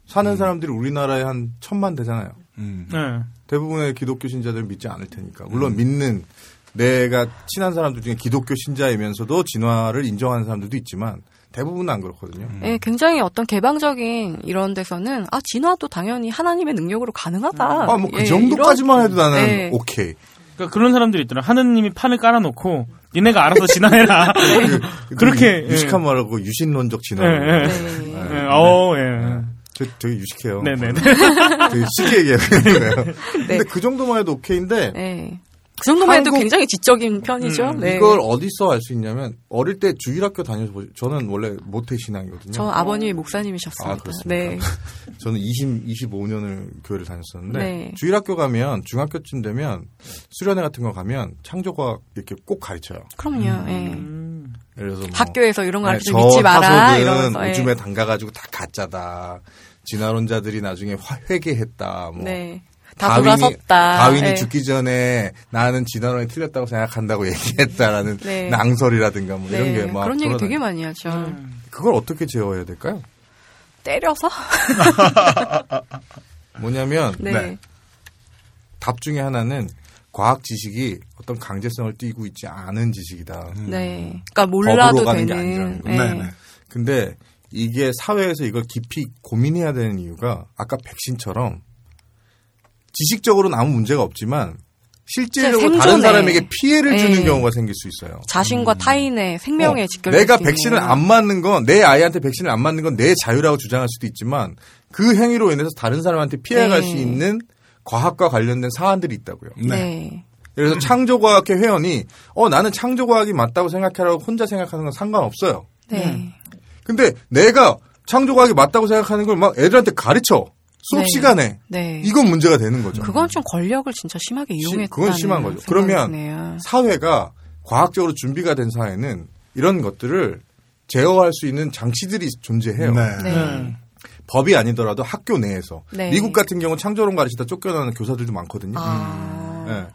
S7: 사는 사람들이 우리나라에 한 천만 되잖아요.
S1: 음.
S3: 네.
S7: 대부분의 기독교 신자들은 믿지 않을 테니까.
S3: 음.
S7: 물론 믿는 내가 친한 사람들 중에 기독교 신자이면서도 진화를 인정하는 사람들도 있지만 대부분은 안 그렇거든요.
S3: 음.
S2: 예, 굉장히 어떤 개방적인 이런 데서는 아 진화도 당연히 하나님의 능력으로 가능하다.
S7: 아, 뭐 그
S2: 예,
S7: 정도까지만 해도 나는
S3: 예.
S2: 네.
S7: 오케이.
S3: 그러니까 그런 사람들이 있더라. 하느님이 판을 깔아놓고 니네가 알아서 진화해라.
S7: 네.
S3: 그렇게
S7: 음, 유- 유식한
S3: 예.
S7: 말하고 유신론적 진화.
S3: 예, 예.
S2: 이런- 네.
S3: 예, 어, 예.
S7: 저 되게 유식해요.
S3: 네네네.
S7: 되게 쉽게 얘기해요.
S2: 네.
S7: 근데 그 정도만 해도
S3: 네.
S7: 오케이인데
S2: 예. 그 정도만 해도
S7: 한국- 음,
S2: 굉장히 지적인 편이죠. 네.
S7: 이걸 어디서 알 수 있냐면 어릴 때 주일학교 다녀서 보- 저는 원래 모태 신앙이거든요.
S2: 저 아버님이 목사님이셨습니다.
S7: 음. 아, 그렇습니까?
S2: 네.
S7: 저는 20, 25년을 교회를 다녔었는데
S2: 네.
S7: 주일학교 가면 중학교쯤 되면 수련회 같은 거 가면 창조과학 이렇게 꼭 가르쳐요.
S2: 그럼요. 예.
S3: 음.
S7: 예를 들어서 뭐
S2: 학교에서 이런 거
S7: 네,
S2: 가르쳐 믿지 마라.
S7: 타석은
S2: 이러면서. 예.
S7: 오줌에 담가가지고 다 가짜다. 진화론자들이 나중에 화- 회개했다. 뭐
S2: 네. 다 돌아섰다.
S7: 다윈이
S2: 예.
S7: 죽기 전에 나는 진화론이 틀렸다고 생각한다고 얘기했다라는
S2: 네.
S7: 낭설이라든가 뭐 이런
S2: 네.
S7: 게막
S2: 그런 얘기 되게 많이 하죠.
S3: 음.
S7: 그걸 어떻게 제어해야 될까요?
S2: 때려서?
S7: 뭐냐면
S2: 네.
S1: 네.
S7: 답 중에 하나는 과학 지식이 어떤 강제성을 띠고 있지 않은 지식이다.
S2: 네. 그러니까
S7: 법으로
S2: 몰라도 되는.
S7: 가는 게 아니라는 거.
S2: 예.
S1: 네, 네.
S7: 근데 이게 사회에서 이걸 깊이 고민해야 되는 이유가 아까 백신처럼 지식적으로는 아무 문제가 없지만 실제적으로
S2: 진짜
S7: 다른
S2: 생존에.
S7: 사람에게 피해를 주는
S2: 네.
S7: 경우가 생길 수 있어요.
S2: 자신과 타인의 생명에
S7: 음. 어,
S2: 직결.
S7: 내가 백신을 안 맞는 건 내 아이한테 백신을 안 맞는 건 내 자유라고 주장할 수도 있지만 그 행위로 인해서 다른 사람한테 피해갈
S2: 네.
S7: 수 있는 과학과 관련된 사안들이 있다고요.
S2: 네.
S7: 예를 들어서 창조과학회 회원이 어 나는 창조과학이 맞다고 생각하라고 혼자 생각하는 건 상관없어요.
S2: 네.
S7: 음. 근데 내가 창조과학이 맞다고 생각하는 걸 막 애들한테 가르쳐 수업
S2: 네.
S7: 시간에
S2: 네.
S7: 이건 문제가 되는 거죠.
S2: 그건 좀 권력을 진짜 심하게
S7: 시-
S2: 이용했다는
S7: 그건 심한 거죠.
S2: 생각이
S7: 그러면
S2: 드네요.
S7: 사회가 과학적으로 준비가 된 사회는 이런 것들을 제어할 수 있는 장치들이 존재해요.
S2: 네.
S7: 법이 아니더라도 학교 내에서
S2: 네.
S7: 미국 같은 경우 창조론 가르치다 쫓겨나는 교사들도 많거든요.
S2: 아,
S7: 예.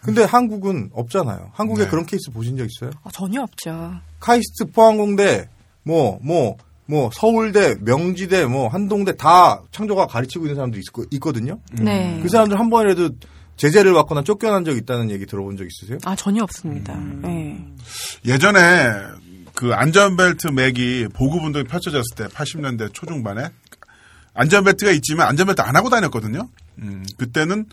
S7: 근데 한국은 없잖아요. 한국에 그런 케이스 보신 적 있어요?
S2: 아, 전혀 없죠.
S7: 음. 카이스트 포항공대 뭐 뭐 뭐 서울대 명지대 뭐 한동대 다 창조가 가르치고 있는 사람들이 있- 있거든요.
S2: 네.
S7: 그 사람들 한 번이라도 제재를 받거나 쫓겨난 적 있다는 얘기 들어본 적 있으세요?
S2: 아 전혀 없습니다.
S7: 음.
S2: 네.
S1: 예전에 그 안전벨트 맥이 보급 운동이 펼쳐졌을 때 80년대 초중반에 안전벨트가 있지만 안전벨트 안 하고 다녔거든요. 음, 그때는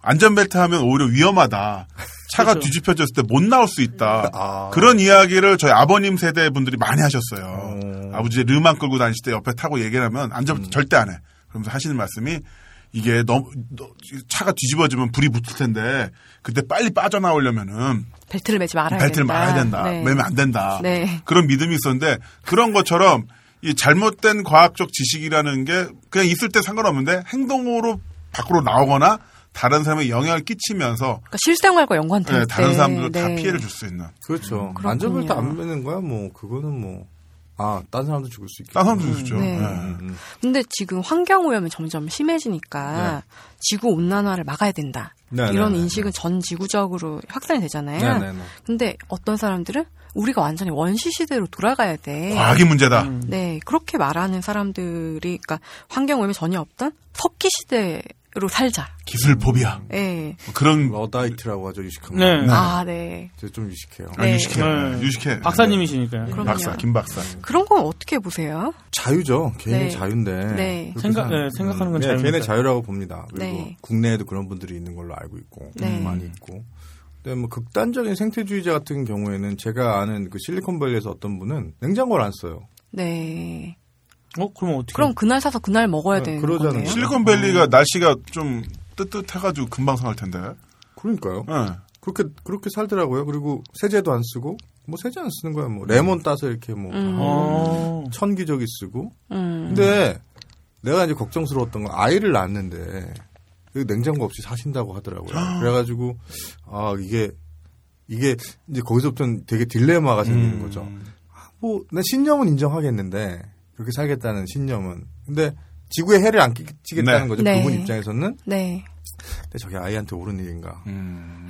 S1: 안전벨트 하면 오히려 위험하다. 차가 뒤집혀졌을 때 못 나올 수 있다. 그런 이야기를 저희 아버님 세대 분들이 많이 하셨어요. 음. 아버지 르만 끌고 다니실 때 옆에 타고 얘기를 하면 안전 절대 안 해. 그러면서 하시는 말씀이 이게 너무 너- 차가 뒤집어지면 불이 붙을 텐데 그때 빨리 빠져나오려면은
S2: 벨트를 매지 말아야
S1: 벨트를
S2: 된다.
S1: 말아야 된다.
S2: 네.
S1: 매면 안 된다.
S2: 네.
S1: 그런 믿음이 있었는데 그런 것처럼 이 잘못된 과학적 지식이라는 게 그냥 있을 때 상관없는데 행동으로 밖으로 나오거나 다른 사람의 영향을 끼치면서
S2: 그러니까 실생활과 연관될
S1: 네,
S2: 때
S1: 다른 사람들도 다
S2: 네.
S1: 피해를 줄 수 있는.
S7: 그렇죠.
S2: 음, 그렇군요.
S7: 안전벨트 안 매는 거야 뭐 그거는 뭐. 아, 딴 사람도 죽을 수 음. 있겠다.
S1: 딴 사람도 주죠.
S2: 네. 근데 지금 환경 오염이 점점 심해지니까 지구 온난화를 막아야 된다.
S7: 네,
S2: 이런
S7: 네, 네,
S2: 인식은 전 지구적으로 확산이 되잖아요.
S7: 네, 네, 네.
S2: 근데 어떤 사람들은 우리가 완전히 원시 시대로 돌아가야 돼.
S1: 과학이 문제다.
S2: 네, 그렇게 말하는 사람들이 그러니까 환경 오염이 전혀 없던 석기 시대로 살자.
S1: 기술 포비아.
S2: 예.
S1: 뭐 그런
S3: 음.
S7: 러다이트라고 음, 뭐, 하죠, 유식한 거. 음.
S3: 네.
S2: 아, 네.
S7: 제가 좀 유식해요. 음.
S1: 아,
S2: 네.
S1: 유식해.
S3: 네.
S1: 유식해.
S3: 박사님이시니까요.
S1: 네.
S2: 그럼요.
S1: 박사, 김 박사.
S2: 그런 건 어떻게 보세요?
S7: 자유죠. 개인의
S2: 네.
S7: 자유인데.
S2: 네.
S7: 그렇게
S3: 생각-
S7: 생각-
S3: 네, 생각하는 건
S7: 네,
S3: 자유입니다.
S7: 개인의 자유라고 봅니다. 그리고
S2: 네.
S7: 국내에도 그런 분들이 있는 걸로 알고 있고
S2: 네.
S7: 많이 있고. 근데 뭐 극단적인 생태주의자 같은 경우에는 제가 아는 그 실리콘밸리에서 어떤 분은 냉장고를 안 써요.
S2: 네.
S3: 어, 그럼 어떻게?
S2: 그럼 그날 사서 그날 먹어야
S7: 네,
S2: 되는
S7: 그러잖아요.
S2: 거네요.
S1: 실리콘밸리가 날씨가 좀 뜨뜻해가지고 금방 상할 텐데.
S7: 그러니까요.
S1: 네.
S7: 그렇게 그렇게 살더라고요. 그리고 세제도 안 쓰고 뭐 세제 안 쓰는 거야. 뭐 레몬 따서 이렇게 뭐
S2: 음.
S3: 어.
S7: 천기저기 쓰고.
S2: 음.
S7: 근데 내가 이제 걱정스러웠던 건 아이를 낳았는데 그 냉장고 없이 사신다고 하더라고요. 그래가지고 아 이게 이게 이제 거기서부터는 되게 딜레마가 생기는 거죠. 뭐, 내 신념은 인정하겠는데, 그렇게 살겠다는 신념은. 근데, 지구에 해를 안 끼치겠다는
S1: 네.
S7: 거죠.
S2: 네.
S7: 그분 입장에서는.
S2: 네.
S7: 근데 저게 아이한테 옳은 일인가.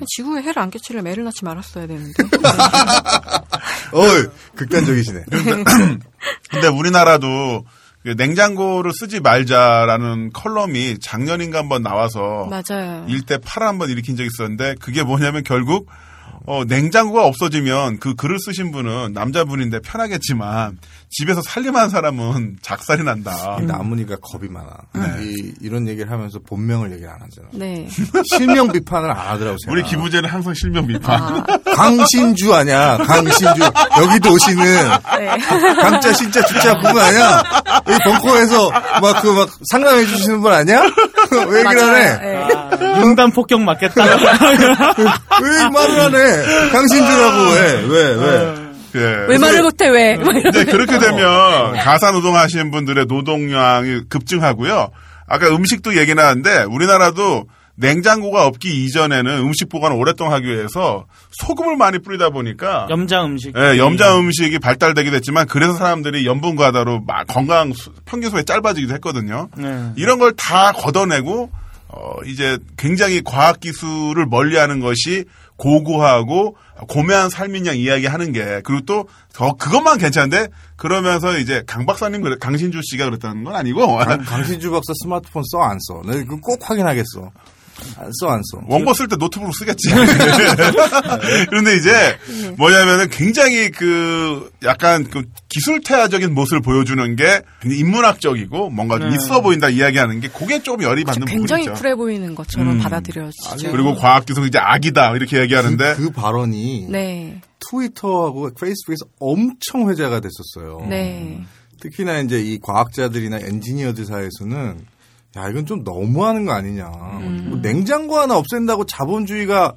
S2: 지구에 해를 안 끼치려면 애를 낳지 말았어야 되는데.
S7: 어이! 극단적이시네.
S1: 근데 우리나라도 그 냉장고를 쓰지 말자라는 컬럼이 작년인가 한번 나와서
S2: 맞아요.
S1: 일대 파라 한번 일으킨 적이 있었는데 그게 뭐냐면 결국 어, 냉장고가 없어지면 그 글을 쓰신 분은 남자분인데 편하겠지만 집에서 살림한 사람은 작살이 난다.
S7: 이 나무니가 겁이 아, 많아.
S1: 네.
S7: 이, 이런 얘기를 하면서 본명을 얘기를 안 하잖아.
S2: 네.
S7: 실명 비판을 안 하더라고, 제가.
S1: 우리 기부제는 항상 실명 비판.
S2: 아,
S7: 강신주 아냐, 강신주. 여기도 오시는.
S2: 네.
S7: 강자, 신자, 주자 부분 아냐? 여기 벙커에서 막, 그 막, 상담해주시는 분 아냐? 왜 얘기를 안 해?
S3: 아.
S2: 네.
S3: 용단 폭격 맞겠다.
S7: 왜 말을 안 해? 강신주라고 왜? 왜? 왜?
S1: 예.
S2: 왜 말을 못해 왜? 막 이런-
S1: 이제 그렇게 되면 가사 노동하시는 분들의 노동량이 급증하고요. 아까 음식도 얘기 나왔는데 우리나라도 냉장고가 없기 이전에는 음식 보관을 오랫동안 하기 위해서 소금을 많이 뿌리다 보니까
S3: 염자 음식.
S7: 네,
S1: 예, 염자 음식이 발달되기도 했지만 그래서 사람들이 염분 과다로 마- 건강 수- 평균 수에 짧아지기도 했거든요.
S3: 네.
S1: 이런 걸 다 걷어내고 어, 이제 굉장히 과학 기술을 멀리하는 것이 고고하고 고매한 삶인 양 이야기하는 게 그리고 또 더 그것만 괜찮은데 그러면서 이제 강 박사님 그래- 강신주 씨가 그랬다는 건 아니고
S7: 강- 강신주 박사 스마트폰 써 안 써? 내가 이거 꼭 확인하겠어. 써 안 써?
S1: 원고 쓸 때 노트북으로 쓰겠지. 그런데 이제 뭐냐면은 굉장히 그 약간 그 기술태화적인 모습을 보여주는 게 인문학적이고 뭔가 좀 있어 보인다 이야기하는 게 그게 조금 열이 받는
S2: 굉장히
S1: 부분이죠.
S2: 쿨해 보이는 것처럼 받아들여지죠.
S1: 그리고 과학기술 이제 악이다 이렇게 얘기하는데
S7: 그, 그 발언이
S2: 네.
S7: 트위터하고 페이스북에서 엄청 회자가 됐었어요.
S2: 네.
S7: 특히나 이제 이 과학자들이나 엔지니어들 사이에서는 야 이건 좀 너무하는 거 아니냐.
S2: 음.
S7: 뭐 냉장고 하나 없앤다고 자본주의가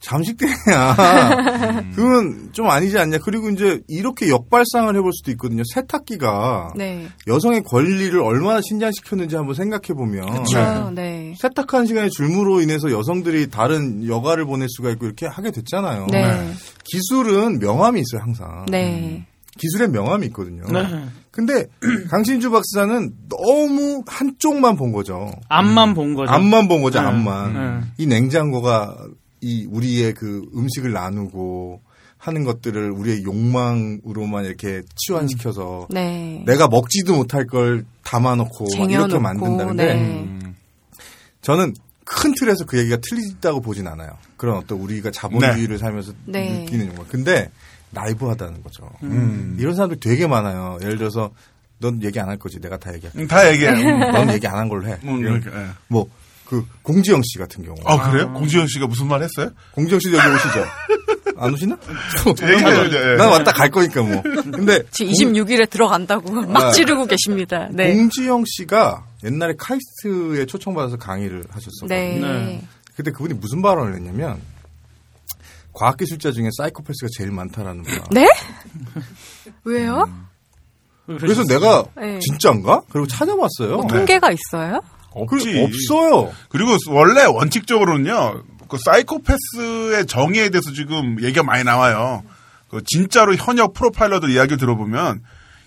S7: 잠식되냐. 그건 좀 아니지 않냐. 그리고 이제 이렇게 역발상을 해볼 수도 있거든요. 세탁기가
S2: 네.
S7: 여성의 권리를 얼마나 신장시켰는지 한번 생각해 보면
S2: 그렇죠. 네.
S7: 세탁한 시간의 줄무로 인해서 여성들이 다른 여가를 보낼 수가 있고 이렇게 하게 됐잖아요.
S2: 네.
S7: 기술은 명함이 있어요 음. 항상.
S2: 네.
S7: 기술의 명함이 있거든요.
S3: 네.
S7: 근데 강신주 박사는 너무 한쪽만 본 거죠.
S3: 앞만 본 거죠.
S7: 앞만 본 거죠,
S3: 네.
S7: 앞만.
S3: 네.
S7: 이 냉장고가 이 우리의 그 음식을 나누고 하는 것들을 우리의 욕망으로만 이렇게 치환시켜서
S2: 네.
S7: 내가 먹지도 못할 걸 담아놓고 막뭐 이렇게
S2: 쟁여놓고,
S7: 만든다는데 음.
S2: 네.
S7: 저는 큰 틀에서 그 얘기가 틀리다고 보진 않아요. 그런 어떤 우리가 자본주의를 살면서
S2: 네.
S7: 느끼는 거. 근데 라이브하다는 거죠.
S1: 음.
S7: 이런 사람들 되게 많아요. 예를 들어서 넌 얘기 안 할 거지. 내가 다 얘기할게.
S1: 그, 음, 다 얘기해. 음,
S7: 넌 얘기 안 한 걸로 해.
S1: 음, 이렇게, 예.
S7: 뭐 그 공지영 씨 같은 경우.
S1: 아 그래요? 공지현 씨가 무슨 말 했어요?
S7: 공지영 씨도 여기 오시죠. 안 오시나?
S1: 얘기해요, 이제. 예.
S7: 난 왔다 갈 거니까 뭐. 근데
S2: 지금 26일에 들어간다고 막 지르고 계십니다. 네.
S7: 네. 공지영 씨가 옛날에 카이스트에 초청받아서 강의를 하셨었거든요.
S2: 네.
S3: 네.
S7: 그때 그분이 무슨 발언을 했냐면 과학기술자 중에 사이코패스가 제일 많다라는 거야.
S2: 네? 왜요?
S7: 음. 그래서 내가
S2: 네.
S7: 진짜인가? 그리고 찾아봤어요.
S2: 통계가 있어요?
S1: 없지.
S7: 그, 없어요.
S1: 그리고 원래 원칙적으로는요, 그 사이코패스의 정의에 대해서 지금 얘기가 많이 나와요. 그 진짜로 현역 프로파일러들 이야기를 들어보면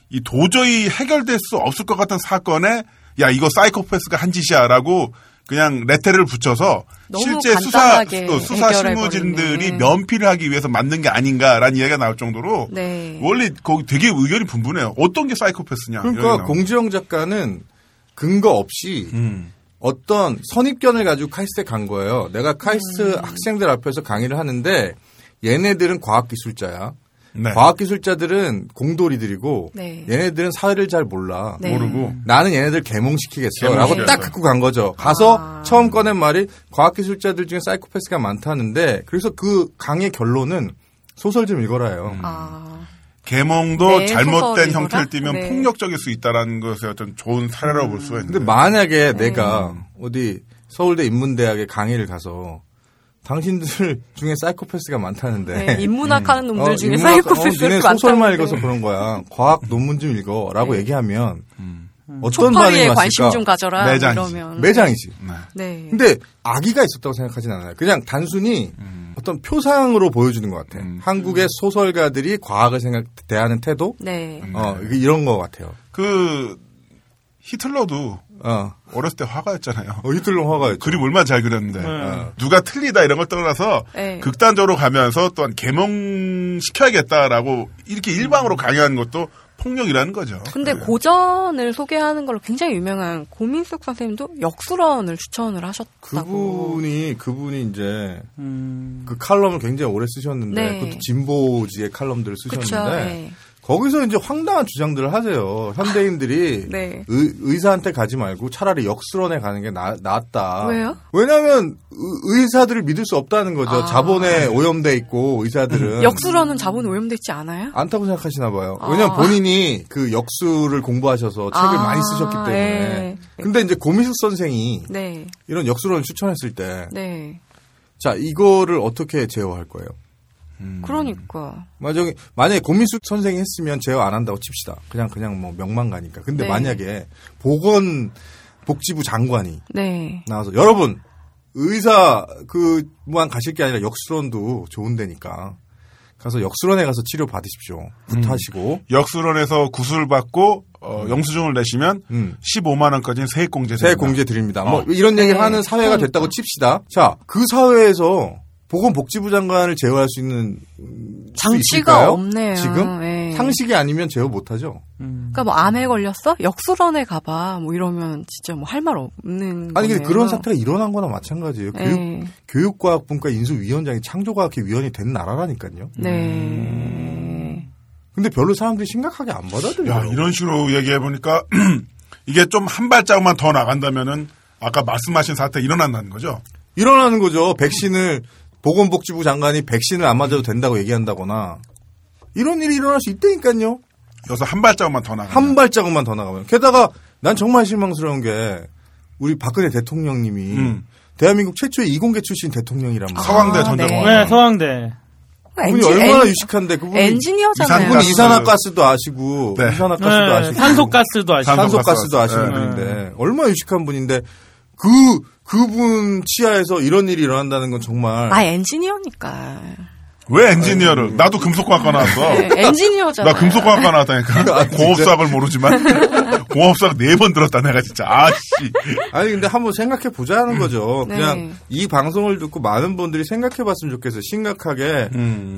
S1: 이 도저히 해결될 수 없을 것 같은 사건에 야 이거 사이코패스가 한 짓이야라고 그냥 레테를 붙여서
S2: 너무
S1: 실제 수사
S2: 간단하게
S1: 어, 수사
S2: 해결해버리네.
S1: 실무진들이 면피를 하기 위해서 만든 게 아닌가라는 이야기가 나올 정도로
S2: 네.
S1: 원래 거기 되게 의견이 분분해요. 어떤 게 사이코패스냐? 이런 게
S7: 그러니까
S1: 아, 나와요.
S7: 공지영 작가는 근거 없이
S1: 음.
S7: 어떤 선입견을 가지고 카이스트에 간 거예요. 내가 카이스트 학생들 앞에서 강의를 하는데 얘네들은 과학기술자야.
S1: 네.
S7: 과학기술자들은 공돌이들이고
S2: 네.
S7: 얘네들은 사회를 잘 몰라.
S2: 네.
S1: 모르고
S7: 나는 얘네들 개몽시키겠어. 라고
S1: 개몽시켜서.
S7: 딱 갖고 간 거죠. 가서
S2: 아.
S7: 처음 꺼낸 말이 과학기술자들 중에 사이코패스가 많다는데 그래서 그 강의 결론은 소설 좀 읽어라요.
S2: 아,
S1: 계몽도
S2: 네,
S1: 잘못된
S2: 소설이구나.
S1: 형태를 띠면
S2: 네.
S1: 폭력적일 수 있다라는 것의 어떤 좋은 사례라고 볼 수가 있는데.
S7: 음. 근데 만약에 내가
S2: 네.
S7: 어디 서울대 인문대학에 강의를 가서 당신들 중에 사이코패스가 많다는데
S2: 네. 인문학 하는 놈들
S7: 어,
S2: 중에
S7: 인문학- 어,
S2: 사이코패스
S7: 니네
S2: 많다.
S7: 소설만 읽어서 그런 거야. 과학 논문 좀 읽어라고 얘기하면 어떤 반응이
S2: 네. 초파리에
S7: 왔을까?
S2: 관심 좀 가져라.
S1: 매장이지.
S2: 이러면.
S7: 매장이지.
S2: 네.
S7: 음. 근데 악의가 있었다고 생각하진 않아요. 그냥 단순히
S2: 음.
S7: 어떤 표상으로 보여주는 것 같아. 한국의 소설가들이 과학을 생각 대하는 태도,
S2: 네.
S7: 어 이런 것 같아요.
S1: 그 히틀러도
S7: 어,
S1: 어렸을 때 화가였잖아요.
S7: 어 히틀러 화가 있죠.
S1: 그림 얼마나 잘 그렸는데 어.
S3: 네.
S1: 누가 틀리다 이런 걸 떠나서
S2: 네.
S1: 극단적으로 가면서 또한 계몽 시켜야겠다라고 이렇게 일방으로 강요하는 것도 폭력이라는 거죠.
S2: 음. 근데
S1: 네.
S2: 고전을 소개하는 걸로 굉장히 유명한 고민숙 선생님도 역술원을 추천을 하셨다고.
S7: 그분이 그분이 이제
S3: 음,
S7: 그 칼럼을 굉장히 오래 쓰셨는데
S2: 네.
S7: 그것도 진보지의 칼럼들을
S2: 그쵸.
S7: 쓰셨는데
S2: 네.
S7: 거기서 이제 황당한 주장들을 하세요. 현대인들이
S2: 네.
S7: 의, 사한테 가지 말고 차라리 역술원에 가는 게 나, 낫다.
S2: 왜요?
S7: 왜냐하면 의, 사들을 믿을 수 없다는 거죠.
S2: 아.
S7: 자본에 오염돼 있고 의사들은
S2: 역술원은 자본 오염돼 있지 않아요?
S7: 안타고 생각하시나 봐요.
S2: 아.
S7: 왜냐면 본인이 그 역술을 공부하셔서 책을
S2: 아,
S7: 많이 쓰셨기 때문에.
S2: 예.
S7: 근데 이제 고미숙 선생이
S2: 네.
S7: 이런 역술원을 추천했을 때,
S2: 네.
S7: 자 이거를 어떻게 제어할 거예요? 음.
S2: 그러니까.
S7: 만약에, 만약에 고민숙 선생이 했으면 제어 안 한다고 칩시다. 그냥, 그냥 뭐 명만 가니까. 근데
S2: 네.
S7: 만약에 보건복지부 장관이
S2: 네.
S7: 나와서 여러분! 의사 그만 가실 게 아니라 역술원도 좋은 데니까 가서 역술원에 가서 치료 받으십시오.
S2: 음.
S7: 부탁하시고.
S1: 역술원에서 구술 받고 어, 영수증을 내시면
S7: 음.
S1: 15만 원까지는 세액 공제
S7: 세액 공제 드립니다. 뭐
S1: 어.
S7: 이런 얘기를
S2: 네.
S7: 하는 사회가 됐다고 칩시다. 자, 그 사회에서 보건복지부 장관을 제어할 수 있는 음, 수
S2: 장치가
S7: 있을까요?
S2: 없네요.
S7: 지금
S2: 예.
S7: 상식이 아니면 제어 못 하죠.
S3: 음.
S2: 그러니까 뭐 암에 걸렸어? 역술원에 가봐. 뭐 이러면 진짜 뭐 할 말 없는.
S7: 아니 근데
S2: 거네요.
S7: 그런 사태가 일어난 거나 마찬가지예요.
S2: 네.
S7: 교육 교육과학분과 인수위원장이 창조과학위원이 된 나라라니까요.
S2: 네.
S7: 근데 별로 사람들이 심각하게 안
S1: 야,
S7: 받아들여요.
S1: 이런 식으로 얘기해 보니까 이게 좀 한 발짝만 더 나간다면은 아까 말씀하신 사태 일어난다는 거죠.
S7: 일어나는 거죠. 백신을 보건복지부 장관이 백신을 안 맞아도 된다고 얘기한다거나 이런 일이 일어날 수 있다니까요.
S1: 여기서 한 발짝만 더 나가.
S7: 한 발자국만 더 나가면. 게다가 난 정말 실망스러운 게 우리 박근혜 대통령님이
S1: 음.
S7: 대한민국 최초의 이공계 출신 대통령이란 말이에요.
S1: 서강대
S2: 아,
S1: 전쟁
S2: 네.
S1: 관
S3: 네, 서강대.
S7: 그분이
S2: 엔지-
S7: 얼마나
S2: 엔-
S7: 유식한데 그분이
S2: 엔지니어잖아요.
S7: 그분이
S1: 가스.
S7: 이산화가스도 아시고
S1: 네.
S7: 이산화가스도
S3: 네,
S7: 아시고
S3: 산소가스도
S1: 산소가스도
S3: 아시고.
S7: 산소가스도 아시는
S1: 아시고.
S7: 분인데 얼마나 유식한 분인데 그 그분 치하에서 이런 일이 일어난다는 건 정말
S2: 아 엔지니어니까.
S1: 왜 엔지니어를? 나도 금속과학과 나왔어.
S2: 네, 엔지니어잖아요.
S1: 나 금속과학과 나왔다니까. 공업수학을 모르지만 공업수학 네 번 들었다 내가 진짜. 아씨.
S7: 아니 근데 한번 생각해 보자는 거죠.
S2: 네.
S7: 그냥 이 방송을 듣고 많은 분들이 생각해 봤으면 좋겠어요. 심각하게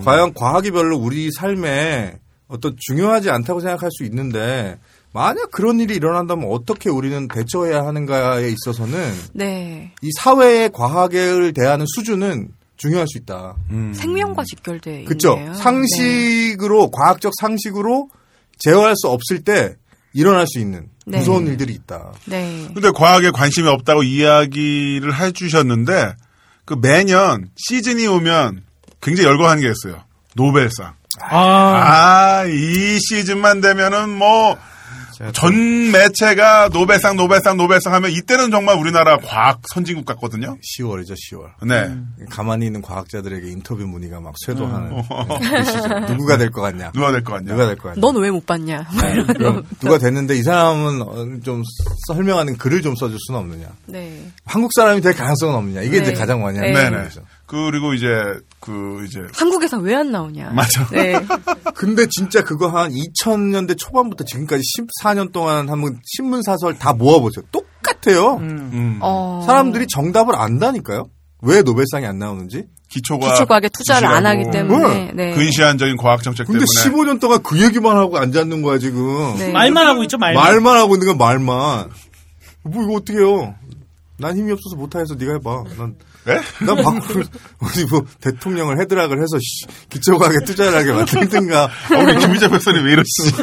S7: 과연 과학이 별로 우리 삶에 어떤 중요하지 않다고 생각할 수 있는데 만약 그런 일이 일어난다면 어떻게 우리는 대처해야 하는가에 있어서는
S2: 네.
S7: 이 사회의 과학을 대하는 수준은 중요할 수 있다.
S2: 생명과 직결돼 있네요.
S7: 그렇죠. 상식으로 과학적 상식으로 제어할 수 없을 때 일어날 수 있는
S2: 네.
S7: 무서운 일들이 있다.
S2: 네.
S1: 근데 과학에 관심이 없다고 이야기를 해주셨는데 그 매년 시즌이 오면 굉장히 열거하는 게 있어요. 노벨상.
S3: 아,
S1: 아, 이 시즌만 되면은 뭐, 전 매체가 노벨상, 노벨상, 노벨상 하면 이때는 정말 우리나라 과학 선진국 같거든요.
S7: 10월이죠, 10월.
S1: 네.
S7: 음. 가만히 있는 과학자들에게 인터뷰 문의가 막 쇄도하는 그 시절. 누구가 될 것 같냐?
S1: 누가 될 것 같냐.
S7: 누가 될 것 같냐?
S2: 넌 왜 못 봤냐?
S7: 네, 그럼 누가 됐는데 이 사람은 어, 좀 설명하는 글을 좀 써줄 수는 없느냐?
S2: 네.
S7: 한국 사람이 될 가능성은 없느냐? 이게
S2: 네.
S7: 이제 가장 많이 하는
S2: 네.
S1: 네네.
S7: 거죠.
S1: 그리고 이제, 그, 이제,
S2: 한국에서 왜 안 나오냐?
S1: 맞아.
S2: 네.
S7: 근데 진짜 그거 한 2000년대 초반부터 지금까지 14년 동안 한번 신문 사설 다 모아보세요. 똑같아요.
S2: 어.
S7: 사람들이 정답을 안다니까요. 왜 노벨상이 안 나오는지.
S1: 기초과학.
S2: 기초과학에 투자를 안 하기
S1: 기술하고 그
S2: 때문에. 네.
S1: 근시안적인 과학 정책
S7: 근데
S1: 때문에.
S7: 15년 동안 그 얘기만 하고 앉았는 거야 지금.
S2: 네.
S3: 말만 하고 있죠, 말만.
S7: 말만 하고 있는 건 말만. 뭐 이거 어떻게 해요? 난 힘이 없어서 못해서 네가 해봐. 난
S1: 네?
S7: 난 바꾸 어디 뭐 대통령을 헤드락을 해서 씨, 기초과학에 투자를 하게 만들든가.
S1: 아, 우리 김희재 박사님 왜 이러시지?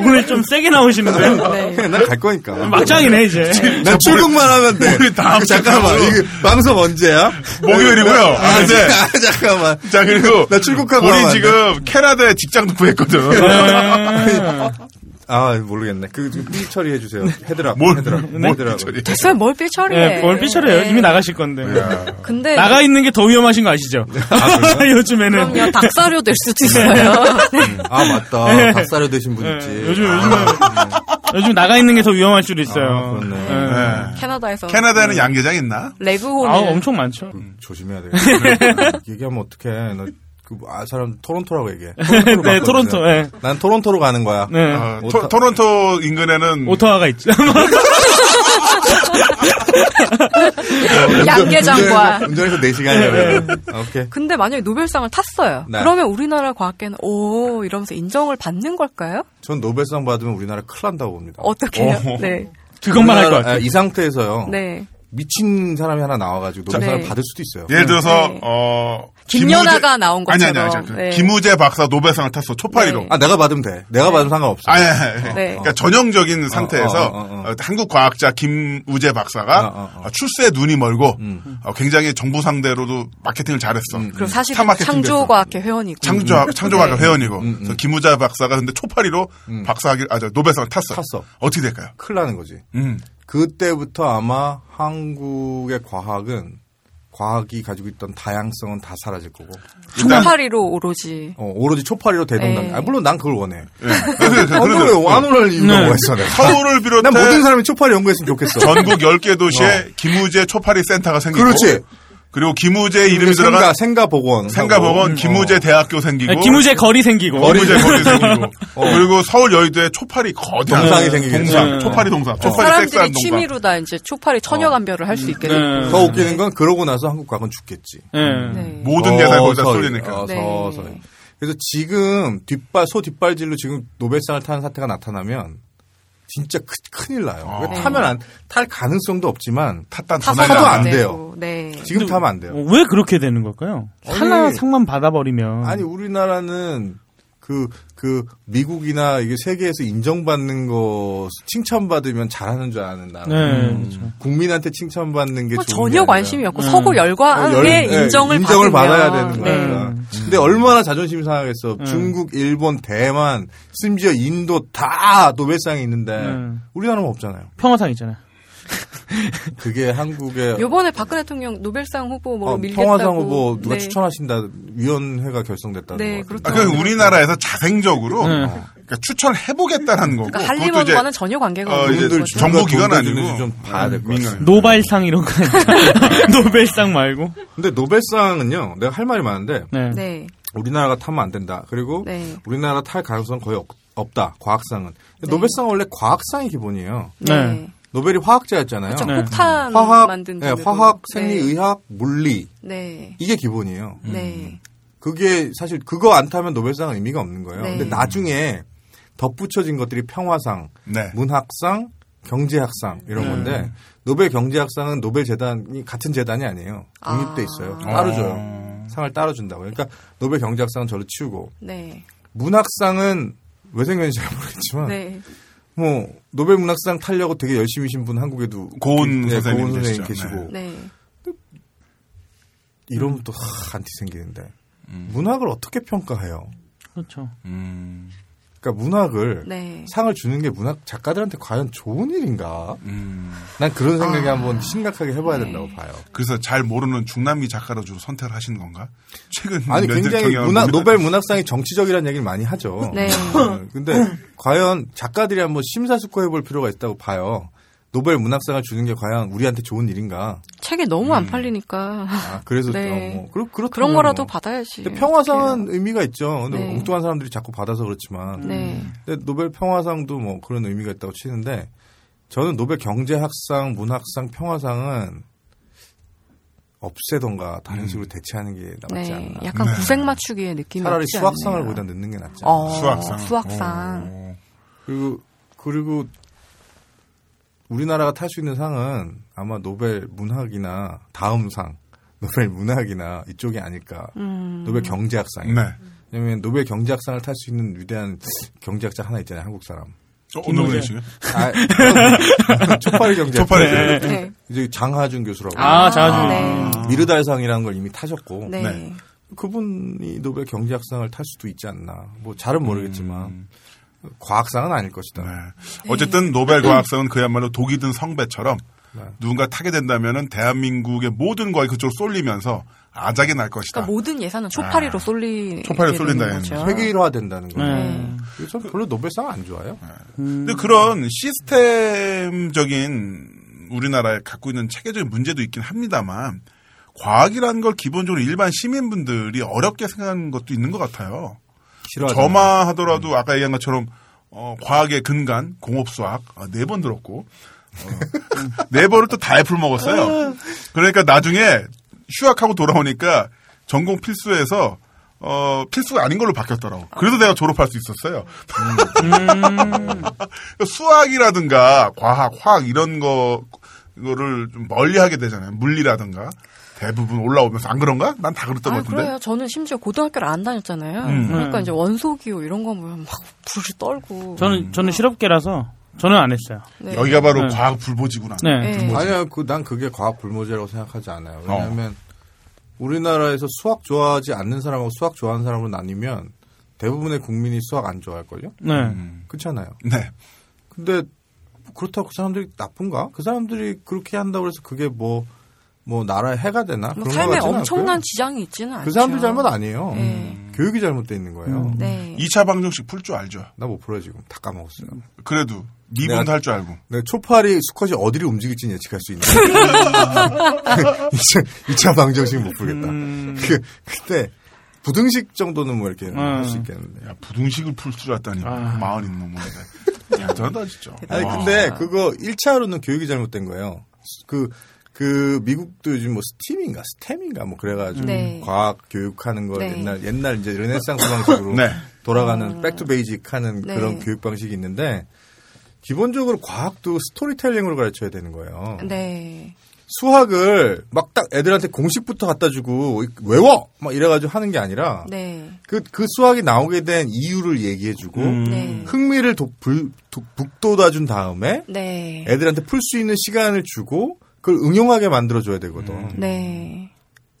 S3: 오늘 좀 세게 나오시는데.
S2: 네.
S7: 그냥 난 갈 거니까.
S3: 막장이네, 이제.
S7: 난 출국만 하면 돼.
S1: 우리 다음
S7: 이거 잠깐만.
S1: 주까지.
S7: 이게 방송 언제야?
S1: 목요일이고요.
S7: 아,
S1: 아, 네.
S7: 아, 잠깐만.
S1: 자, 그리고.
S7: 나 출국하고
S1: 우리
S7: 하면 안
S1: 지금 캐나다에 직장도 구했거든.
S7: 네. 아 모르겠네. 그삐 처리해 주세요. 헤드락.
S1: 뭘,
S7: 헤드락.
S1: 뭘,
S7: 헤드락.
S1: 저리.
S2: 됐어요. 뭘 삐처리해.
S3: 네, 뭘 삐처려요. 이미 나가실 건데.
S2: 근데
S3: 나가 있는 게 더 위험하신 거 아시죠? 요즘에는.
S2: 그럼요. 닭사료 될 수도 있어요. 네.
S7: 아 맞다. 박사료 되신 분 있지.
S3: 네, 요즘, 요즘은. 요즘 나가 있는 게 더 위험할 수도 있어요.
S7: 아, 그렇네.
S3: 네.
S1: 네.
S2: 캐나다에서
S7: 음.
S1: 캐나다에는 양계장 있나?
S2: 레그혼을
S3: 아, 엄청 많죠.
S7: 조심해야
S3: 네.
S7: 되겠다. 얘기하면 어떡해. 나, 그, 아, 사람 토론토라고 얘기해. 토론토로
S3: 네,
S7: 바꿔주세요.
S3: 토론토, 예.
S7: 난 토론토로 가는 거야.
S3: 네.
S1: 어,
S7: 오타-
S1: 토, 론토 인근에는
S3: 오타와가 있죠.
S2: 양계장과.
S7: 운전해서
S3: 네,
S7: 4시간이야. 아, 오케이.
S2: 근데 만약에 노벨상을 탔어요.
S7: 네.
S2: 그러면 우리나라 과학계는 오 이러면서 인정을 받는 걸까요?
S7: 전 노벨상 받으면 우리나라 큰일 난다고 봅니다.
S2: 어떻게요? 네,
S3: 그것만 할 것
S7: 우리나라- 아,
S3: 같아요.
S7: 이 상태에서요.
S2: 네.
S7: 미친 사람이 하나 나와가지고 노벨상을
S2: 네.
S7: 받을 수도 있어요.
S1: 예를 들어서
S2: 네.
S1: 어
S2: 김연아가 나온
S1: 아니 아니
S2: 것처럼.
S1: 아니 그
S2: 네.
S1: 김우재 박사 노벨상을 탔어 초파이로
S2: 네.
S7: 아, 내가 받으면 돼. 내가 받으면 상관없어.
S1: 아니 아니, 아니.
S2: 네.
S1: 그러니까 전형적인 상태에서
S7: 어, 어, 어, 어.
S1: 어, 한국 과학자 김우재 박사가
S7: 어, 어, 음. 어.
S1: 어, 출세에 눈이 멀고 어, 굉장히 정부 상대로도 마케팅을 잘했어
S7: 음,
S2: 그리고 사실
S1: 타 마케팅도 했어.
S2: 창조과학회 회원이고.
S1: 음, 창조 창조과학
S2: 네.
S1: 회원이고
S7: 음,
S1: 그래서 김우재 박사가 근데 초파리로 박사학위 아저 노벨상을 탔어.
S7: 탔어.
S1: 어떻게 될까요?
S7: 큰일 나는 거지.
S1: 음.
S7: 그때부터 아마 한국의 과학은 과학이 가지고 있던 다양성은 다 사라질 거고
S1: 일단
S2: 총파리로 오로지.
S7: 어, 오로지 초파리로
S2: 네.
S7: 대동단. 아, 물론 난 그걸 원해. 안
S1: 예. 그래서
S7: 올래, 안 올래 이유가
S3: 네.
S7: 뭐가 있어, 내가.
S1: 서울을
S7: 난 모든
S1: 비롯해
S7: 사람이 초파리 연구했으면 좋겠어.
S1: 전국 10개 도시에 김우재 초파리 센터가 생기고
S7: 어. 그렇지.
S1: 그리고 김우재 이름이 들어간
S7: 생가, 생가 복원. 음.
S1: 생가법원 김우재
S7: 어.
S1: 대학교 생기고
S3: 김우재 거리 생기고.
S1: 김우재 아, 거리 생기고 그리고 서울 여의도에 초파리 거대한
S7: 어. 동상이 어. 생기겠죠.
S1: 동상,
S3: 네.
S1: 초파리 동상 초파리
S2: 사람들이
S1: 섹스한 동상
S2: 취미로 다 이제 초파리 천여간별을 할 수 있게
S3: 네.
S2: 됐고.
S7: 더뭐 웃기는 건 그러고 나서 한국 과학은 죽겠지.
S3: 예.
S2: 네.
S1: 모든 예산이 거기다
S7: 서서히,
S1: 쏠리니까
S7: 어,
S2: 네.
S7: 서서히. 그래서 지금 뒷발, 소 뒷발질로 지금 노벨상을 타는 사태가 나타나면 진짜 크- 큰일 나요.
S1: 아.
S7: 타면 안, 탈 가능성도 없지만
S1: 탔단
S2: 다
S1: 전화가
S7: 타도
S2: 사면
S7: 안 돼요.
S2: 되고. 네.
S7: 지금 타면 안 돼요.
S3: 어, 왜 그렇게 되는 걸까요?
S7: 아니,
S3: 하나 상만
S1: 어.
S3: 받아버리면.
S7: 아니 우리나라는 그, 그, 미국이나 이게 세계에서 인정받는 거, 칭찬받으면 잘하는 줄 아는 나라. 음.
S3: 네. 그렇죠.
S7: 국민한테 칭찬받는 게
S2: 뭐
S7: 좋은 게
S2: 전혀
S7: 아니라 음. 어,
S2: 관심이 없고 서구 열과학의
S7: 열- 네,
S2: 아, 예, 인정을,
S7: 인정을 받아야
S2: 받으면.
S7: 되는
S2: 네.
S7: 거니까. 근데 얼마나 자존심이 상하겠어. 중국, 일본, 대만, 심지어 인도 다 노벨상이 있는데
S2: 네.
S3: 음.
S7: 우리나라는 없잖아요.
S3: 평화상 있잖아요.
S7: 그게 한국의
S2: 요번에 박근혜 대통령 노벨상 후보 뭐
S7: 어,
S2: 밀겠다고.
S7: 평화상 후보 누가
S2: 네.
S7: 추천하신다 위원회가 결성됐다는
S2: 네,
S7: 거.
S2: 그렇죠.
S1: 아, 그 우리나라에서 자생적으로
S3: 네.
S7: 어.
S1: 그러니까 추천을 해보겠다는 거고
S2: 그러니까
S1: 그것도 이제
S2: 한림원과는 전혀 관계가
S1: 어,
S2: 없는
S1: 이제
S2: 거죠.
S1: 정- 정부 기관 아니고. 음,
S7: 좀 봐야 될 것 같아요.
S1: 민간.
S3: 노발상 이런 거. 아니야? 노벨상 말고.
S7: 근데 노벨상은요. 내가 할 말이 많은데
S3: 네.
S2: 네.
S7: 우리나라가 타면 안 된다. 그리고
S2: 네.
S7: 우리나라 탈 가능성은 거의 없, 다 과학상은. 근데 노벨상은 원래 과학상이 기본이에요.
S2: 네.
S3: 네.
S7: 노벨이 화학자였잖아요.
S2: 그렇죠.
S3: 네.
S2: 폭탄
S7: 화학,
S2: 만든
S7: 예,
S2: 분들도.
S7: 화학,
S2: 네.
S7: 생리, 의학, 음. 물리
S2: 네.
S7: 이게 기본이에요.
S2: 네.
S7: 그게 사실 그거 안 타면 노벨상은 의미가 없는 거예요.
S2: 네.
S7: 근데 나중에 덧붙여진 것들이 평화상,
S1: 네.
S7: 문학상, 경제학상 이런
S2: 네.
S7: 건데 노벨 경제학상은 노벨 재단이 같은 재단이 아니에요. 독립돼
S2: 아.
S7: 있어요. 따로
S1: 아.
S7: 줘요. 상을 따로 준다고. 그러니까 노벨 경제학상은 저를 치우고
S2: 네.
S7: 문학상은 왜 생겼는지 잘 모르겠지만
S2: 네.
S7: 뭐 노벨 문학상 타려고 되게 열심히신 분 한국에도
S1: 고은
S7: 네,
S1: 선생님
S7: 고은 선생님
S1: 계시죠.
S7: 계시고
S2: 네.
S7: 이러면 또 하, 안티 생기는데 문학을 어떻게 평가해요?
S3: 그렇죠.
S1: 음,
S7: 그러니까 문학을
S2: 네.
S7: 상을 주는 게 문학 작가들한테 과연 좋은 일인가?
S1: 음.
S7: 난 그런 생각에
S2: 아.
S7: 한번 심각하게 해봐야 된다고 봐요.
S1: 그래서 잘 모르는 중남미 작가로 주로 선택을 하신 건가? 최근
S7: 아니
S1: 면접
S7: 굉장히
S1: 경향을
S7: 문학
S1: 보면-
S7: 노벨 문학상이 정치적이라는 얘기를 많이 하죠.
S2: 네.
S7: 어, 근데 과연 작가들이 한번 심사숙고해볼 필요가 있다고 봐요. 노벨 문학상을 주는 게 과연 우리한테 좋은 일인가?
S2: 책이 너무 안 팔리니까
S7: 아, 그래서
S2: 네.
S7: 음. 어, 뭐 그렇 그렇
S2: 그런 거라도 받아야지.
S7: 근데 평화상은 의미가 있죠. 근데
S2: 네.
S7: 엉뚱한 사람들이 자꾸 받아서 그렇지만.
S2: 네.
S7: 근데 노벨 평화상도 뭐 그런 의미가 있다고 치는데 저는 노벨 경제학상, 문학상, 평화상은 없애던가 다른 식으로 대체하는 게 낫지
S2: 네.
S7: 않나.
S2: 약간 구색 맞추기의 느낌이
S7: 차라리
S2: 없지
S7: 수학상을
S2: 않나요?
S7: 보다 넣는 게 낫지 않나.
S2: 어,
S1: 수학상. 어.
S2: 수학상. 수학상.
S7: 그리고 그리고 우리나라가 탈 수 있는 상은 아마 노벨 문학이나 다음 상, 노벨 문학이나 이쪽이 아닐까.
S2: 음.
S7: 노벨 경제학상이.
S1: 네.
S7: 왜냐면 노벨 경제학상을 탈 수 있는 위대한 경제학자 하나 있잖아요, 한국 사람.
S1: 어, 오늘 분이시요
S7: 아, 초파리 경제학.
S1: 초파리.
S7: 자
S2: 네.
S7: 이제 장하준 교수라고.
S3: 아, 자주
S7: 음.
S2: 네.
S7: 미르달상이라는 걸 이미 타셨고
S2: 네.
S1: 네.
S7: 그분이 노벨 경제학상을 탈 수도 있지 않나. 뭐 잘은 모르겠지만 과학상은 아닐 것이다.
S1: 네. 어쨌든
S2: 음.
S1: 노벨 과학상은 그야말로 독이 든 성배처럼
S2: 네.
S1: 누군가 타게 된다면은 대한민국의 모든 거에 그쪽으로 쏠리면서 아작이 날 것이다.
S2: 그러니까 모든 예산은 초파리로 쏠리.
S1: 초파리로 쏠린다는 거죠.
S7: 회계일화 된다는 거예요.
S3: 네.
S7: 그래서 저는 별로 노벨상 안 좋아요.
S1: 근데 그런 시스템적인 우리나라에 갖고 있는 체계적인 문제도 있긴 합니다만 과학이라는 걸 기본적으로 일반 시민분들이 어렵게 생각하는 것도 있는 것 같아요.
S7: 싫어하잖아요.
S1: 저마하더라도 아까 얘기한 것처럼 어, 과학의 근간 공업수학 네 번 들었고 어, 네 번을 또 다 애플 먹었어요. 그러니까 나중에 휴학하고 돌아오니까 전공 필수에서 어, 필수가 아닌 걸로 바뀌었더라고. 그래서 내가 졸업할 수 있었어요.
S7: 음.
S1: 수학이라든가 과학, 화학 이런 거 거를 좀 멀리하게 되잖아요. 물리라든가 대부분 올라오면서 안 그런가? 난 다 그랬던
S2: 아,
S1: 것 같은데. 음.
S2: 그래요. 저는 심지어 고등학교를 안 다녔잖아요.
S7: 음.
S2: 그러니까 이제 원소기호 이런 거 보면 막 불이 떨고.
S1: 음.
S3: 저는 저는 실업계라서 저는 안 했어요.
S2: 네.
S1: 여기가 바로 과학 불보지구나.
S3: 네.
S2: 네.
S7: 아니야, 그 난 그게 과학 불모제라고 생각하지 않아요. 왜냐하면 우리나라에서 수학 좋아하지 않는 사람하고 수학 좋아하는 사람으로 나뉘면 대부분의 국민이 수학 안 좋아할걸요?
S3: 네.
S1: 음.
S7: 그렇잖아요.
S1: 네.
S7: 근데 그렇다고 그 사람들이 나쁜가? 그 사람들이 그렇게 한다고 해서 그게 뭐, 뭐 나라에 해가 되나?
S2: 뭐
S7: 그런 거
S2: 삶에
S7: 같지는
S2: 엄청난
S7: 않고요.
S2: 지장이 있지는 않죠.
S7: 그 사람들 잘못 아니에요. 음.
S2: 네.
S7: 교육이 잘못돼 있는 거예요.
S2: 네.
S1: 2차 방정식 풀 줄 알죠.
S7: 나 못 풀어요 지금 다 까먹었어요.
S1: 그래도 미분도
S7: 내가-
S1: 할 줄 알고.
S7: 네, 초파리 수컷이 어디로 움직일지 는 예측할 수 있는. 2차 방정식 못 풀겠다. 그, 그때 부등식 정도는 뭐 이렇게 할 수 있겠는데.
S1: 야, 부등식을 풀 줄 알다니. 마흔 있는 놈인데. 아. 야, 저런다 진짜.
S7: 아니
S1: 와.
S7: 근데 그거 1차로는 교육이 잘못된 거예요. 그, 그 미국도 요즘 뭐 스팀인가 스템인가 뭐 그래가지고
S2: 네.
S7: 과학 교육하는 거
S2: 네.
S7: 옛날 옛날 이제 르네상스 방식으로
S1: 네.
S7: 돌아가는 백투 베이직하는
S2: 네.
S7: 그런 교육 방식이 있는데 기본적으로 과학도 스토리텔링으로 가르쳐야 되는 거예요.
S2: 네.
S7: 수학을 막 딱 애들한테 공식부터 갖다 주고 외워 막 이래가지고 하는 게 아니라
S2: 네.
S7: 그, 그 수학이 나오게 된 이유를 얘기해주고
S2: 네.
S7: 흥미를 도, 불, 도- 북돋아준 다음에
S2: 네.
S7: 애들한테 풀 수 있는 시간을 주고 그걸 응용하게 만들어줘야 되거든.
S2: 네.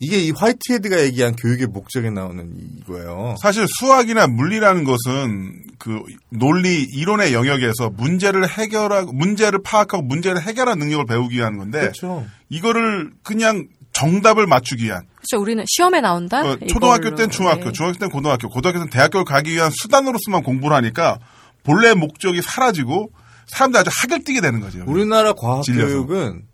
S7: 이게 이 화이트헤드가 얘기한 교육의 목적에 나오는 이거예요.
S1: 사실 수학이나 물리라는 것은 그 논리 이론의 영역에서 문제를 해결하고 문제를 파악하고 문제를 해결하는 능력을 배우기 위한 건데
S7: 그렇죠.
S1: 이거를 그냥 정답을 맞추기 위한
S2: 그렇죠. 우리는 시험에 나온다.
S1: 어, 초등학교
S2: 이걸로.
S1: 때는 중학교,
S2: 네.
S1: 중학교 때는 고등학교, 고등학교 때는 대학교를 가기 위한 수단으로서만 공부를 하니까 본래 목적이 사라지고 사람들이 아주 하결 뛰게 되는 거죠.
S7: 네. 우리나라 과학
S1: 질려서.
S7: 교육은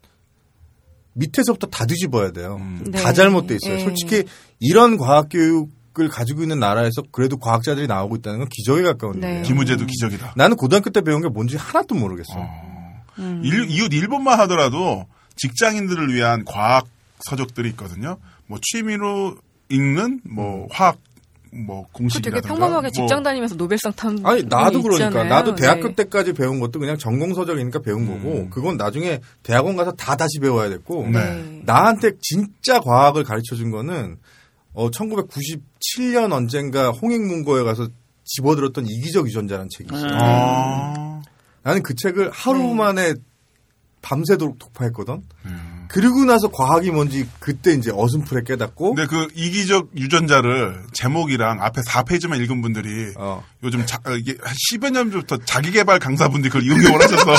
S7: 밑에서부터 다 뒤집어야 돼요.
S1: 음.
S2: 네.
S7: 다 잘못돼 있어요.
S2: 예.
S7: 솔직히 이런 과학 교육을 가지고 있는 나라에서 그래도 과학자들이 나오고 있다는 건 기적에 가까운
S2: 네.
S7: 일이에요.
S1: 김우재도 기적이다.
S7: 나는 고등학교 때 배운 게 뭔지 하나도 모르겠어.
S1: 일, 이웃 일본만 하더라도 직장인들을 위한 과학 서적들이 있거든요. 뭐 취미로 읽는 뭐 화학 뭐
S2: 그
S1: 공식이라든가
S2: 되게 평범하게 직장
S1: 뭐
S2: 다니면서 노벨상 탄
S7: 아니 나도
S2: 분이
S7: 그러니까
S2: 있잖아요.
S7: 나도 대학교
S2: 네.
S7: 때까지 배운 것도 그냥 전공 서적이니까 배운 거고 그건 나중에 대학원 가서 다 다시 배워야 됐고
S1: 음. 네.
S7: 나한테 진짜 과학을 가르쳐 준 거는 어 1997년
S3: 음.
S1: 네.
S7: 언젠가 홍익문고에 가서 집어들었던 이기적 유전자라는 책이 있어요.
S1: 아,
S7: 나는 그 책을 하루 만에 밤새도록 독파했거든.
S1: 음.
S7: 그리고 나서 과학이 뭔지 그때 이제 어슴풀에 깨닫고
S1: 근데 그 이기적 유전자를 제목이랑 앞에 4페이지만 읽은 분들이
S7: 어.
S1: 요즘 자, 어, 이게 한 10여 년 전부터 자기개발 강사분들이 그걸 이용을 하셔서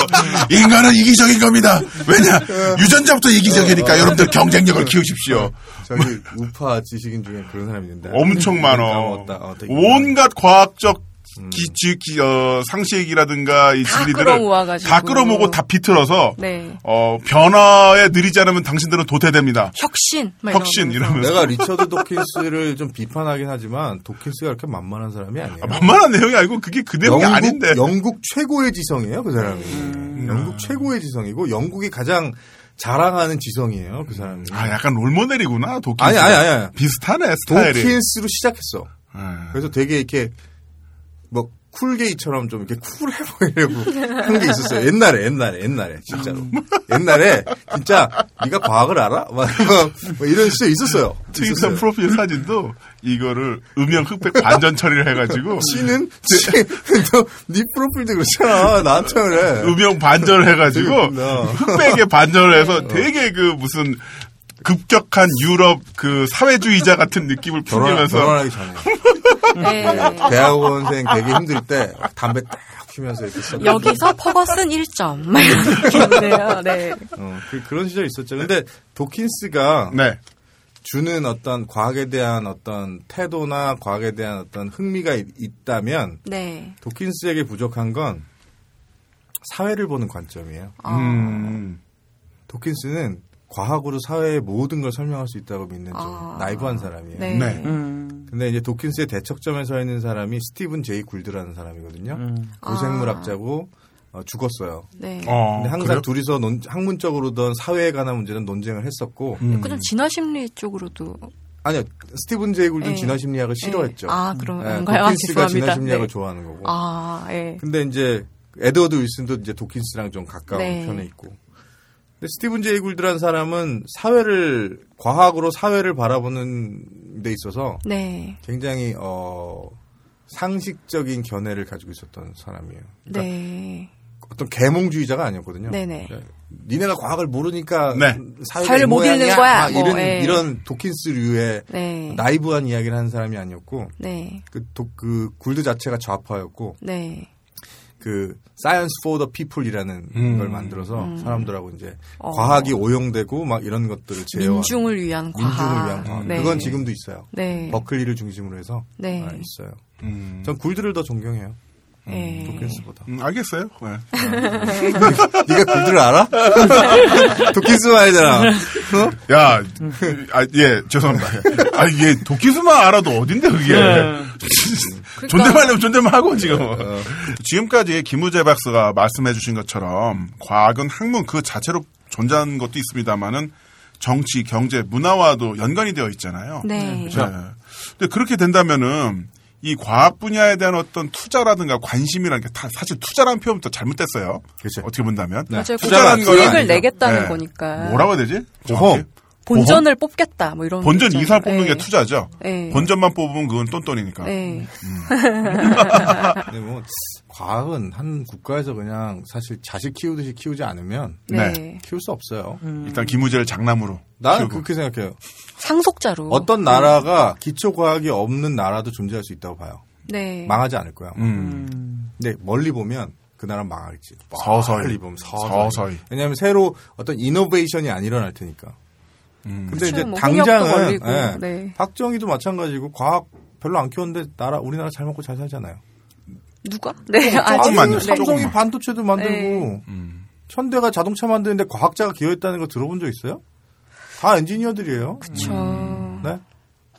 S1: 인간은 이기적인 겁니다. 왜냐? 유전자부터 이기적이니까 여러분들 경쟁력을 키우십시오.
S7: 저기 우파 지식인 중에 그런 사람이 있는데
S1: 아, 엄청 많어.
S7: 까먹었다. 음, 어, 되게 음.
S1: 온갖 과학적 기, 지, 기, 어, 상식이라든가 이
S2: 다
S1: 진리들을
S2: 끌어모아가지고.
S1: 다 끌어모으고 다 비틀어서
S2: 네.
S1: 어, 변화에 느리지 않으면 당신들은 도태됩니다.
S2: 혁신. 막
S1: 혁신
S2: 이러면서.
S1: 이러면서
S7: 내가 리처드 도킨스를 좀 비판하긴 하지만 도킨스가 그렇게 만만한 사람이 아니에요.
S1: 아, 만만한 내용이 아니고 그게 그 내용이
S7: 영국,
S1: 아닌데. 네.
S7: 영국 최고의 지성이에요, 그 사람이. 영국 최고의 지성이고 영국이 가장 자랑하는 지성이에요, 그 사람이.
S1: 아, 약간 롤모델이구나, 도킨스.
S7: 아니, 아니, 아니, 아니.
S1: 비슷하네, 스타일이.
S7: 도킨스로 시작했어.
S1: 예.
S7: 그래서 되게 이렇게 뭐 쿨게이처럼 좀 이렇게 쿨해 보이려고 한 게 있었어요. 옛날에, 옛날에, 옛날에 진짜로. 옛날에 진짜 네가 과학을 알아? 막, 뭐 이런 수 있었어요.
S1: 트위터
S7: 있었어요.
S1: 프로필 사진도 이거를 음영 흑백 반전 처리를 해가지고
S7: 씨는
S1: 네.
S7: 씨너네 프로필도 그렇잖아 나한테 그래.
S1: 네. 음영 반전을 해가지고
S7: 재밌구나.
S1: 흑백에 반전을 해서 되게 그 무슨 급격한 유럽 그 사회주의자 같은 느낌을
S7: 결혼
S1: 풍기면서
S7: 결혼하기 전에
S2: 네.
S7: 대학원생 되게 힘들 때 담배 딱 피면서 이렇게 썼
S2: 여기서 퍼거슨 1점. 막 이런 느낌이네요. 네.
S7: 어, 그, 그런 시절 이 있었죠. 근데 도킨스가
S1: 네
S7: 주는 어떤 과학에 대한 어떤 태도나 과학에 대한 어떤 흥미가 있- 있다면
S2: 네.
S7: 도킨스에게 부족한 건 사회를 보는 관점이에요.
S2: 아.
S1: 음.
S7: 도킨스는 과학으로 사회의 모든 걸 설명할 수 있다고 믿는 좀
S2: 아.
S7: 나이브한 사람이에요.
S2: 네.
S1: 네.
S3: 음.
S7: 근데 이제 도킨스의 대척점에 서 있는 사람이 스티븐 제이 굴드라는 사람이거든요.
S2: 아.
S7: 고생물학자고 어, 죽었어요.
S2: 네.
S1: 어, 그래요?
S7: 근데 항상 둘이서 논- 학문적으로든 사회에 관한 문제는 논쟁을 했었고
S1: 음.
S2: 그좀 진화 심리 쪽으로도
S7: 아니요 스티븐 제이 굴드는
S2: 예.
S7: 진화 심리학을 싫어했죠.
S2: 네. 아, 그런
S7: 예,
S2: 건가요? 아,
S7: 도킨스가 진화
S2: 죄송합니다.
S7: 심리학을
S2: 네.
S7: 좋아하는 거고.
S2: 아, 예.
S7: 근데 이제 에드워드 윌슨도 이제 도킨스랑 좀 가까운
S2: 네.
S7: 편에 있고. 근데 스티븐 제이 굴드라는 사람은 사회를 과학으로 사회를 바라보는 데 있어서
S2: 네.
S7: 굉장히 어 상식적인 견해를 가지고 있었던 사람이에요. 그러니까
S2: 네.
S7: 어떤 계몽주의자가 아니었거든요.
S2: 네네.
S7: 그러니까 니네가 과학을 모르니까
S1: 네.
S2: 사회를 못
S7: 모양이야.
S2: 읽는 거야.
S7: 막 이런
S2: 뭐, 예.
S7: 이런 도킨스류의
S2: 네.
S7: 나이브한 이야기를 하는 사람이 아니었고
S2: 네.
S7: 그, 도, 그 굴드 자체가 좌파였고
S2: 네.
S7: 그 Science for the People이라는
S1: 음.
S7: 걸 만들어서 사람들하고 이제
S2: 음. 어.
S7: 과학이 오용되고 막 이런 것들을 제어
S2: 민중을 위한 과학.
S7: 민중을 위한 과학.
S2: 네.
S7: 그건 지금도 있어요.
S2: 네.
S7: 버클리를 중심으로 해서
S2: 네.
S7: 아, 있어요.
S1: 음.
S7: 전 굴드를 더 존경해요.
S2: 네.
S7: 도킨스보다.
S1: 음, 알겠어요. 네.
S7: 네가 굴드를 알아? 도킨스 말이잖아. 어?
S1: 야, 아, 예, 죄송합니다. 아, 예, 도끼수만 알아도 어딘데, 그게. 존댓말이면 존댓말 하고, 지금. 지금까지 김우재 박사가 말씀해주신 것처럼, 과학은 학문 그 자체로 존재하는 것도 있습니다만은, 정치, 경제, 문화와도 연관이 되어 있잖아요.
S2: 네.
S1: 네. 근데 그렇게 된다면은, 이 과학 분야에 대한 어떤 투자라든가 관심이라는 게 다, 사실 투자라는 표현부터 잘못됐어요.
S7: 그렇죠.
S1: 어떻게 본다면.
S2: 맞아요.
S1: 투자라는 거는
S2: 수익을
S1: 아니죠.
S2: 내겠다는
S1: 네.
S2: 거니까.
S1: 뭐라고 해야 되지?
S7: 보험.
S2: 본전을 뽑겠다. 뭐 이런.
S1: 본전
S2: 거잖아요.
S1: 이상 뽑는
S2: 네.
S1: 게 투자죠.
S2: 네.
S1: 본전만 뽑으면 그건 똔똔이니까.
S2: 네.
S7: 근데 뭐 과학은 한 국가에서 그냥 사실 자식 키우듯이 키우지 않으면
S2: 네. 음.
S1: 네.
S7: 키울 수 없어요.
S1: 일단 김우재를 장남으로.
S7: 나는
S1: 키우고.
S7: 그렇게 생각해요.
S2: 상속자로.
S7: 어떤 나라가 기초 과학이 없는 나라도 존재할 수 있다고 봐요.
S2: 네.
S7: 망하지 않을 거야.
S1: 음.
S7: 근데 멀리 보면 그 나라 는 망할지.
S1: 서서히.
S7: 멀리 보면 서서히.
S1: 서서히.
S7: 왜냐하면 새로 어떤 이노베이션이 안 일어날 테니까.
S1: 음.
S7: 근데
S2: 그쵸,
S7: 이제
S2: 뭐 공약도
S7: 당장은
S2: 걸리고,
S7: 예,
S2: 네.
S7: 박정희도 마찬가지고 과학 별로 안 키웠는데 나라 우리나라 잘 먹고 잘 살잖아요.
S2: 누가? 네. 아,
S1: 조금만요,
S2: 네.
S7: 삼성이
S1: 조금만. 음.
S7: 반도체도 만들고
S2: 네.
S7: 현대가 자동차 만드는데 과학자가 기여했다는 거 들어본 적 있어요? 다 엔지니어들이에요.
S2: 그쵸.
S7: 네.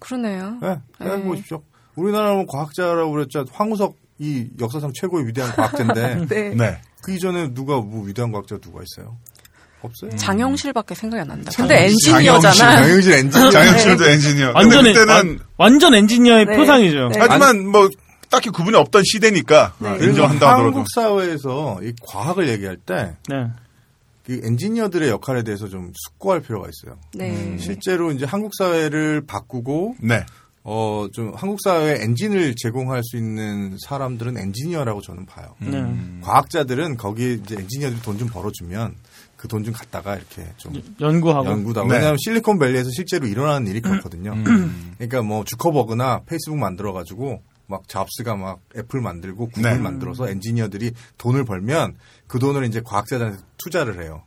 S2: 그러네요.
S7: 네,
S2: 네.
S7: 생각해보십시오. 우리나라는 뭐 과학자라고 그랬죠. 황우석이 역사상 최고의 위대한 과학자인데
S2: 네.
S1: 네.
S7: 그 이전에 누가 뭐 위대한 과학자 누가 있어요?
S2: 음.
S7: 없어요.
S2: 장영실밖에 생각이 안 난다. 근데
S1: 장영실.
S2: 엔지니어잖아.
S7: 장영실 엔지니어.
S1: 장현철도 엔지니어. 근데
S3: 완전, 엔,
S1: 그때는
S3: 완전 엔지니어의
S2: 네.
S3: 표상이죠.
S2: 네.
S1: 하지만 뭐 딱히 구분이 없던 시대니까
S7: 그래서
S1: 인정한다 하더라도.
S7: 한국 사회에서 이 과학을 얘기할 때
S3: 네.
S7: 이 엔지니어들의 역할에 대해서 좀 숙고할 필요가 있어요.
S2: 네.
S7: 실제로 이제 한국 사회를 바꾸고
S1: 네.
S7: 어, 어, 좀 한국 사회에 엔진을 제공할 수 있는 사람들은 엔지니어라고 저는 봐요.
S3: 네.
S1: 음.
S7: 과학자들은 거기에 이제 엔지니어들이 돈 좀 벌어주면 그 돈 좀 갖다가 이렇게 좀
S3: 음. 연구하고.
S7: 연구다.
S1: 네.
S7: 왜냐하면 실리콘밸리에서 실제로 일어나는 일이 그렇거든요.
S1: 음.
S7: 그러니까 뭐 주커버그나 페이스북 만들어가지고 막 잡스가 막 애플 만들고 구글
S1: 네.
S7: 만들어서 엔지니어들이 돈을 벌면 그 돈을 이제 과학자들한테 투자를 해요.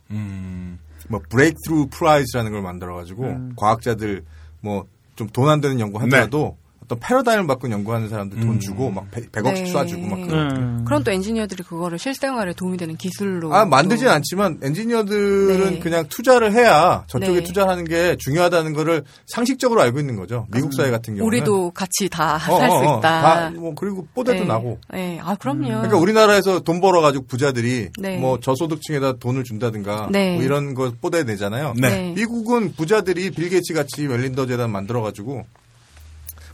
S7: 뭐 브레이크트루 프라이즈라는 걸 만들어가지고
S2: 음.
S7: 과학자들 뭐 좀 돈 안 되는 연구 하더라도 어떤 패러다임을 바꾼 연구하는 사람들 돈 주고 막 100억씩
S2: 네.
S7: 쏴주고 막 그런
S3: 음.
S2: 그럼 또 엔지니어들이 그거를 실생활에 도움이 되는 기술로
S7: 아, 만들진
S2: 또-
S7: 않지만 엔지니어들은
S2: 네.
S7: 그냥 투자를 해야 저쪽에
S2: 네.
S7: 투자하는 게 중요하다는 거를 상식적으로 알고 있는 거죠. 미국 사회 같은 경우는.
S2: 음. 우리도 같이 다
S7: 어,
S2: 살 수
S7: 어, 어.
S2: 있다.
S7: 다, 뭐 그리고 뽀대도
S2: 네.
S7: 나고.
S2: 네. 아 그럼요.
S7: 그러니까 우리나라에서 돈 벌어가지고 부자들이
S2: 네.
S7: 뭐 저소득층에다 돈을 준다든가
S2: 네.
S7: 뭐 이런 거 뽀대 내잖아요.
S1: 네.
S2: 네.
S7: 미국은 부자들이 빌게이츠 같이 웰린더 재단 만들어가지고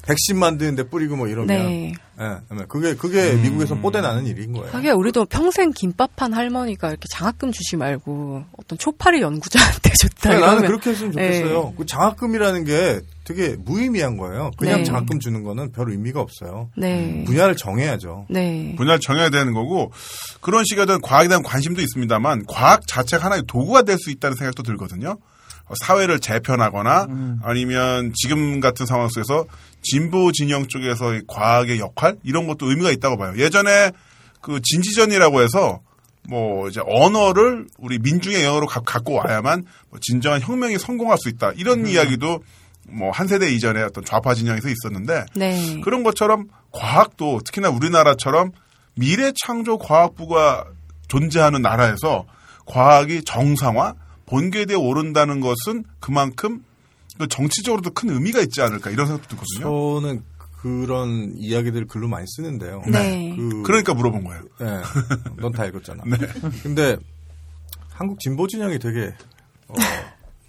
S7: 백신 만드는데 뿌리고 뭐 이러면
S2: 네.
S7: 예, 그게 그게 미국에서 뽀대 나는 일인 거예요.
S2: 하긴 우리도 평생 김밥판 할머니가 이렇게 장학금 주지 말고 어떤 초파리 연구자한테 줬다.
S7: 그러니까 나는
S2: 이러면- 네.
S7: 그렇게 했으면 좋겠어요. 그 장학금이라는 게 되게 무의미한 거예요. 그냥
S2: 네.
S7: 장학금 주는 거는 별 의미가 없어요.
S2: 네.
S7: 분야를 정해야죠.
S2: 네.
S7: 음.
S1: 분야를 정해야 되는 거고 그런 식에 대한 과학에 대한 관심도 있습니다만 과학 자체가 하나의 도구가 될 수 있다는 생각도 들거든요. 어, 사회를 재편하거나 아니면 지금 같은 상황 속에서 진보 진영 쪽에서의 과학의 역할 이런 것도 의미가 있다고 봐요. 예전에 그 진지전이라고 해서 뭐 이제 언어를 우리 민중의 영어로 가- 갖고 와야만 뭐 진정한 혁명이 성공할 수 있다 이런 이야기도 뭐 한 세대 이전에 어떤 좌파 진영에서 있었는데
S2: 네.
S1: 그런 것처럼 과학도 특히나 우리나라처럼 미래 창조 과학부가 존재하는 나라에서 과학이 정상화, 본궤대에 오른다는 것은 그만큼 그 정치적으로도 큰 의미가 있지 않을까 이런 생각도 들거든요.
S7: 저는 그런 이야기들을 글로 많이 쓰는데요.
S2: 네.
S7: 그,
S1: 그러니까 물어본 거예요.
S7: 넌 다 읽었잖아.
S1: 네.
S7: 근데 한국 진보 진영이 되게 어,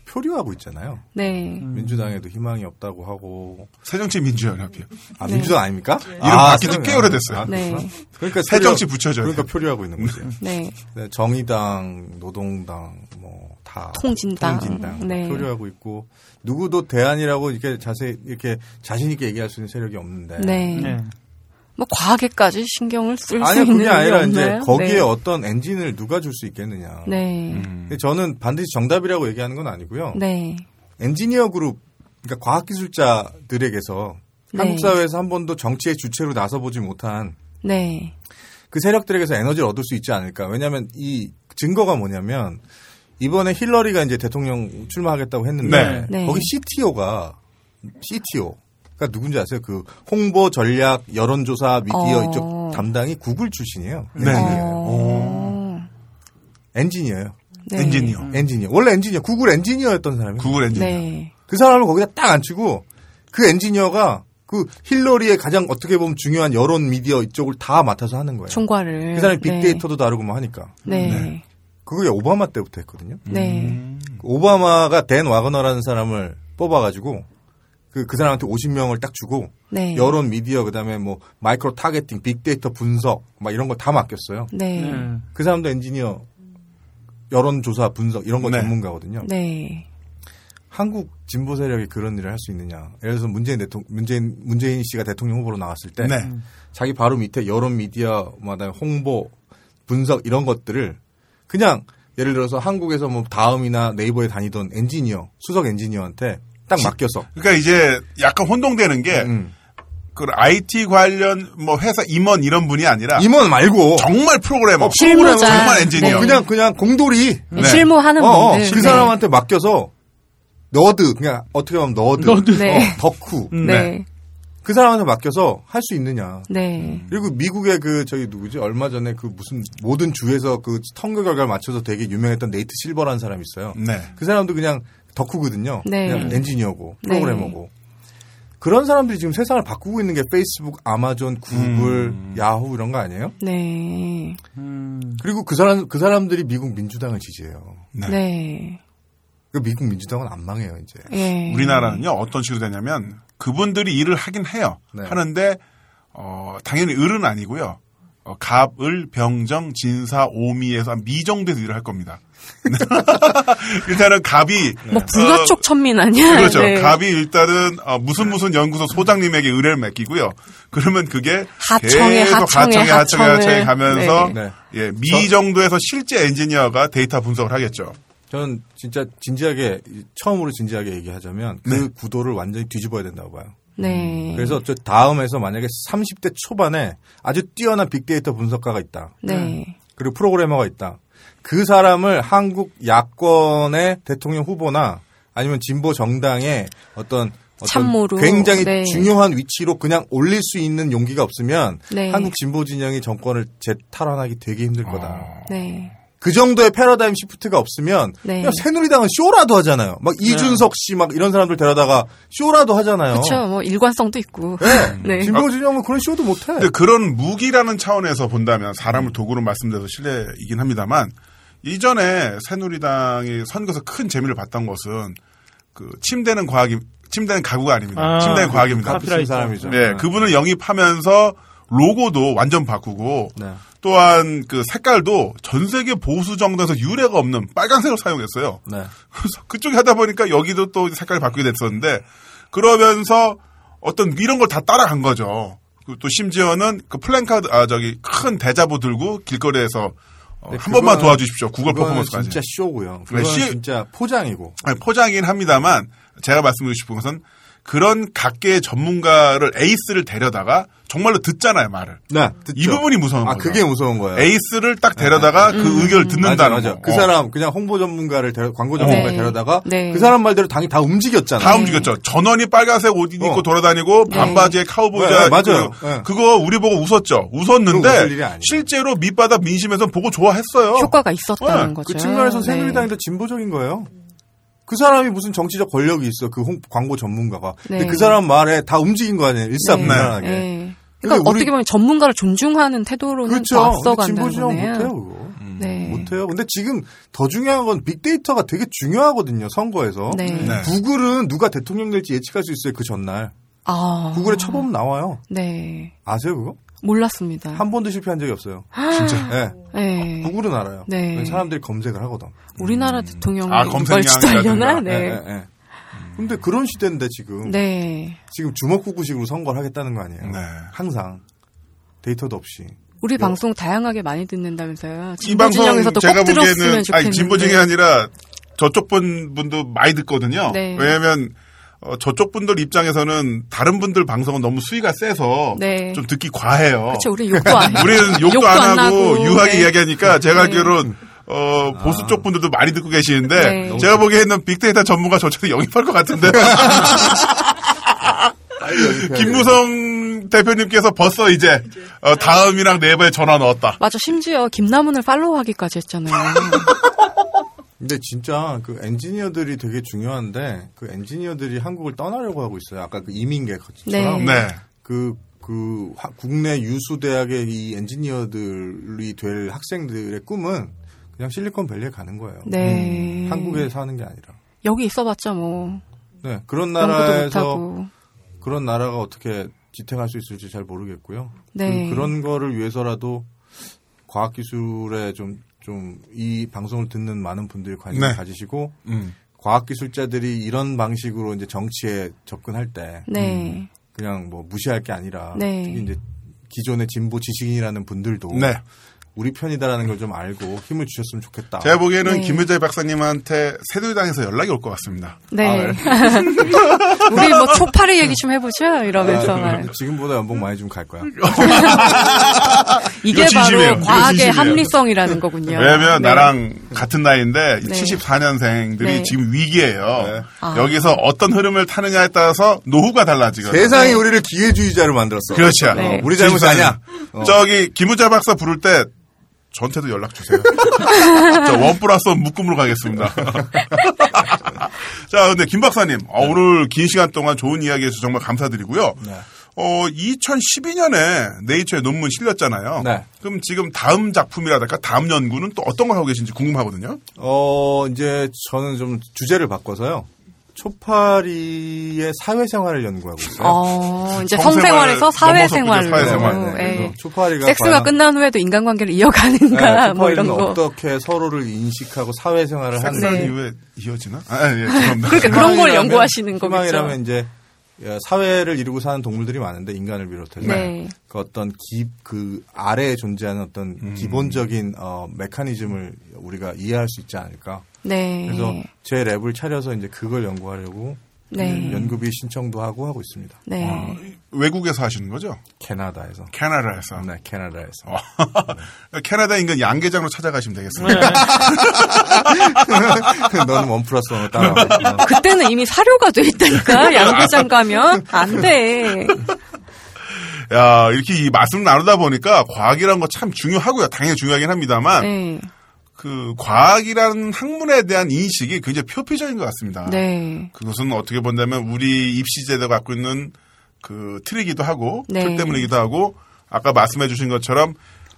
S7: 표류하고 있잖아요.
S2: 네.
S7: 음.
S1: 음.
S7: 민주당에도 희망이 없다고 하고
S1: 새정치민주연합이요.
S7: 아 민주당 아닙니까? 이름
S1: 바뀐 지꽤 오래됐어요.
S2: 네.
S7: 그러니까
S1: 새 정치 음.
S7: 표류-
S1: 붙여줘야
S7: 그러니까 표류하고 있는 거지.
S2: 네.
S7: 네, 정의당, 노동당, 뭐 다
S2: 통진당. 네.
S7: 표류하고 있고 누구도 대안이라고 이렇게 자세히 이렇게 자신 있게 얘기할 수 있는 세력이 없는데
S2: 네.
S3: 네.
S2: 뭐 과학에까지 신경을 쓸 수
S7: 아니
S2: 있는
S7: 그게 아니라
S2: 일이
S7: 이제
S2: 없나요?
S7: 거기에
S2: 네.
S7: 어떤 엔진을 누가 줄 수 있겠느냐.
S2: 네.
S7: 근데 저는 반드시 정답이라고 얘기하는 건 아니고요.
S2: 네.
S7: 엔지니어 그룹, 그러니까 과학기술자들에게서
S2: 네.
S7: 한국 사회에서 한 번도 정치의 주체로 나서보지 못한
S2: 네.
S7: 그 세력들에게서 에너지를 얻을 수 있지 않을까. 왜냐하면 이 증거가 뭐냐면 이번에 힐러리가 이제 대통령 출마하겠다고 했는데
S1: 네.
S2: 네.
S7: 거기 CTO가 CTO. 가 누군지 아세요? 그 홍보 전략 여론조사 미디어
S2: 어.
S7: 이쪽 담당이 구글 출신이에요.
S1: 네.
S2: 어.
S7: 엔지니어예요.
S2: 네.
S1: 엔지니어.
S7: 엔지니어. 원래 엔지니어. 구글 엔지니어였던 사람이.
S1: 구글 엔지니어.
S2: 네.
S7: 그 사람을 거기다 딱 앉히고 그 엔지니어가 그 힐러리의 가장 어떻게 보면 중요한 여론 미디어 이쪽을 다 맡아서 하는 거예요.
S2: 총괄을.
S7: 그 사람이 빅데이터도 다루고 뭐 하니까.
S2: 네. 네.
S1: 네.
S7: 그게 오바마 때부터 했거든요. 그
S2: 네.
S7: 오바마가 댄 와그너라는 사람을 뽑아가지고 그, 그 사람한테 50명을 딱 주고
S2: 네.
S7: 여론 미디어 그다음에 뭐 마이크로 타겟팅, 빅데이터 분석 막 이런 걸 다 맡겼어요.
S2: 네. 네.
S3: 네.
S7: 그 사람도 엔지니어 여론 조사 분석 이런 거
S1: 네.
S7: 전문가거든요. 한국 진보 세력이 그런 일을 할 수 있느냐? 예를 들어서 문재인 대통령 문재인 문재인 씨가 대통령 후보로 나왔을 때
S1: 네.
S7: 자기 바로 밑에 여론 미디어마다 뭐 홍보 분석 이런 것들을 그냥 예를 들어서 한국에서 뭐 다음이나 네이버에 다니던 엔지니어 수석 엔지니어한테 딱 맡겨서
S1: 그러니까 이제 약간 혼동되는 게
S7: 음.
S1: 그 IT 관련 뭐 회사 임원 이런 분이 아니라
S7: 임원 말고
S1: 정말 프로그래머,
S2: 실무자.
S1: 정말 엔지니어.
S7: 뭐 그냥 그냥 공돌이
S1: 네.
S2: 실무하는
S7: 어, 어,
S2: 분들. 네.
S7: 그 사람한테 맡겨서 너드 그냥 어떻게 보면 너드,
S3: 너드.
S2: 네.
S7: 어, 덕후
S2: 네.
S7: 그 사람한테 맡겨서 할 수 있느냐?
S2: 네.
S7: 그리고 미국의 그 저기 누구지 얼마 전에 그 무슨 모든 주에서 그 선거 결과를 맞춰서 되게 유명했던 네이트 실버라는 사람이 있어요.
S1: 네.
S7: 그 사람도 그냥 덕후거든요.
S2: 네.
S7: 그냥 엔지니어고
S2: 네.
S7: 프로그래머고. 그런 사람들이 지금 세상을 바꾸고 있는 게 페이스북, 아마존, 구글, 야후 이런 거 아니에요?
S2: 네.
S3: 음.
S7: 그리고 그 사람 그 사람들이 미국 민주당을 지지해요.
S1: 네.
S2: 네.
S7: 그 미국 민주당은 안 망해요 이제.
S2: 예.
S1: 우리나라는요 어떤 식으로 되냐면 그분들이 일을 하긴 해요
S7: 네.
S1: 하는데 어, 당연히 을은 아니고요 어, 갑을 병정 진사 오미에서 한 미정돼서 일을 할 겁니다. 일단은 갑이
S2: 뭐 불가
S1: 어,
S2: 촉 천민 아니야?
S1: 그렇죠.
S2: 네.
S1: 갑이 일단은 어, 무슨 무슨 연구소 소장님에게 의뢰를 맡기고요. 그러면 그게
S2: 하청에,
S1: 계속
S2: 하청에,
S1: 하청에 하청에 하청에
S2: 하청에
S1: 가면서
S7: 네.
S1: 예, 미 정도에서 실제 엔지니어가 데이터 분석을 하겠죠.
S7: 저는 진짜 진지하게 처음으로 진지하게 얘기하자면 그 구도를 완전히 뒤집어야 된다고 봐요.
S2: 네.
S7: 그래서 저 다음에서 만약에 30대 초반에 아주 뛰어난 빅데이터 분석가가 있다.
S2: 네.
S7: 그리고 프로그래머가 있다. 그 사람을 한국 야권의 대통령 후보나 아니면 진보 정당의 어떤 어떤
S2: 참모로,
S7: 굉장히
S2: 네.
S7: 중요한 위치로 그냥 올릴 수 있는 용기가 없으면
S2: 네.
S7: 한국 진보 진영이 정권을 재탈환하기 되게 힘들
S1: 아.
S7: 거다.
S2: 네.
S7: 그 정도의 패러다임 시프트가 없으면
S2: 네.
S7: 그냥 새누리당은 쇼라도 하잖아요. 막
S1: 네.
S7: 이준석 씨 막 이런 사람들 데려다가 쇼라도 하잖아요.
S2: 그렇죠. 뭐 일관성도 있고. 네.
S7: 진보 진영은 그런 쇼도 못해.
S1: 근데 그런 무기라는 차원에서 본다면 사람을 도구로 말씀드려서 실례이긴 합니다만 이전에 새누리당이 선거에서 큰 재미를 봤던 것은 그 침대는 과학이 침대는 가구가 아닙니다.
S3: 아,
S1: 침대는 과학입니다.
S3: 카피- 카피라이터.
S7: 사람이죠.
S1: 네, 그분을 영입하면서 로고도 완전 바꾸고
S7: 네.
S1: 또한 그 색깔도 전 세계 보수 정당에서 유례가 없는 빨간색을 사용했어요.
S7: 네.
S1: 그래서 그쪽에 하다 보니까 여기도 또 색깔이 바뀌게 됐었는데 그러면서 어떤 이런 걸 다 따라간 거죠. 그리고 또 심지어는 그 플랜카드 아 저기 큰 대자보 들고 길거리에서 어,
S7: 네,
S1: 한 번만
S7: 그거는-
S1: 도와주십시오. 구글
S7: 그거는
S1: 퍼포먼스까지.
S7: 진짜 쇼고요.
S1: 그래,
S7: 그건
S1: 시-
S7: 진짜 포장이고.
S1: 아니, 포장이긴 합니다만 제가 말씀드리고 싶은 것은 그런 각계의 전문가를 에이스를 데려다가 정말로 듣잖아요 말을.
S7: 네,
S1: 이 부분이 무서운
S7: 아,
S1: 거죠.
S7: 그게 무서운 거예요.
S1: 에이스를 딱 데려다가 그 의견을
S7: 네. 음. 맞아,
S1: 듣는다는
S7: 맞아.
S1: 거.
S7: 그
S1: 어.
S7: 사람 그냥 홍보 전문가를 데려, 광고 전문가를
S2: 네.
S7: 데려다가
S2: 네.
S7: 그 사람 말대로 당이 다 움직였잖아.
S1: 다 움직였죠. 전원이 빨간색 옷 입고
S7: 네. 어.
S1: 돌아다니고 반바지에 카우보이
S7: 네,
S1: 자
S7: 네, 맞아요. 네.
S1: 그거 우리 보고 웃었죠.
S7: 그거 웃을 일이
S1: 웃었는데
S7: 아니에요.
S1: 실제로 밑바닥 민심에서 보고 좋아했어요.
S2: 효과가 있었다는
S1: 네,
S2: 거죠.
S7: 그 측면에서
S2: 네.
S7: 새누리당이 더 진보적인 거예요. 그 사람이 무슨 정치적 권력이 있어. 그 홍- 광고 전문가가.
S2: 네.
S7: 근데 그 사람 말에 다 움직인 거 아니에요. 일사분란하게.
S2: 네. 네.
S7: 근데
S2: 그러니까
S7: 우리-
S2: 어떻게 보면 전문가를 존중하는 태도로는 더
S7: 그렇죠. 근데 진보
S2: 앞서간다는
S7: 진영
S2: 거네요.
S7: 못해요, 그거.
S2: 네.
S7: 못해요. 근데 지금 더 중요한 건 빅데이터가 되게 중요하거든요, 선거에서.
S2: 네.
S1: 네.
S7: 구글은 누가 대통령 될지 예측할 수 있어요, 그 전날.
S2: 아.
S7: 구글에 쳐보면 나와요.
S2: 네.
S7: 아세요, 그거?
S2: 몰랐습니다.
S7: 한 번도 실패한 적이 없어요.
S1: 진짜.
S7: 예.
S2: 네.
S7: 구글은 알아요.
S2: 아. 네.
S7: 사람들이 검색을 하거든.
S2: 우리나라 대통령이
S1: 아,
S2: 이걸 지도하려나?
S1: 검색량이라든가.
S7: 예,
S2: 네.
S7: 예, 예. 근데 그런 시대인데 지금
S2: 네.
S7: 지금 주먹구구식으로 선거를 하겠다는 거 아니에요.
S1: 네.
S7: 항상 데이터도 없이.
S2: 우리 방송 다양하게 많이 듣는다면서요.
S1: 이 방송
S2: 진보진영에서도
S1: 제가
S2: 꼭
S1: 보기에는
S2: 들었으면
S1: 아니
S2: 좋겠는데.
S1: 진보진이 아니라 저쪽 분 분도 많이 듣거든요.
S2: 네.
S1: 왜냐하면 어, 저쪽 분들 입장에서는 다른 분들 방송은 너무 수위가 세서
S2: 네.
S1: 좀 듣기 과해요.
S2: 그렇죠. 우리 욕도 안 해요.
S1: 우리는 욕도, 안 하고 유하게
S2: 네.
S1: 이야기하니까 제가
S2: 네.
S1: 알기로는 어, 보수 쪽 분들도 많이 듣고 계시는데
S2: 네.
S1: 제가 보기에는 빅데이터 전문가 저처럼 영입할 것 같은데 김무성 대표님께서 벌써 이제 어, 다음이랑 네이버에 전화 넣었다.
S2: 맞아. 심지어 김남훈을 팔로우하기까지 했잖아요.
S7: 근데 진짜 그 엔지니어들이 되게 중요한데 그 엔지니어들이 한국을 떠나려고 하고 있어요. 아까 그 이민계처럼
S2: 네.
S1: 네.
S7: 그, 그 화- 국내 유수 대학의 이 엔지니어들이 될 학생들의 꿈은 그냥 실리콘밸리에 가는 거예요. 음,
S2: 네.
S7: 한국에 사는 게 아니라.
S2: 여기 있어봤자 뭐
S7: 네, 그런
S2: 연구도
S7: 나라에서
S2: 못하고.
S7: 그런 나라가 어떻게 지탱할 수 있을지 잘 모르겠고요.
S2: 네.
S7: 그- 그런 거를 위해서라도 과학기술에 좀 좀 이 방송을 듣는 많은 분들이 관심을
S1: 네.
S7: 가지시고 과학기술자들이 이런 방식으로 이제 정치에 접근할 때
S2: 네.
S7: 그냥 뭐 무시할 게 아니라
S2: 네.
S7: 특히 이제 기존의 진보 지식인이라는 분들도
S1: 네.
S7: 우리 편이다라는 걸 좀 알고 힘을 주셨으면 좋겠다.
S1: 제가 보기에는
S2: 네.
S1: 김의재 박사님한테 새누리당에서 연락이 올 것 같습니다.
S2: 네.
S7: 아,
S2: 우리 뭐 초파리 얘기 좀 해보죠. 이러면서.
S7: 네, 지금보다 연봉 많이 좀 갈 거야.
S2: 이게
S1: 이거 진심이에요.
S2: 바로
S1: 이거
S2: 과학의
S1: 진심이에요.
S2: 합리성이라는 거군요.
S1: 왜냐하면
S2: 네.
S1: 나랑 같은 나이인데
S2: 네.
S1: 74년생들이
S2: 네.
S1: 지금 위기예요.
S2: 아.
S1: 여기서 어떤 흐름을 타느냐에 따라서 노후가 달라지거든요.
S7: 세상이 우리를 기회주의자로 만들었어.
S1: 그렇죠.
S2: 네.
S7: 우리 잘못이 아니야.
S1: 어. 저기 김우자 박사 부를 때 저한테도 연락 주세요. 저원 플러스 원 묶음으로 가겠습니다. 자, 근데 김 박사님 어, 오늘 긴 시간 동안 좋은 이야기 해서 정말 감사드리고요. 어, 2012년에 네이처에 논문 실렸잖아요.
S7: 네.
S1: 그럼 지금 다음 작품이라든가 다음 연구는 또 어떤 걸 하고 계신지 궁금하거든요.
S7: 어, 이제 저는 좀 주제를 바꿔서요. 초파리의 사회생활을 연구하고 있어요.
S2: 어, 이제
S1: 성생활을
S2: 성생활에서
S1: 넘어서
S2: 사회생활로.
S1: 그냥 사회생활.
S2: 예.
S7: 그래서 초파리가
S2: 섹스가
S7: 과연-
S2: 끝난 후에도 인간관계를 이어가는가,
S7: 네,
S2: 뭐 이런
S7: 초파리는
S2: 거.
S7: 어떻게 서로를 인식하고 사회생활을 하는
S1: 섹스한
S2: 네.
S1: 이후에 이어지나? 아, 예, 죄송합니다.
S2: 그러니까 그런 걸 연구하시는 거겠죠.
S7: 희망이라면 이제 예, 사회를 이루고 사는 동물들이 많은데 인간을 비롯해서
S2: 네.
S7: 그 어떤 깊그 아래에 존재하는 어떤
S1: 음.
S7: 기본적인 어, 메커니즘을 우리가 이해할 수 있지 않을까.
S2: 네.
S7: 그래서 제 랩을 차려서 이제 그걸 연구하려고
S2: 네.
S7: 연구비 신청도 하고 하고 있습니다.
S2: 네.
S1: 외국에서 하시는 거죠?
S7: 캐나다에서.
S1: 캐나다에서.
S7: 네, 캐나다에서.
S1: 어. 캐나다 인근 양계장으로 찾아가시면 되겠습니다.
S2: 네.
S7: 너는 원 플러스 원을 따라.
S2: 그때는 이미 사료가 돼 있다니까, 양계장 가면. 안 돼.
S1: 야, 이렇게 이 말씀 나누다 보니까 과학이라는 거 참 중요하고요. 당연히 중요하긴 합니다만
S2: 네.
S1: 그 과학이라는 학문에 대한 인식이 굉장히 표피적인 것 같습니다.
S2: 네.
S1: 그것은 어떻게 본다면 우리 입시 제도가 갖고 있는 그 틀이기도 하고
S2: 네.
S1: 틀 때문이기도 하고 아까 말씀해 주신 것처럼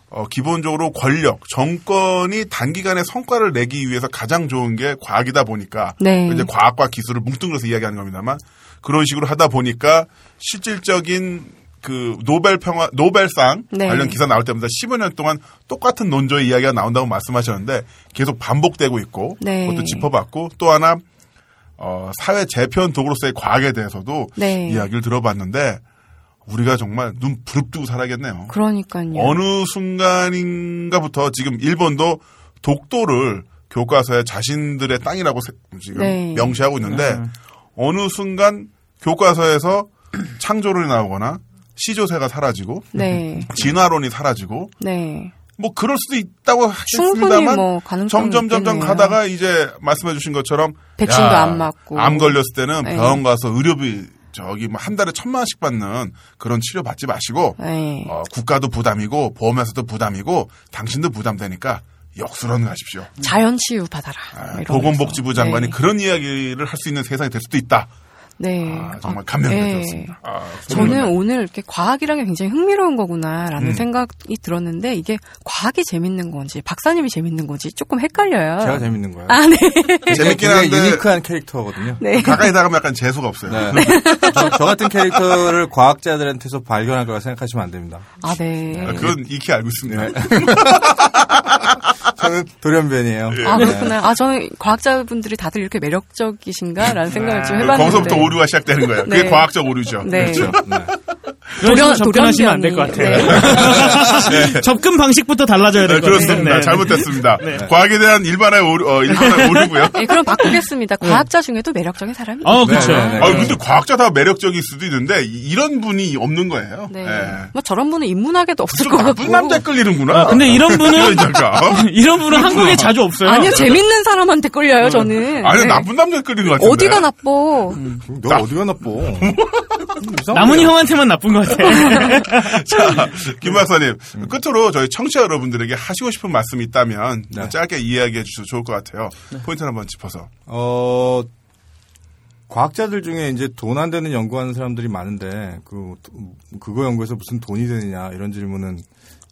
S1: 어, 기본적으로 권력, 정권이 단기간에 성과를 내기 위해서 가장 좋은 게 과학이다 보니까
S2: 네.
S1: 이제 과학과 기술을 뭉뚱그려서 이야기하는 겁니다만 그런 식으로 하다 보니까 실질적인 그 노벨 평화 노벨상
S2: 네.
S1: 관련 기사 나올 때마다 15년 동안 똑같은 논조의 이야기가 나온다고 말씀하셨는데 계속 반복되고 있고
S2: 네.
S1: 그것도 짚어봤고 또 하나 어, 사회 재편 도구로서의 과학에 대해서도
S2: 네.
S1: 이야기를 들어봤는데 우리가 정말 눈 부릅뜨고 살아야겠네요.
S2: 그러니까요.
S1: 어느 순간인가부터 지금 일본도 독도를 교과서에 자신들의 땅이라고 세- 지금
S2: 네.
S1: 명시하고 있는데 어느 순간 교과서에서 창조론이 나오거나 시조새가 사라지고
S2: 네.
S1: 진화론이 사라지고
S2: 네.
S1: 뭐 그럴 수도 있다고
S2: 충분히
S1: 하겠습니다만
S2: 뭐 가능성이
S1: 점점 점점
S2: 있겠네요.
S1: 가다가 이제 말씀해 주신 것처럼
S2: 백신도
S1: 야,
S2: 안 맞고.
S1: 암 걸렸을 때는
S2: 네.
S1: 병원 가서 의료비 저기 뭐 한 달에 천만 원씩 받는 그런 치료 받지 마시고
S2: 네.
S1: 어, 국가도 부담이고 보험에서도 부담이고 당신도 부담되니까 역수론 가십시오.
S2: 자연치유 받아라.
S1: 아,
S2: 이러면서.
S1: 보건복지부 장관이
S2: 네.
S1: 그런 이야기를 할 수 있는 세상이 될 수도 있다.
S2: 네.
S1: 아, 정말
S2: 아,
S1: 감명이
S2: 네.
S1: 들었습니다. 아, 소름
S2: 저는
S1: 돋았다.
S2: 오늘 이렇게 과학이라는 게 굉장히 흥미로운 거구나라는
S1: 음.
S2: 생각이 들었는데 이게 과학이 재밌는 건지 박사님이 재밌는 건지 조금 헷갈려요.
S7: 제가 재밌는 거예요.
S2: 아, 네.
S1: 재밌긴
S7: 굉장히
S1: 한데
S7: 유니크한 캐릭터거든요.
S2: 네.
S1: 가까이 다가면 약간 재수가 없어요.
S7: 네. 저, 저 같은 캐릭터를 과학자들한테서 발견할 거라 생각하시면 안 됩니다.
S2: 아, 네.
S1: 아, 그건 익히 알고 있습니다.
S7: 저는 돌연변이에요.
S2: 아,
S7: 네.
S2: 그렇구나. 아, 저는 과학자분들이 다들 이렇게 매력적이신가라는 생각을 좀 해봤는데.
S1: 네. 아, 그 거기서부터 오류가 시작되는 거예요. 그게
S2: 네.
S1: 과학적 오류죠.
S2: 네.
S1: 그렇죠.
S3: 이런 식으로
S2: 돌연-
S3: 접근하시면 안 될 것
S2: 돌연변이. 네.
S3: 같아요. 접근 방식부터 달라져야
S1: 네,
S3: 될 것 같아요.
S1: 그렇습니다.
S3: 네.
S1: 잘못됐습니다. 과학에 대한 일반의 오류, 어, 일반의 오류고요.
S2: 네, 그럼 바꾸겠습니다. 과학자 중에도 매력적인 사람이.
S3: 어, 그렇죠.
S7: 네, 네, 네.
S1: 아, 근데 과학자 다 매력적일 수도 있는데 이- 이런 분이 없는 거예요.
S2: 네.
S1: 예.
S2: 뭐 저런 분은 인문학에도 없을
S1: 좀
S2: 것
S1: 나쁜
S2: 같고.
S1: 남자 끌리는구나.
S3: 아, 근데 이런 분은
S1: 이런 작가.
S2: 네.
S3: 이런 분은 한국에 자주 없어요.
S2: 아니요, 재밌는 사람한테 끌려요, 저는.
S1: 아니
S2: 네.
S1: 나쁜 남자 끌리는 것 같은데.
S2: 어디가 나빠.
S7: 너 어디가 나빠?
S3: 남은 형한테만 나쁜 것 같아.
S1: 자, 김 박사님 끝으로 저희 청취자 여러분들에게 하시고 싶은 말씀이 있다면
S7: 네.
S1: 짧게 이야기해 주셔도 좋을 것 같아요.
S2: 네.
S1: 포인트 를 한번 짚어서.
S7: 어, 과학자들 중에 이제 돈 안 되는 연구하는 사람들이 많은데 그 그거 연구해서 무슨 돈이 되느냐 이런 질문은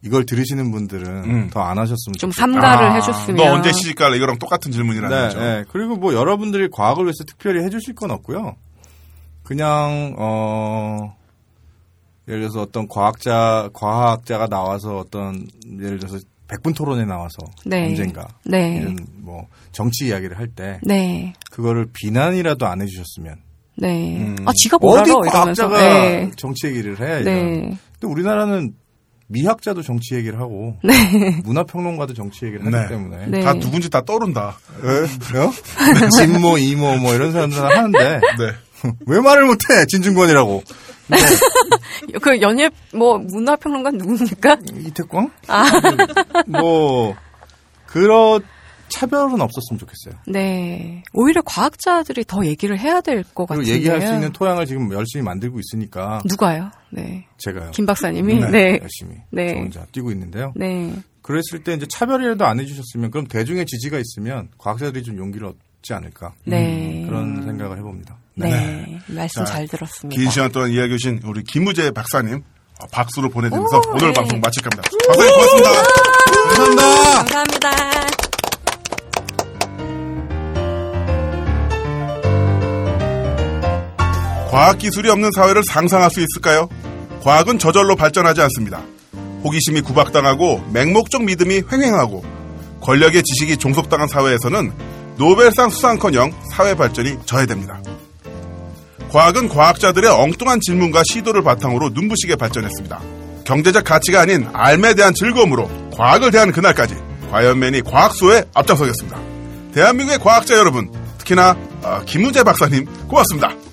S7: 이걸 들으시는 분들은 더 안 하셨으면
S2: 좀
S7: 좋겠어요.
S2: 삼가를
S1: 아,
S2: 해줬으면.
S1: 너 언제 시집갈 이거랑 똑같은 질문이라는
S7: 네,
S1: 거죠.
S7: 네. 그리고 뭐 여러분들이 과학을 위해서 특별히 해주실 건 없고요. 그냥 어 예를 들어서 어떤 과학자 과학자가 나와서 어떤 예를 들어서 백분 토론에 나와서
S2: 네.
S7: 언젠가
S2: 네.
S7: 이런 뭐 정치 이야기를 할 때
S2: 네.
S7: 그거를 비난이라도 안 해주셨으면
S2: 네.
S1: 음.
S2: 아, 지가 뭐라
S7: 어디
S2: 이러면서.
S7: 과학자가
S2: 네.
S7: 정치 얘기를 해? 이런.
S2: 네.
S7: 근데 우리나라는 미학자도 정치 얘기를 하고 문화평론가도 정치 얘기를 하기
S1: 네.
S7: 때문에
S2: 네.
S1: 다 누군지 다 떠오른다.
S7: 예? 진모, 이모 뭐 이런 사람들은 하는데
S1: 네.
S7: 왜 말을 못해 진중권이라고
S2: 그 연예, 뭐, 문화평론가 누굽니까?
S7: 이태광
S2: 아.
S7: 뭐 그런 차별은 없었으면 좋겠어요.
S2: 네. 오히려 과학자들이 더 얘기를 해야 될 것
S7: 그리고
S2: 같은데요.
S7: 얘기할 수 있는 토양을 지금 열심히 만들고 있으니까
S2: 누가요? 네.
S7: 제가요.
S2: 김 박사님이? 네.
S7: 열심히
S2: 네.
S7: 저 혼자 뛰고 있는데요.
S2: 네.
S7: 그랬을 때 이제 차별이라도 안 해주셨으면 그럼 대중의 지지가 있으면 과학자들이 좀 용기를 얻지 않을까 음,
S2: 네.
S7: 그런 생각을 해봅니다.
S2: 네. 말씀 잘 들었습니다.
S1: 긴 시간 동안 이야기해 주신 우리 김우재 박사님 어, 박수로 보내드리면서
S2: 오,
S1: 오늘
S2: 네.
S1: 방송 마칠 겁니다. 박사님 고맙습니다.
S7: 감사합니다.
S2: 감사합니다.
S1: 과학 기술이 없는 사회를 상상할 수 있을까요? 과학은 저절로 발전하지 않습니다. 호기심이 구박당하고 맹목적 믿음이 횡행하고 권력의 지식이 종속당한 사회에서는 노벨상 수상커녕 사회 발전이 저해됩니다. 과학은 과학자들의 엉뚱한 질문과 시도를 바탕으로 눈부시게 발전했습니다. 경제적 가치가 아닌 알매 대한 즐거움으로 과학을 대한 그날까지 과연맨이 과학소에 앞장서겠습니다. 대한민국의 과학자 여러분, 특히나 어, 김우재 박사님 고맙습니다.